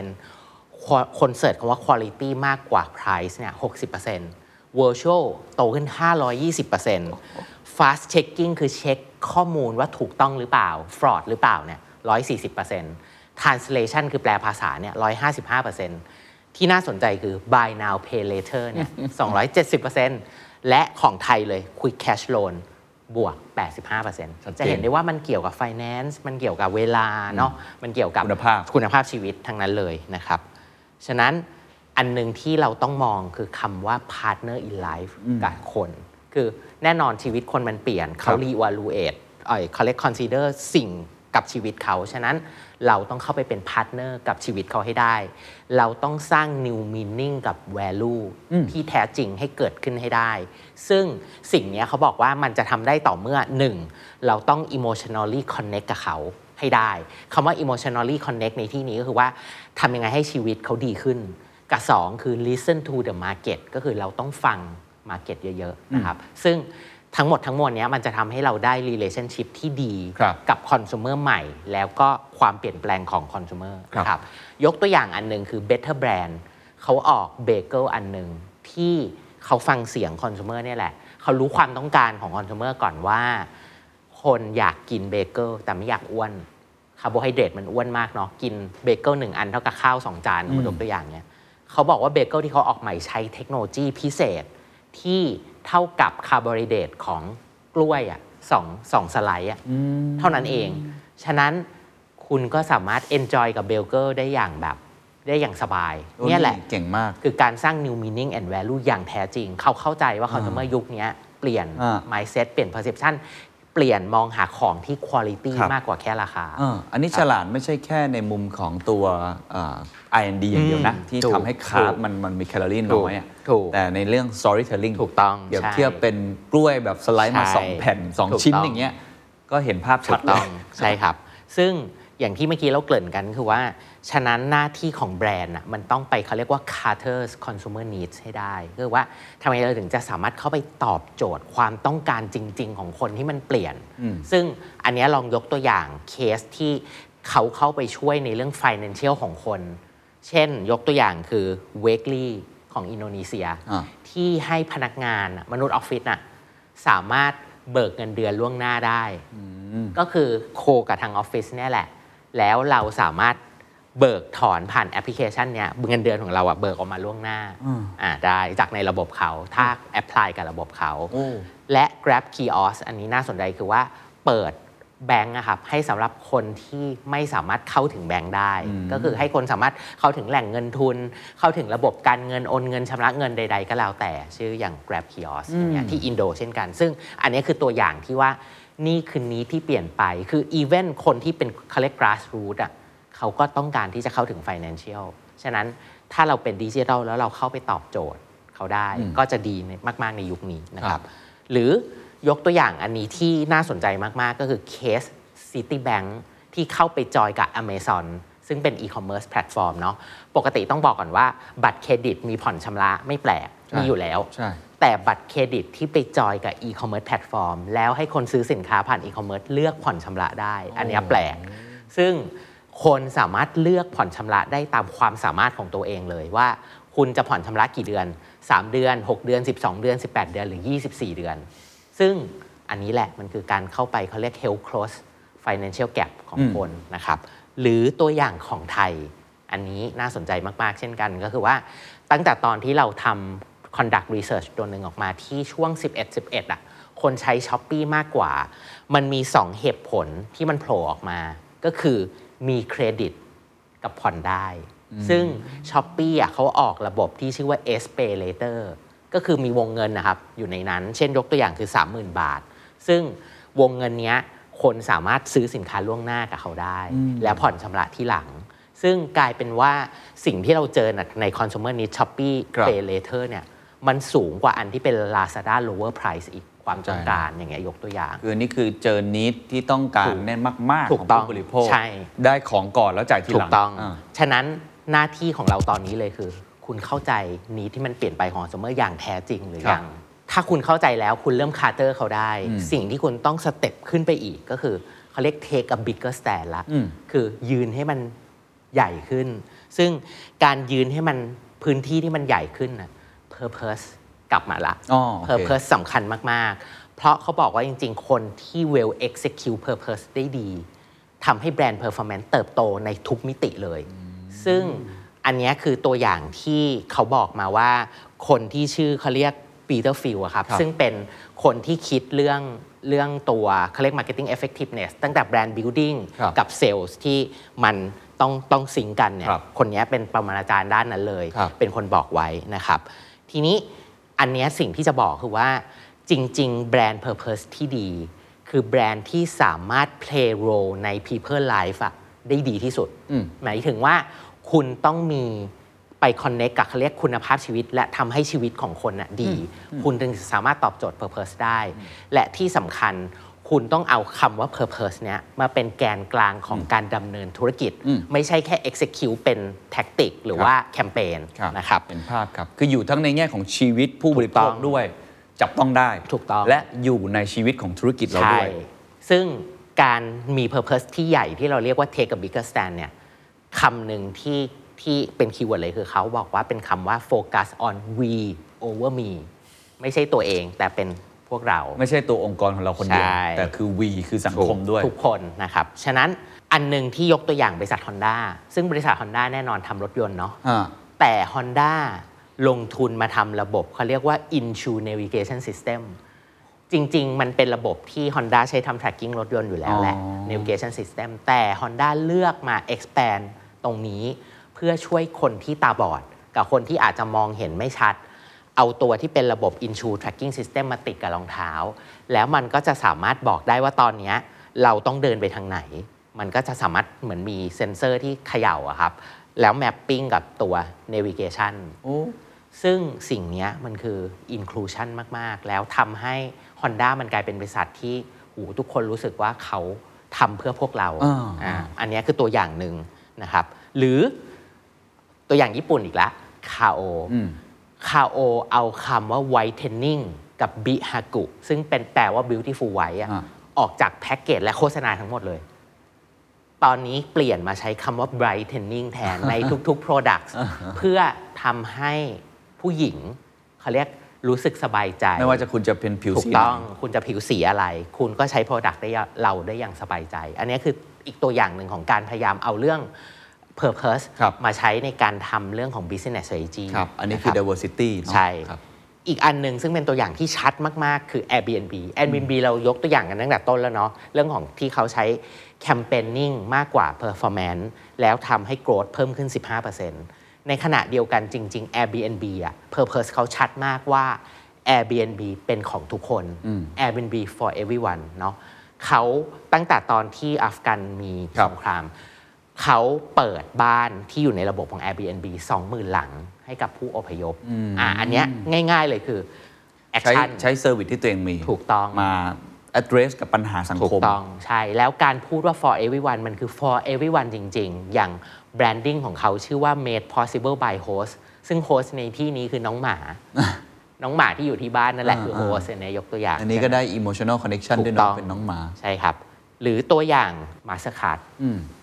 Speaker 2: 30%ควคนเสิร์ชคำว่า quality มากกว่า price เนี่ย 60% virtual โตขึ้น 520% fast checking คือเช็คข้อมูลว่าถูกต้องหรือเปล่า fraud หรือเปล่าเนี่ย 140% translation คือแปลภาษาเนี่ย 155% ที่น่าสนใจคือ buy now pay later เนี่ย 270%และของไทยเลย quick cash loan บวก
Speaker 1: ชัดเจน
Speaker 2: 85%จะเห็นได้ว่ามันเกี่ยวกับ finance มันเกี่ยวกับเวลาเนาะ มันเกี่ยวกับ
Speaker 1: คุณภาพ
Speaker 2: คุณภาพชีวิตทั้งนั้นเลยนะครับ ฉะนั้นอันหนึ่งที่เราต้องมองคือคำว่า partner in life กับคน คือแน่นอนชีวิตคนมันเปลี่ยนเขา
Speaker 1: ครับ
Speaker 2: reevaluate เอ่อ collect consider สิ่งกับชีวิตเขา ฉะนั้นเราต้องเข้าไปเป็น partner กับชีวิตเขาให้ได้ เราต้องสร้าง new meaning กับ value ที่แท้จริงให้เกิดขึ้นให้ได้ ซึ่งสิ่งเนี้ยเขาบอกว่ามันจะทำได้ต่อเมื่อหนึ่งเราต้อง emotionally connect กับเขา ให้ได้คำว่า emotionally connect ในที่นี้ก็คือว่าทำยังไงให้ชีวิตเขาดีขึ้น กับสองคือ listen to the market ก็คือเราต้องฟัง market เยอะ ๆ นะครับ ซึ่งทั้งหมดทั้งมวลเนี้ยมันจะทำให้เราได้ relationship ที่ดี
Speaker 1: ครับ
Speaker 2: กับ คอน sumer ใหม่ แล้วก็ความเปลี่ยนแปลงของคอน sumer
Speaker 1: ครับ
Speaker 2: ครับ ยกตัวอย่างอันหนึ่งคือ better brand เขาออกเบเกิลอันหนึ่งที่เขาฟังเสียงคอน sumer เนี่ยแหละ เขารู้ความต้องการของคอน sumer ก่อนว่า คนอยากกินเบเกิลแต่ไม่อยากอ้วนคาร์โบไฮเดรตมันอ้วนมากเนาะกินเบเกิลหนึ่งอันเท่ากับข้าวสองจานผมยกตัวอย่างเนี่ยเขาบอกว่าเบเกิลที่เขาออกใหม่ใช้เทคโนโลยีพิเศษ ที่เท่ากับคาร์โบไฮเดรตของกล้วยอ่ะสองสองสไลด์อ่ะเท่านั้นเอง ฉะนั้นคุณก็สามารถ enjoy กับเบเกิลได้อย่างแบบได้อย่างสบาย
Speaker 1: โอ้
Speaker 2: เนี่ยแหละ
Speaker 1: เก่งมาก
Speaker 2: คือการสร้าง new meaning and value อย่างแท้จริง เขาเข้าใจว่า consumer ยุคเนี้ยเปลี่ยน
Speaker 1: อ่า
Speaker 2: mindset เปลี่ยน perception เปลี่ยนมองหาของที่ quality
Speaker 1: ครับ
Speaker 2: มากกว่าแค่ราคา
Speaker 1: อ่าอันนี้ฉลาดไม่ใช่แค่ในมุมของตัวเอ่อ R&D อย่างเดียวนะ
Speaker 2: อืม
Speaker 1: ที่
Speaker 2: ถูก
Speaker 1: ทำให้คาร์บ
Speaker 2: ถูก
Speaker 1: มันมันมีแคลอรี่
Speaker 2: ถู
Speaker 1: น้
Speaker 2: ก
Speaker 1: อยอะ
Speaker 2: ถูก
Speaker 1: แต่ในเรื่อง storytelling
Speaker 2: ถูกต้อง
Speaker 1: เดี๋ยว
Speaker 2: ใช่
Speaker 1: เทียบเป็นกล้วยแบบสไลด์มา
Speaker 2: ใช่
Speaker 1: 2 แผ่น
Speaker 2: ถูก
Speaker 1: 2 ชิ้น
Speaker 2: ต้อง
Speaker 1: อย่างเงี้ยก็เห็นภาพชั
Speaker 2: ถู
Speaker 1: ด
Speaker 2: ก
Speaker 1: เล
Speaker 2: ต้อง
Speaker 1: ย
Speaker 2: ใช่ครับ ซึ่งอย่างที่เมื่อกี้เราเกริ่นกันคือว่า ฉะนั้นหน้าที่ของแบรนด์น่ะมันต้องไปเขาเรียกว่า Carter's consumer needs ให้ได้คือว่าทำไมเราถึงจะสามารถเข้าไปตอบโจทย์ความต้องการจริง ๆ ของคนที่มันเปลี่ยน ซึ่งอันเนี้ยลองยกตัวอย่างเคสที่เขาเข้าไปช่วยในเรื่อง financial ของคน เช่นยกตัวอย่างคือ Wakely ของอินโดนีเซีย
Speaker 1: อ่า
Speaker 2: ที่ให้พนักงานน่ะมนุษย์ออฟฟิศน่ะสามารถเบิกเงินเดือนล่วงหน้าได้ ก็คือโคกับทางออฟฟิศเนี่ยแหละ แล้วเราสามารถเบิกถอนผ่านแอปพลิเคชันเนี้ยเงินเดือนของเราอะเบิกออกมาล่วงหน้าอ่าได้จากในระบบเขาถ้าแอพพลายกับระบบเขา และ Grab Kiosk อันนี้น่าสนใจคือว่าเปิด แบงค์อะครับให้สำหรับคนที่ไม่สามารถเข้าถึงแบงค์ได้ ก็คือให้คนสามารถเข้าถึงแหล่งเงินทุน เข้าถึงระบบการเงินโอนเงินชำระเงินใด ๆ ก็แล้วแต่ชื่ออย่าง Grab Kiosk อย่างเงี้ยที่อินโดเช่นกัน ซึ่งอันนี้คือตัวอย่างที่ว่านี่คือนี้ที่เปลี่ยนไปคืออีเวนคนที่เป็นเขาเรียก grassroot อะเขาก็ต้องการที่จะเข้าถึง financial ฉะนั้นถ้าเราเป็นดิจิทัลแล้วเราเข้าไปตอบโจทย์เขาได้ก็จะดีในมาก ๆในยุคนี้นะครับ หรือยกตัวอย่างอันนี้ที่น่าสนใจมาก ๆ ก็คือเคส Citibank ที่เข้าไปจอยกับ Amazon ซึ่งเป็น e-commerce platform เนาะปกติต้องบอกก่อนว่าบัตรเครดิตมีผ่อนชำระไม่แปลก มีอยู่แล้ว
Speaker 1: ใช่
Speaker 2: แต่บัตรเครดิตที่ไปจอยกับ e-commerce platform แล้วให้คนซื้อสินค้าผ่าน e-commerce เลือกผ่อนชำระได้ อันเนี้ยแปลก ซึ่งคนสามารถเลือกผ่อนชำระได้ตามความสามารถของตัวเองเลยว่า คุณจะผ่อนชำระกี่เดือน 3 เดือน 6 เดือน 12 เดือน 18 เดือน หรือ 24 เดือน ซึ่งอันนี้แหละมันคือการเข้าไปเขาเรียก health close financial gap ของคนนะครับหรือตัวอย่างของไทย อันนี้น่าสนใจมาก ๆ เช่นกันก็คือว่าตั้งแต่ตอนที่เราทำ conduct research ตัวหนึ่งออกมาที่ช่วง 11 11อ่ะคนใช้ s h อ p e e มากกว่า มันมี 2 เหตุผลที่มันโผล่ออกมา ก็คือมีเครดิต กับผ่อนได้ ซึ่ง s h อ p e e อ่ะเขาออกระบบที่ชื่อว่า S Pay Later ก็คือมีวงเงินนะครับ อยู่ในนั้น เช่นยกตัวอย่างคือ 30,000 บาท ซึ่งวงเงินเนี้ยคนสามารถซื้อสินค้าล่วงหน้ากับเขาได้ และผ่อนชำระที่หลัง ซึ่งกลายเป็นว่าสิ่งที่เราเจอน่ะใน consumer need Shopee
Speaker 1: ครับ
Speaker 2: Pay Later เนี่ยมันสูงกว่าอันที่เป็น Lazada lower price อีกความต้องการอย่างเงี้ยยกตัวอย่าง
Speaker 1: คือนี่คือเจอนิดที่ต้องการแน่นมาก ๆ
Speaker 2: ถู
Speaker 1: ข
Speaker 2: ก
Speaker 1: อง
Speaker 2: ต้อง
Speaker 1: ผู้บริโภค
Speaker 2: ใช่
Speaker 1: ได้ของก่อนแล้วจ่ายที
Speaker 2: ถู
Speaker 1: หลั
Speaker 2: ก
Speaker 1: ง
Speaker 2: ต้อง
Speaker 1: า
Speaker 2: ฉะนั้นหน้าที่ของเราตอนนี้เลยคือ คุณเข้าใจนี้ที่มันเปลี่ยนไปของคอน sumer อย่างแท้จริงหรือ
Speaker 1: ครับ
Speaker 2: ยัง ถ้าคุณเข้าใจแล้วคุณเริ่มคาเตอร์เขาได้ สิ่งที่คุณต้องสเต็ปขึ้นไปอีกก็คือเขาเรียก take a bigger stand ละ
Speaker 1: อืม
Speaker 2: คือยืนให้มันใหญ่ขึ้น ซึ่งการยืนให้มันพื้นที่ที่มันใหญ่ขึ้นนะ purpose กลับมาละ
Speaker 1: อ๋อโอเค
Speaker 2: purpose สำคัญมาก ๆ เพราะเขาบอกว่าจริง ๆ คนที่ well execute purpose ได้ดีทำให้แบรนด์ performance เติบโตในทุกมิติเลย ซึ่งอันเนี้ยคือตัวอย่างที่เขาบอกมาว่า คนที่ชื่อเขาเรียกปีเตอร์ฟิลครับ ซึ่งเป็นคนที่คิดเรื่องเรื่องตัวเขาเรียก marketing effectiveness ตั้งแต่ brand building
Speaker 1: ครับ
Speaker 2: กับ sales ที่มันต้องต้องซิงก์กันเนี่ย
Speaker 1: ครับ
Speaker 2: คนเนี้ยเป็นประมาณาจารย์ด้านนั้นเลย
Speaker 1: ครับ
Speaker 2: เป็นคนบอกไว้นะครับ ทีนี้อันเนี้ยสิ่งที่จะบอกคือว่าจริง ๆ แบรนด์ Purpose ที่ดี คือแบรนด์ที่สามารถ play role ใน people life อะได้ดีที่สุด หมายถึงว่าคุณต้องมีไป connect กับเขาเรียกคุณภาพชีวิต และทำให้ชีวิตของคนน่ะดี คุณถึงสามารถตอบโจทย์ Purpose ได้ และที่สำคัญคุณต้องเอาคำว่า Purpose เนี้ยมาเป็นแกนกลางของการดำเนินธุรกิจ ไม่ใช่แค่ execute เป็น tactic หรือว่าแคมเปญ
Speaker 1: ครับ
Speaker 2: นะครับ
Speaker 1: เห็นภาพครับ คืออยู่ทั้งในแง่ของชีวิตผู้บริโภค
Speaker 2: ถูกต้อง
Speaker 1: ด้วย จับต้องได้
Speaker 2: ถูกต้อง
Speaker 1: และอยู่ในชีวิตของธุรกิจเราด้วย
Speaker 2: ใช่ ซึ่งการมี Purpose ที่ใหญ่ที่เราเรียกว่า take a bigger stand เนี่ยคำหนึ่งที่ที่เป็นคีย์เวิร์ดเลยคือเขาบอกว่าเป็นคำว่า focus on we over me ไม่ใช่ตัวเองแต่เป็นพวกเรา
Speaker 1: ไม่ใช่ตัวองค์กรของเราคนเดียว
Speaker 2: ใช่
Speaker 1: แต่คือวีคือสังคมด้วย
Speaker 2: ทุกคนนะครับ ฉะนั้นอันหนึ่งที่ยกตัวอย่างบริษัท Honda ซึ่งบริษัท Honda แน่นอนทำรถยนต์เนาะ
Speaker 1: อ่า
Speaker 2: แต่ Honda ลงทุนมาทำระบบเขาเรียกว่า Inshu Navigation System จริง ๆ มันเป็นระบบที่ Honda ใช้ทำ tracking รถยนต์อยู่แล้วแหละ Navigation System แต่ Honda เลือกมา expand ตรงนี้ เพื่อช่วยคนที่ตาบอด กับคนที่อาจจะมองเห็นไม่ชัด เอาตัวที่เป็นระบบ Inshu Tracking System มาติดกับรองเท้า แล้วมันก็จะสามารถบอกได้ว่าตอนเนี้ยเราต้องเดินไปทางไหน มันก็จะสามารถเหมือนมีเซ็นเซอร์ที่เขย่าอะครับ แล้วแมปปิ้งกับตัว Navigation ซึ่งสิ่งเนี้ยมันคือ inclusion มาก ๆ แล้วทำให้ Honda มันกลายเป็นบริษัทที่หูทุกคนรู้สึกว่าเขาทำเพื่อพวกเราอ่าอันเนี้ยคือตัวอย่างหนึ่งนะครับ หรือตัวอย่างญี่ปุ่นอีกละคาโอคาโอเอาคำว่า whitening กับบิฮากุซึ่งเป็นแปลว่า beautiful white อะ
Speaker 1: อ่า
Speaker 2: ออกจากแพ็กเกจและโฆษณาทั้งหมดเลย ตอนนี้เปลี่ยนมาใช้คำว่า brightening แท น ในทุกๆ products เพื่อทำให้ผู้หญิง เขาเรียกรู้สึกสบายใจ
Speaker 1: ไม่ว่าจะคุณจะเป็นผิว
Speaker 2: ถู
Speaker 1: สี
Speaker 2: กต้องคุณจะผิวสีอะไร คุณก็ใช้ Product ได้อย่างเราได้อย่างสบายใจ อันนี้คืออีกตัวอย่างหนึ่งของการพยายามเอาเรื่อง Purpose
Speaker 1: ครับ
Speaker 2: มาใช้ในการทำเรื่องของ Business Strategy
Speaker 1: ครับ อันนี้คือ diversity เนอะ
Speaker 2: ใช่
Speaker 1: ครับ
Speaker 2: อีกอันหนึ่งซึ่งเป็นตัวอย่างที่ชัดมากๆ คือ Airbnb Airbnb เรายกตัวอย่างกันตั้งแต่ต้นแล้วเนาะเรื่องของที่เขาใช้แคมเปญนิ่งมากกว่า Performance แล้วทำให้โกรธเพิ่มขึ้น 15%ในขณะเดียวกันจริง ๆ Airbnb อะ Purpose เขาชัดมากว่า Airbnb เป็นของทุกคน Airbnb for everyone เนาะเขาตั้งแต่ตอนที่อัฟกันมี
Speaker 1: ครั
Speaker 2: ส
Speaker 1: บ
Speaker 2: งคราม เขาเปิดบ้านที่อยู่ในระบบของ Airbnb 20,000 หลังให้กับผู้อพยพอ่าอันเนี้ยง่ายๆเลยคือ
Speaker 1: ใช้
Speaker 2: action
Speaker 1: ใช้เซอร์วิสที่ตัวเองมี
Speaker 2: ถูกต้อง
Speaker 1: มา address กับปัญหาสัง
Speaker 2: ถู
Speaker 1: ค
Speaker 2: ก
Speaker 1: ม
Speaker 2: ต้องใช่ แล้วการพูดว่า for everyone มันคือ for everyone จริง ๆ อย่างแบรนดิ้งของเขาชื่อว่า made possible by host ซึ่ง host ในที่นี้คือน้องหมา น้องหมาที่อยู่ที่บ้านนั่นแหละคือ
Speaker 1: อ่า
Speaker 2: host เนี่ยยกตัวอย่าง
Speaker 1: อันนี้ก็ได้ emotional connection
Speaker 2: ถู
Speaker 1: ด้วย
Speaker 2: ก
Speaker 1: เน้
Speaker 2: ต้
Speaker 1: อ
Speaker 2: อง ง
Speaker 1: เป็นน้องหมา
Speaker 2: ใช่ครับ หรือตัวอย่างมาสคาร์ด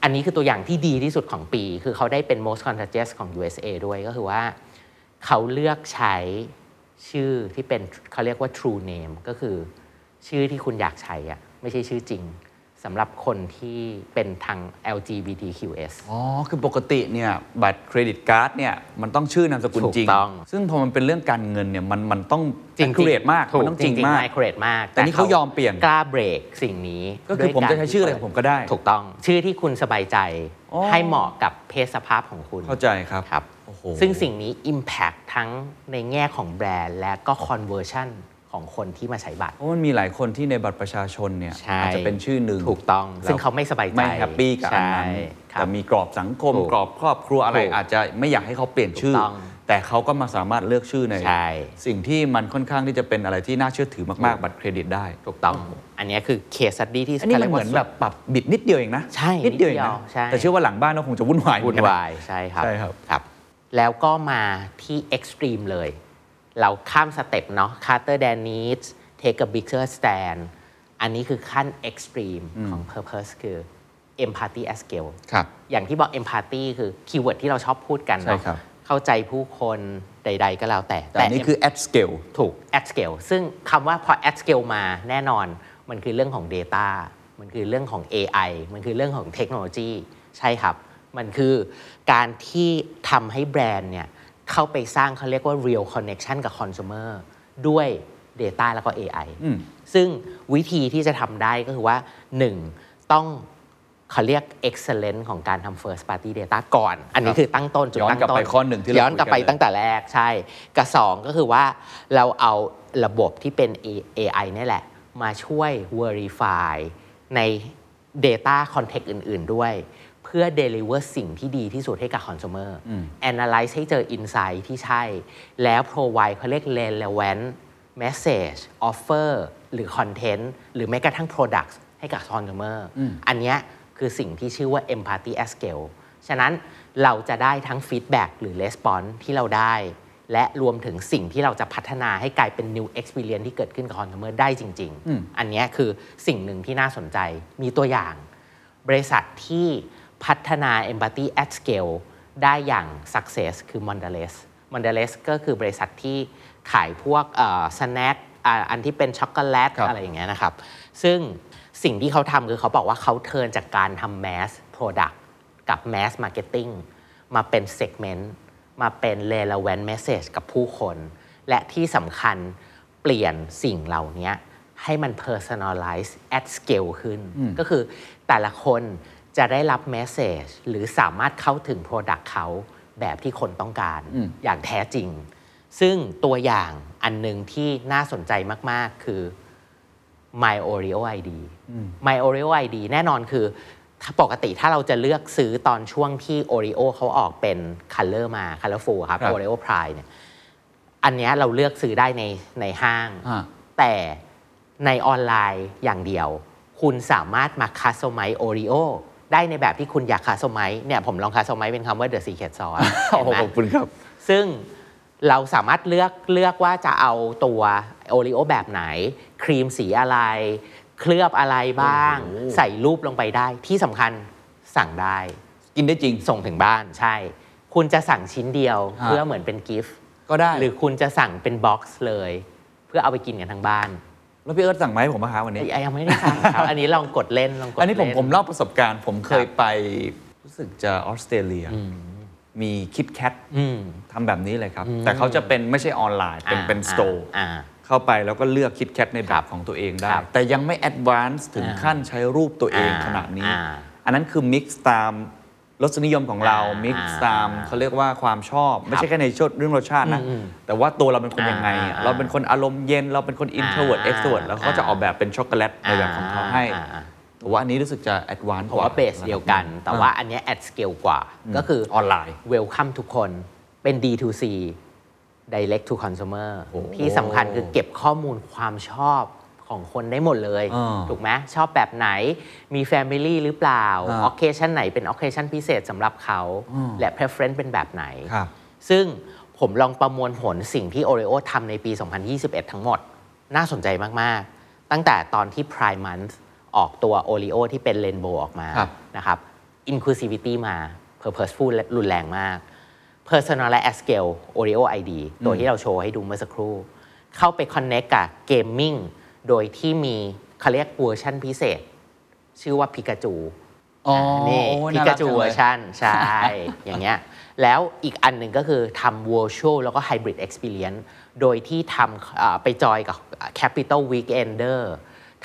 Speaker 2: อันนี้คือตัวอย่างที่ดีที่สุดของปี คือเขาได้เป็น most contagious ของ USA ด้วยก็คือว่า เขาเลือกใช้ชื่อที่เป็นเขาเรียกว่า true name ก็คือ ชื่อที่คุณอยากใช้อะไม่ใช่ชื่อจริงสำหรับคนที่เป็นทาง LGBTQS
Speaker 1: อ๋อ คือปกติเนี่ยบัตรเครดิตการ์ดเนี่ยมันต้องชื่อนามสกุล
Speaker 2: ถูก
Speaker 1: จริง
Speaker 2: ต้อง
Speaker 1: ซึ่งพอมันเป็นเรื่องการเงินเนี่ยมันมันต้องเครดมาก
Speaker 2: ถู
Speaker 1: มันต้องจริงมาก
Speaker 2: ไอเครดมาก
Speaker 1: แต่นี่เขายอมเปลี่ยน
Speaker 2: กล้าเบรกสิ่งนี้
Speaker 1: ก็คือผมจะใช้ชื่ออะไร
Speaker 2: ด้ว
Speaker 1: ขอ
Speaker 2: ยาร
Speaker 1: งผมก็ได้
Speaker 2: ถูกต้อง ชื่อที่คุณสบายใจ
Speaker 1: อ๋อ
Speaker 2: ให้เหมาะกับเพศสภาพของคุณ
Speaker 1: เข้าใจครับ
Speaker 2: ครับ
Speaker 1: โอ้โห
Speaker 2: ซึ่งสิ่งนี้ Impact ทั้งในแง่ของแบรนด์ และก็ Conversion ของคนที่มาใช้บัตร
Speaker 1: เพราะมันมีหลายคนที่ในบัตรประชาชนเนี่ย
Speaker 2: ใช่
Speaker 1: อาจจะเป็นชื่อหนึ่ง
Speaker 2: ถูกต้องซึ่งเขาไม่สบายใจ
Speaker 1: ไม่แฮปปี้กับอันนั้น
Speaker 2: ใช่ครับ
Speaker 1: แต่มีกรอบสังคม
Speaker 2: ถูก
Speaker 1: กรอบครอบครัวอะไร
Speaker 2: ถูก
Speaker 1: อาจจะไม่อยากให้เขาเปลี่ยนชื่
Speaker 2: ถูกต้อง
Speaker 1: แต่เขาก็มาสามารถเลือกชื่อใน
Speaker 2: ใช่
Speaker 1: สิ่งที่มันค่อนข้างที่จะเป็นอะไรที่น่าเชื่อถือมากๆ บัตรเครดิตได้
Speaker 2: ถูกต้อง อันเนี้ยคือเคสดีที่
Speaker 1: อันนี้มัน
Speaker 2: ขารียก
Speaker 1: เห
Speaker 2: ว่า
Speaker 1: มือนแบบปรับบิดนิดเดียวเองนะ
Speaker 2: ใช่
Speaker 1: นิดเดียวเองนะ
Speaker 2: นิดเดียวใช่
Speaker 1: แต่เชื่อว่าหลังบ้านเราคงจะวุ่นวายเหมื
Speaker 2: วุ่
Speaker 1: อน กั
Speaker 2: วายใช่ครับ
Speaker 1: ใช่ครับ
Speaker 2: ครับ แล้วก็มาที่เอ็กซ์ตรีมเลย เราข้ามสเต็ปเนาะคาร์เตอร์แดนนีสเทคกับบิ๊กเ r อร์สแตนอันนี้คือขั้นเอ็กซ์ตรีมของ Purpose คือ Empathy at Scale
Speaker 1: ครับ
Speaker 2: อย่างที่บอก Empathy คือคีย์เวิร์ดที่เราชอบพูดกันเนาะ
Speaker 1: ใช่ครับ
Speaker 2: เข้าใจผู้คนใด ๆ ก็แล้วแต่
Speaker 1: แต่อันนี่คือ at scale
Speaker 2: ถูก at scale ซึ่งคำว่าพอ at scale มาแน่นอน มันคือเรื่องของ Data มันคือเรื่องของ AI มันคือเรื่องของเทคโนโลยีใช่ครับ มันคือการที่ทำให้แบรนด์เนี่ยเข้าไปสร้างเขาเรียกว่า real connection กับ consumer ด้วย Data แล้วก็ AI ซึ่งวิธีที่จะทำได้ก็คือว่า 1. ต้องเขาเรียก excellence ของการทำ first party data ก่อน อันนี้คือตั้งต้นจุด
Speaker 1: ย้อน
Speaker 2: ตั้ง
Speaker 1: กลับ
Speaker 2: ต้น
Speaker 1: ไปข้อหนึ่งที่เรา
Speaker 2: ย้อนกลับไป
Speaker 1: คุยกันเลย
Speaker 2: ตั้ง ตั้งแต่แรกใช่กับสองก็คือว่าเราเอาระบบที่เป็น A- AI เนี่ยแหละ มาช่วย verify ใน Data Context อื่น ๆ ด้วย เพื่อ deliver สิ่งที่ดีที่สุดให้กับ consumer analyze ให้เจอ insight ที่ใช่ แล้ว provide เขาเรียก relevant message offer หรือ content หรือแม้กระทั่ง product ให้กับ consumer อันเนี้ยคือสิ่งที่ชื่อว่า empathy at scale ฉะนั้นเราจะได้ทั้งฟีดแบ็กหรือレスปอนที่เราได้ และรวมถึงสิ่งที่เราจะพัฒนาให้กลายเป็น new experience ที่เกิดขึ้นกับ consumer ได้จริง ๆ อันเนี้ยคือสิ่งหนึ่งที่น่าสนใจมีตัวอย่าง บริษัทที่พัฒนา empathy at scale ได้อย่าง success คือ Mondelez Mondelez ก็คือบริษัทที่ขายพวกสแน็คอันที่เป็นช็อกโกแลต
Speaker 1: ครับ
Speaker 2: อะไรอย่างเงี้ยนะครับ ซึ่งสิ่งที่เขาทำคือเขาบอกว่าเขาเทิร์นจากการทำ mass product กับ mass marketing มาเป็น segment มาเป็น relevant message กับผู้คน และที่สำคัญเปลี่ยนสิ่งเหล่านี้ให้มัน personalize at scale ขึ้น ก็คือแต่ละคนจะได้รับ message หรือสามารถเข้าถึง product เขาแบบที่คนต้องการอย่างแท้จริง ซึ่งตัวอย่างอันหนึ่งที่น่าสนใจมาก ๆ คือ My Oreo ID My Oreo ID แน่นอนคือถ้าปกติถ้าเราจะเลือกซื้อตอนช่วงที่ Oreo เขาออกเป็น Color มา Colorful ครับ
Speaker 1: ครับ
Speaker 2: Oreo Prime เนี่ยอันเนี้ยเราเลือกซื้อได้ในในห้าง
Speaker 1: อ่า
Speaker 2: แต่ในออนไลน์อย่างเดียว คุณสามารถมาคัสโซไมโอริโอได้ในแบบที่คุณอยากคัสโซไมเนี่ยผมลองคัสโซไมเป็นคำว่า The Secret Sauce
Speaker 1: โอ้
Speaker 2: เห็น
Speaker 1: โห
Speaker 2: ไหม
Speaker 1: ขอบคุณครับ
Speaker 2: ซึ่งเราสามารถเลือกเลือกว่าจะเอาตัวโอริโอแบบไหน ครีมสีอะไร เคลือบอะไรบ้าง ใส่รูปลงไปได้ที่สำคัญสั่งได้
Speaker 1: กินได้จริง
Speaker 2: ส่งถึงบ้านใช่ คุณจะสั่งชิ้นเดียว
Speaker 1: ฮะ
Speaker 2: เพื่อเหมือนเป็นกิฟต์
Speaker 1: ก็ได้
Speaker 2: หรือคุณจะสั่งเป็นบ็อกซ์เลย เพื่อเอาไปกินกันทั้งบ้าน
Speaker 1: แล้วพี่เอิร์ธสั่งไหมาให้ผมมาหาวันนี้
Speaker 2: เอ้ยยังไม่ได้สั่งครับ อันนี้ลองกดเล่นลองกด
Speaker 1: อันนี้ผม
Speaker 2: เล่
Speaker 1: ผมเล่าประสบการณ์ ผมเคย
Speaker 2: ครับ
Speaker 1: ไปรู้สึกจะออสเตรเลีย มีคิดแคททำแบบนี้เลยครับ แต่เขาจะเป็นไม่ใช่ออนไลน์ เป็นเป็น
Speaker 2: อ่า
Speaker 1: สโตร์
Speaker 2: อ่า
Speaker 1: เข้าไปแล้วก็เลือกคิดแคทในแบบของตัวเองได้
Speaker 2: ครับ
Speaker 1: แต่ยังไม่แอดวานซ์ถึงขั้นใช้รูปตัวเอง
Speaker 2: อ่า
Speaker 1: ขนาดนี้
Speaker 2: อ่า
Speaker 1: อันนั้นคือมิกซ์ตามรสนิยมของเรา
Speaker 2: อ่า
Speaker 1: มิกซ์ตาม
Speaker 2: อ่า
Speaker 1: เขาเรียกว่าความชอบ ไม่ใช่แค่ในชดเรื่องรสชาตินะ แต่ว่าตัวเราเป็นคนยังไงอะ
Speaker 2: อ่า
Speaker 1: เราเป็นคนอารมณ์เย็น เราเป็นคนอินโทรเวิร์ดเอ็กโทรเวิร์ด
Speaker 2: อ่า
Speaker 1: แล้วเขาจะออกแบบเป็นช็อกโกแลตในแบบของเขาให้
Speaker 2: อ่าอ่า
Speaker 1: แต่ว่าอันนี้รู้สึกจะแอดวานซ์
Speaker 2: เพ
Speaker 1: ก
Speaker 2: ราะ
Speaker 1: ว่า
Speaker 2: ว่าเบสเดียวกัน แต่ว่าอันเนี้แอดสเกลกว่า ก็คือ
Speaker 1: ออนไลน์
Speaker 2: เวลคัมทุกคนเป็น D2C direct to consumer ที่สำคัญคือเก็บข้อมูลความชอบของคนได้หมดเลย
Speaker 1: อ่า
Speaker 2: ถูกไหมชอบแบบไหนมี Family หรือเปล่า
Speaker 1: อ่า
Speaker 2: occasion ไหนเป็น occasion พิเศษสำหรับเขา และ preference เป็นแบบไหน
Speaker 1: ครับ
Speaker 2: ซึ่งผมลองประมวลผลสิ่งที่ Oreo ทำในปี 2021 ทั้งหมด น่าสนใจมาก ๆ ตั้งแต่ตอนที่ Prime Month ออกตัว Oreo ที่เป็น Rainbow ออกมา
Speaker 1: ครับ
Speaker 2: นะครับ Inclusivity มา Purposeful และรุนแรงมาก Personal และ At Scale Oreo ID ตัวที่เราโชว์ให้ดูเมื่อสักครู่ เข้าไป Connect กับ Gaming โดยที่มีเขาเรียกเวอร์ชันพิเศษ ชื่อว่าพิกาจู
Speaker 1: อ๋อ
Speaker 2: นี่
Speaker 1: โอ้
Speaker 2: พิ
Speaker 1: น่ารัก
Speaker 2: กาจู
Speaker 1: จังเลย
Speaker 2: เวอร์ชัน ชันใช่ อย่างเงี้ยแล้วอีกอันหนึ่งก็คือทำ virtual แล้วก็ hybrid experience โดยที่ทำเอ่อไปจอยกับ Capital Weekender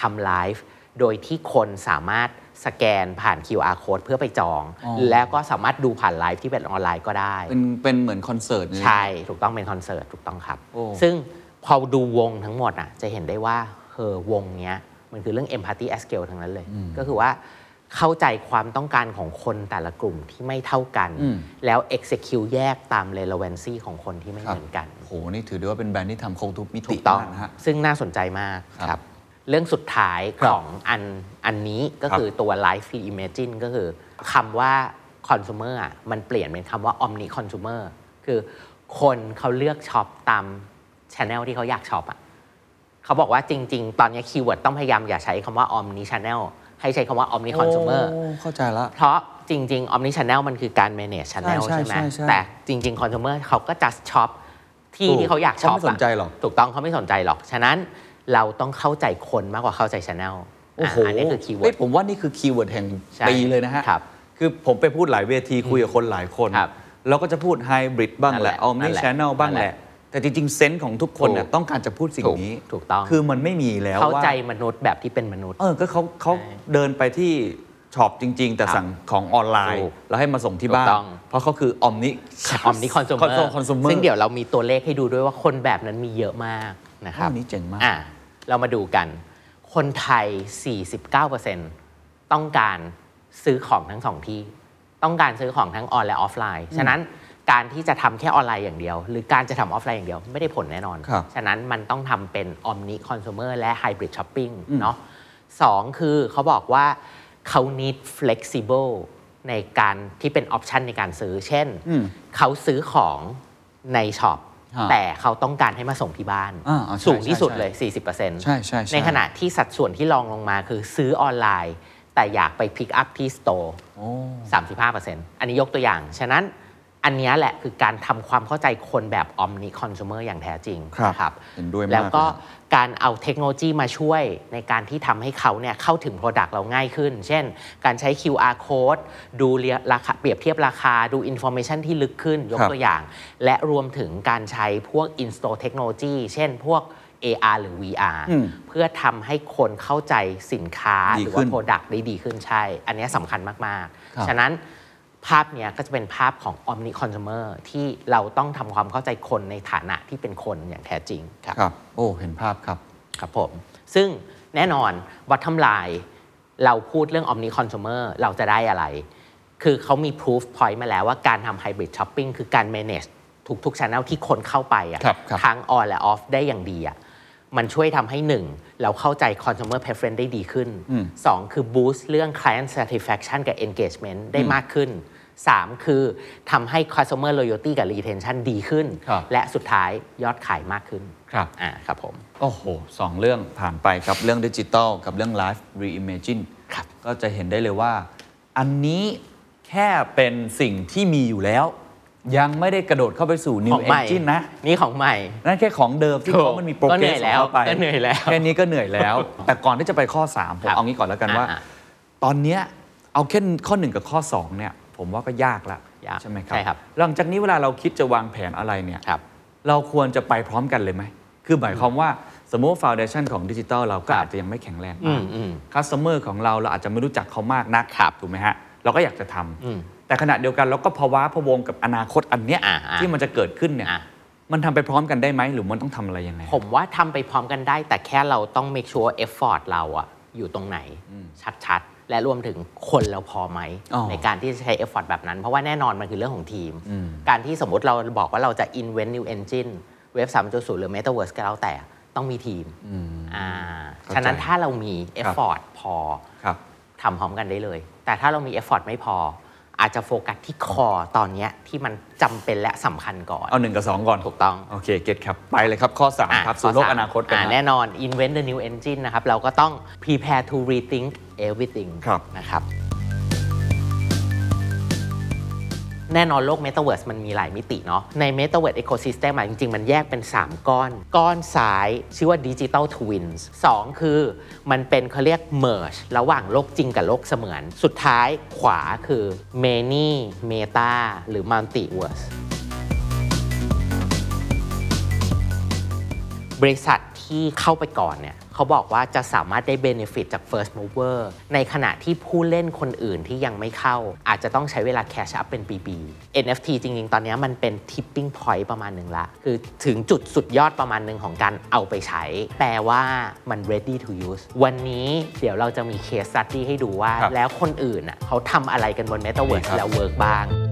Speaker 2: ทำ live โดยที่คนสามารถสแกนผ่าน QR code เพื่อไปจอง แล้วก็สามารถดูผ่านไลฟ์ที่เป็นออนไลน์ก็ได้
Speaker 1: เป็นเป็นเหมือนคอนเสิร์ตเลย
Speaker 2: ใช่ ถูกต้องเป็นคอนเสิร์ต ถูกต้องครับ
Speaker 1: โอ้
Speaker 2: ซึ่งพอดูวงทั้งหมดอ่ะ จะเห็นได้ว่าเฮอวงเนี้ย มันคือเรื่อง empathy at scale ทั้งนั้นเลย ก็คือว่าเข้าใจความต้องการของคนแต่ละกลุ่มที่ไม่เท่ากัน แล้ว execute แยกตาม relevancy ของคนที่ไม่เหมือนกัน
Speaker 1: โหนี่ถือได้ว่าเป็นแบรนด์ที่ทำครบทุกมิ
Speaker 2: ถู
Speaker 1: ติ
Speaker 2: กต้อง
Speaker 1: มากนะฮะ
Speaker 2: ซึ่งน่าสนใจมาก
Speaker 1: ค
Speaker 2: ค
Speaker 1: รั
Speaker 2: รั
Speaker 1: บบ
Speaker 2: เรื่องสุดท้าย
Speaker 1: ครับ
Speaker 2: ของอันอันนี้ก็
Speaker 1: ครับ
Speaker 2: คือตัว life free imagine ก็คือคำว่า consumer อ่ะมันเปลี่ยนเป็นคำว่า omni consumer คือคนเขาเลือกช็อปตาม channel ที่เขาอยากช็อปอ่ะเขาบอกว่าจริง ๆ ตอนนี้คีย์เวิร์ดต้องพยายามอย่าใช้คำว่า omni channel ให้ใช้คำว่า omni consumer
Speaker 1: โอ้เข้าใจละ
Speaker 2: เพราะจริง ๆ omni channel มันคือการ manage channel
Speaker 1: ใช่
Speaker 2: ใช่ไหม
Speaker 1: ใช่ใช่
Speaker 2: แต่จริง ๆ consumer เขาก็ just shop ที่
Speaker 1: ถูก
Speaker 2: ที่เขาอยากช็อป
Speaker 1: เขาไม่สนใจหรอก
Speaker 2: ถูกต้องเขาไม่สนใจหรอก ฉะนั้นเราต้องเข้าใจคนมากกว่าเข้าใจ channel
Speaker 1: โอ้โห
Speaker 2: อันนี้คือคีย์เวิ
Speaker 1: เฮ้
Speaker 2: ร์
Speaker 1: ย
Speaker 2: ด
Speaker 1: ผมว่านี่คือคีย์เวิร์ดแห่ง
Speaker 2: ใช่
Speaker 1: ปีเลยนะฮะ
Speaker 2: ครับ
Speaker 1: คือผมไปพูดหลายเวทีคุยกับคนหลายคน
Speaker 2: ครับ
Speaker 1: แล้วก็จะพูดไฮบริดบ้าง
Speaker 2: นั่
Speaker 1: แห
Speaker 2: นแห
Speaker 1: ละ
Speaker 2: ละ
Speaker 1: ออม
Speaker 2: นั่
Speaker 1: นี่
Speaker 2: นแหละ
Speaker 1: ชแนลบ้าง
Speaker 2: นั่
Speaker 1: แห
Speaker 2: นแห
Speaker 1: ละ
Speaker 2: ละ
Speaker 1: แต่จริง ๆ เซนส์ของทุกคนน่ะ
Speaker 2: ถูก
Speaker 1: ต้องการจะพูดสิ่งนี้
Speaker 2: ถูกต้อง
Speaker 1: คือมันไม่มีแล้ว
Speaker 2: เข้า
Speaker 1: ว่า
Speaker 2: ใจมนุษย์แบบที่เป็นมนุษย์
Speaker 1: เออก็เขาเขาเดินไปที่ช็อปจริง ๆ แต่สั่งของออนไลน์
Speaker 2: ถูก
Speaker 1: แล้วให้มาส่งที่บ้าน
Speaker 2: ถูกต้อง
Speaker 1: เพราะเขาคือออมนิ
Speaker 2: omni consumer
Speaker 1: คอน sumer
Speaker 2: ซึ่งเดี๋ยวเรามีตัวเลขให้ดูด้วยว่าคนแบบนั้นมีเยอะมากนะครับ
Speaker 1: อันนี้เจ๋งมาก
Speaker 2: อ่ะเรามาดูกัน คนไทย 49%ต้องการซื้อของทั้งสองที่ ต้องการซื้อของทั้งออนและออฟไลน์ ฉะนั้นการที่จะทำแค่ออนไลน์อย่างเดียว หรือการจะทำออฟไลน์อย่างเดียวไม่ได้ผลแน่นอน
Speaker 1: ครับ
Speaker 2: ฉะนั้นมันต้องทำเป็น omni consumer และ hybrid shopping เนาะสองคือเขาบอกว่าเขา need flexible ในการที่เป็นออปชันในการซื้อ เช่น เขาซื้อของในช็อป
Speaker 1: ฮะ
Speaker 2: แต่เขาต้องการให้มาส่งที่บ้าน
Speaker 1: อ่าอ่าใช่
Speaker 2: สูงที่สุด
Speaker 1: ใช่
Speaker 2: เลย 40%
Speaker 1: ใช่ใช่ใช่
Speaker 2: ในขณะที่สัดส่วนที่รองลงมาคือซื้อออนไลน์ แต่อยากไปพิกอัพที่สโตร์
Speaker 1: โอ้
Speaker 2: 35%อันนี้ยกตัวอย่าง ฉะนั้นอันเนี้ยแหละคือการทำความเข้าใจคนแบบ omni consumer อย่างแท้จริง
Speaker 1: ครับ
Speaker 2: นะครับ
Speaker 1: เห็นด้วยมาก
Speaker 2: แล้วก็
Speaker 1: เลยครั
Speaker 2: การเอาเทคโนโลยีมาช่วยในการที่ทำให้เขาเนี่ยเข้าถึง Product เราง่ายขึ้น เช่น การใช้ QR code ดูเรียราคาเปรียบเทียบราคาดู information ที่ลึกขึ้น ยก
Speaker 1: ครับ
Speaker 2: ตัวอย่าง และรวมถึงการใช้พวก in store technology เช่นพวก AR หรือ VR เพื่อทำให้คนเข้าใจสินค้า
Speaker 1: ดี
Speaker 2: หรือ
Speaker 1: ขึ้
Speaker 2: ว่า
Speaker 1: น
Speaker 2: ดักได้ดีขึ้นใช่ อันเนี้ยสำคัญมาก
Speaker 1: ครับ
Speaker 2: ๆ ฉะนั้นภาพเนี้ยก็จะเป็นภาพของ omni consumer ที่เราต้องทำความเข้าใจคนในฐานะที่เป็นคนอย่างแท้จริงครับ
Speaker 1: ครับ โอ้เห็นภาพครับ
Speaker 2: ครับผม ซึ่งแน่นอนวัดทำลายเราพูดเรื่อง omni consumer เราจะได้อะไร คือเขามี proof point มาแล้วว่าการทำ hybrid shopping คือการ manage ทุกทุกๆ channel ที่คนเข้าไปอะ
Speaker 1: ครับครับ
Speaker 2: ทั้ง on และ off ได้อย่างดีอะมันช่วยทำให้หนึ่งเราเข้าใจ consumer preference ได้ดีขึ้นสองคือ boost เรื่อง client satisfaction กับ engagement ได้มากขึ้นสามคือทำให้ customer loyalty กับ retention ดีขึ้น
Speaker 1: ครับ
Speaker 2: และสุดท้ายยอดขายมากขึ้น
Speaker 1: ครับ
Speaker 2: อ่าครับผม
Speaker 1: โอ้โหสองเรื่องผ่านไปกับเรื่องดิจิตอลกับเรื่องไลฟ์รีอิมเมจิน
Speaker 2: ครับ
Speaker 1: ก็จะเห็นได้เลยว่า อันนี้แค่เป็นสิ่งที่มีอยู่แล้ว ยังไม่ได้กระโดดเข้าไปสู่
Speaker 2: ข
Speaker 1: New
Speaker 2: องใหม่
Speaker 1: Engine นะ
Speaker 2: นี่ของใหม่
Speaker 1: นั่นแค่ของเดิมที่
Speaker 2: ถูก
Speaker 1: เขามันมีโปร
Speaker 2: ก็
Speaker 1: เก
Speaker 2: เห
Speaker 1: ร
Speaker 2: นื่
Speaker 1: ส
Speaker 2: อย
Speaker 1: ของเขาไป
Speaker 2: แล้วก็เหนื่อยแล้ว
Speaker 1: แค่นี้ก็เหนื่อยแล้ว แต่ก่อนที่จะไปข้อ 3 ผม
Speaker 2: ครับ
Speaker 1: เอางี้ก่อนแล้วกันว่า
Speaker 2: อ่า
Speaker 1: ตอนเนี้ยเอาแค่ข้อ 1 กับข้อ 2 เนี่ย ผมว่าก็ยากละ
Speaker 2: ยาก
Speaker 1: ใช่ไหมครับ
Speaker 2: ใช่ครับ
Speaker 1: หลังจากนี้เวลาเราคิดจะวางแผนอะไรเนี่ย
Speaker 2: ครับ
Speaker 1: เราควรจะไปพร้อมกันเลยไหม คือหมายความว่าสมมติฟาวเดชันของดิจิทัลเราก็อาจจะยังไม่แข็งแรง
Speaker 2: อื
Speaker 1: มาก
Speaker 2: มอืม
Speaker 1: คัสเตอร์ของเราเราอาจจะไม่รู้จักเขามากนัก
Speaker 2: ครับ
Speaker 1: ถูกไหมฮะ เราก็อยากจะทำ
Speaker 2: อืม
Speaker 1: แต่ขณะเดียวกันเราก็ภาวะพะวงกับอนาคตอันเนี้ย
Speaker 2: อ่าอ่า
Speaker 1: ที่มันจะเกิดขึ้นเนี่ย
Speaker 2: อ่า
Speaker 1: มันทำไปพร้อมกันได้ไหมหรือมันต้องทำอะไรยังไง
Speaker 2: ผมว่าทำไปพร้อมกันได้ แต่แค่เราต้อง make sure effort เราอะอยู่ตรงไหน ชัดๆ และรวมถึงคนเราพอไหม
Speaker 1: อ๋อ
Speaker 2: ในการที่จะใช้ effort แบบนั้น เพราะว่าแน่นอนมันคือเรื่องของทีม การที่สมมติเราบอกว่าเราจะ invent new engine เว็บ3.0 หรือ metaverse ก็แล้วแต่ต้องมีทีมอ่า
Speaker 1: เข้าใจ
Speaker 2: ฉะนั้นถ้าเรามี
Speaker 1: ครับ
Speaker 2: effort พอ
Speaker 1: ครับ
Speaker 2: ทำพร้อมกันได้เลย แต่ถ้าเรามีเอฟฟอร์ตไม่พอ อาจจะโฟกัสที่คอตอนเนี้ยที่มันจำเป็นและสำคัญก่อน
Speaker 1: เอาหนึ่งกับสองก่อน
Speaker 2: ถูกต้อง
Speaker 1: โอเคเก็ตครับไปเลยครับข้อสาม
Speaker 2: อ่ะ
Speaker 1: ครับสู่โลกอนาคตกัน
Speaker 2: อ่ะ
Speaker 1: ฮะ
Speaker 2: แน่นอน invent the new engine นะครับ เราก็ต้อง prepare to rethink everything
Speaker 1: ครับ
Speaker 2: นะครับ แน่นอนโลก Metaverse มันมีหลายมิติเนาะ ใน Metaverse Ecosystem อ่ะจริง ๆ มันแยกเป็น 3 ก้อน ก้อนซ้ายชื่อว่า Digital Twins 2 คือมันเป็นเขาเรียก Merge ระหว่างโลกจริงกับโลกเสมือน สุดท้ายขวาคือ Many Meta หรือ Multiverse บริษัทที่เข้าไปก่อนเนี่ยเขาบอกว่าจะสามารถได้ benefit จาก first mover ในขณะที่ผู้เล่นคนอื่นที่ยังไม่เข้า อาจจะต้องใช้เวลา catch up เป็นปีๆ NFT จริงๆ ตอนเนี้ยมันเป็น tipping point ประมาณหนึ่งละ คือถึงจุดสุดยอดประมาณหนึ่งของการเอาไปใช้ แปลว่ามัน ready to use วันนี้เดี๋ยวเราจะมี case study ให้ดูว่า
Speaker 1: ครับ
Speaker 2: แล้วคนอื่นน่ะเขาทำอะไรกันบน metaverse
Speaker 1: ดีครับ
Speaker 2: แล้ว work บ้าง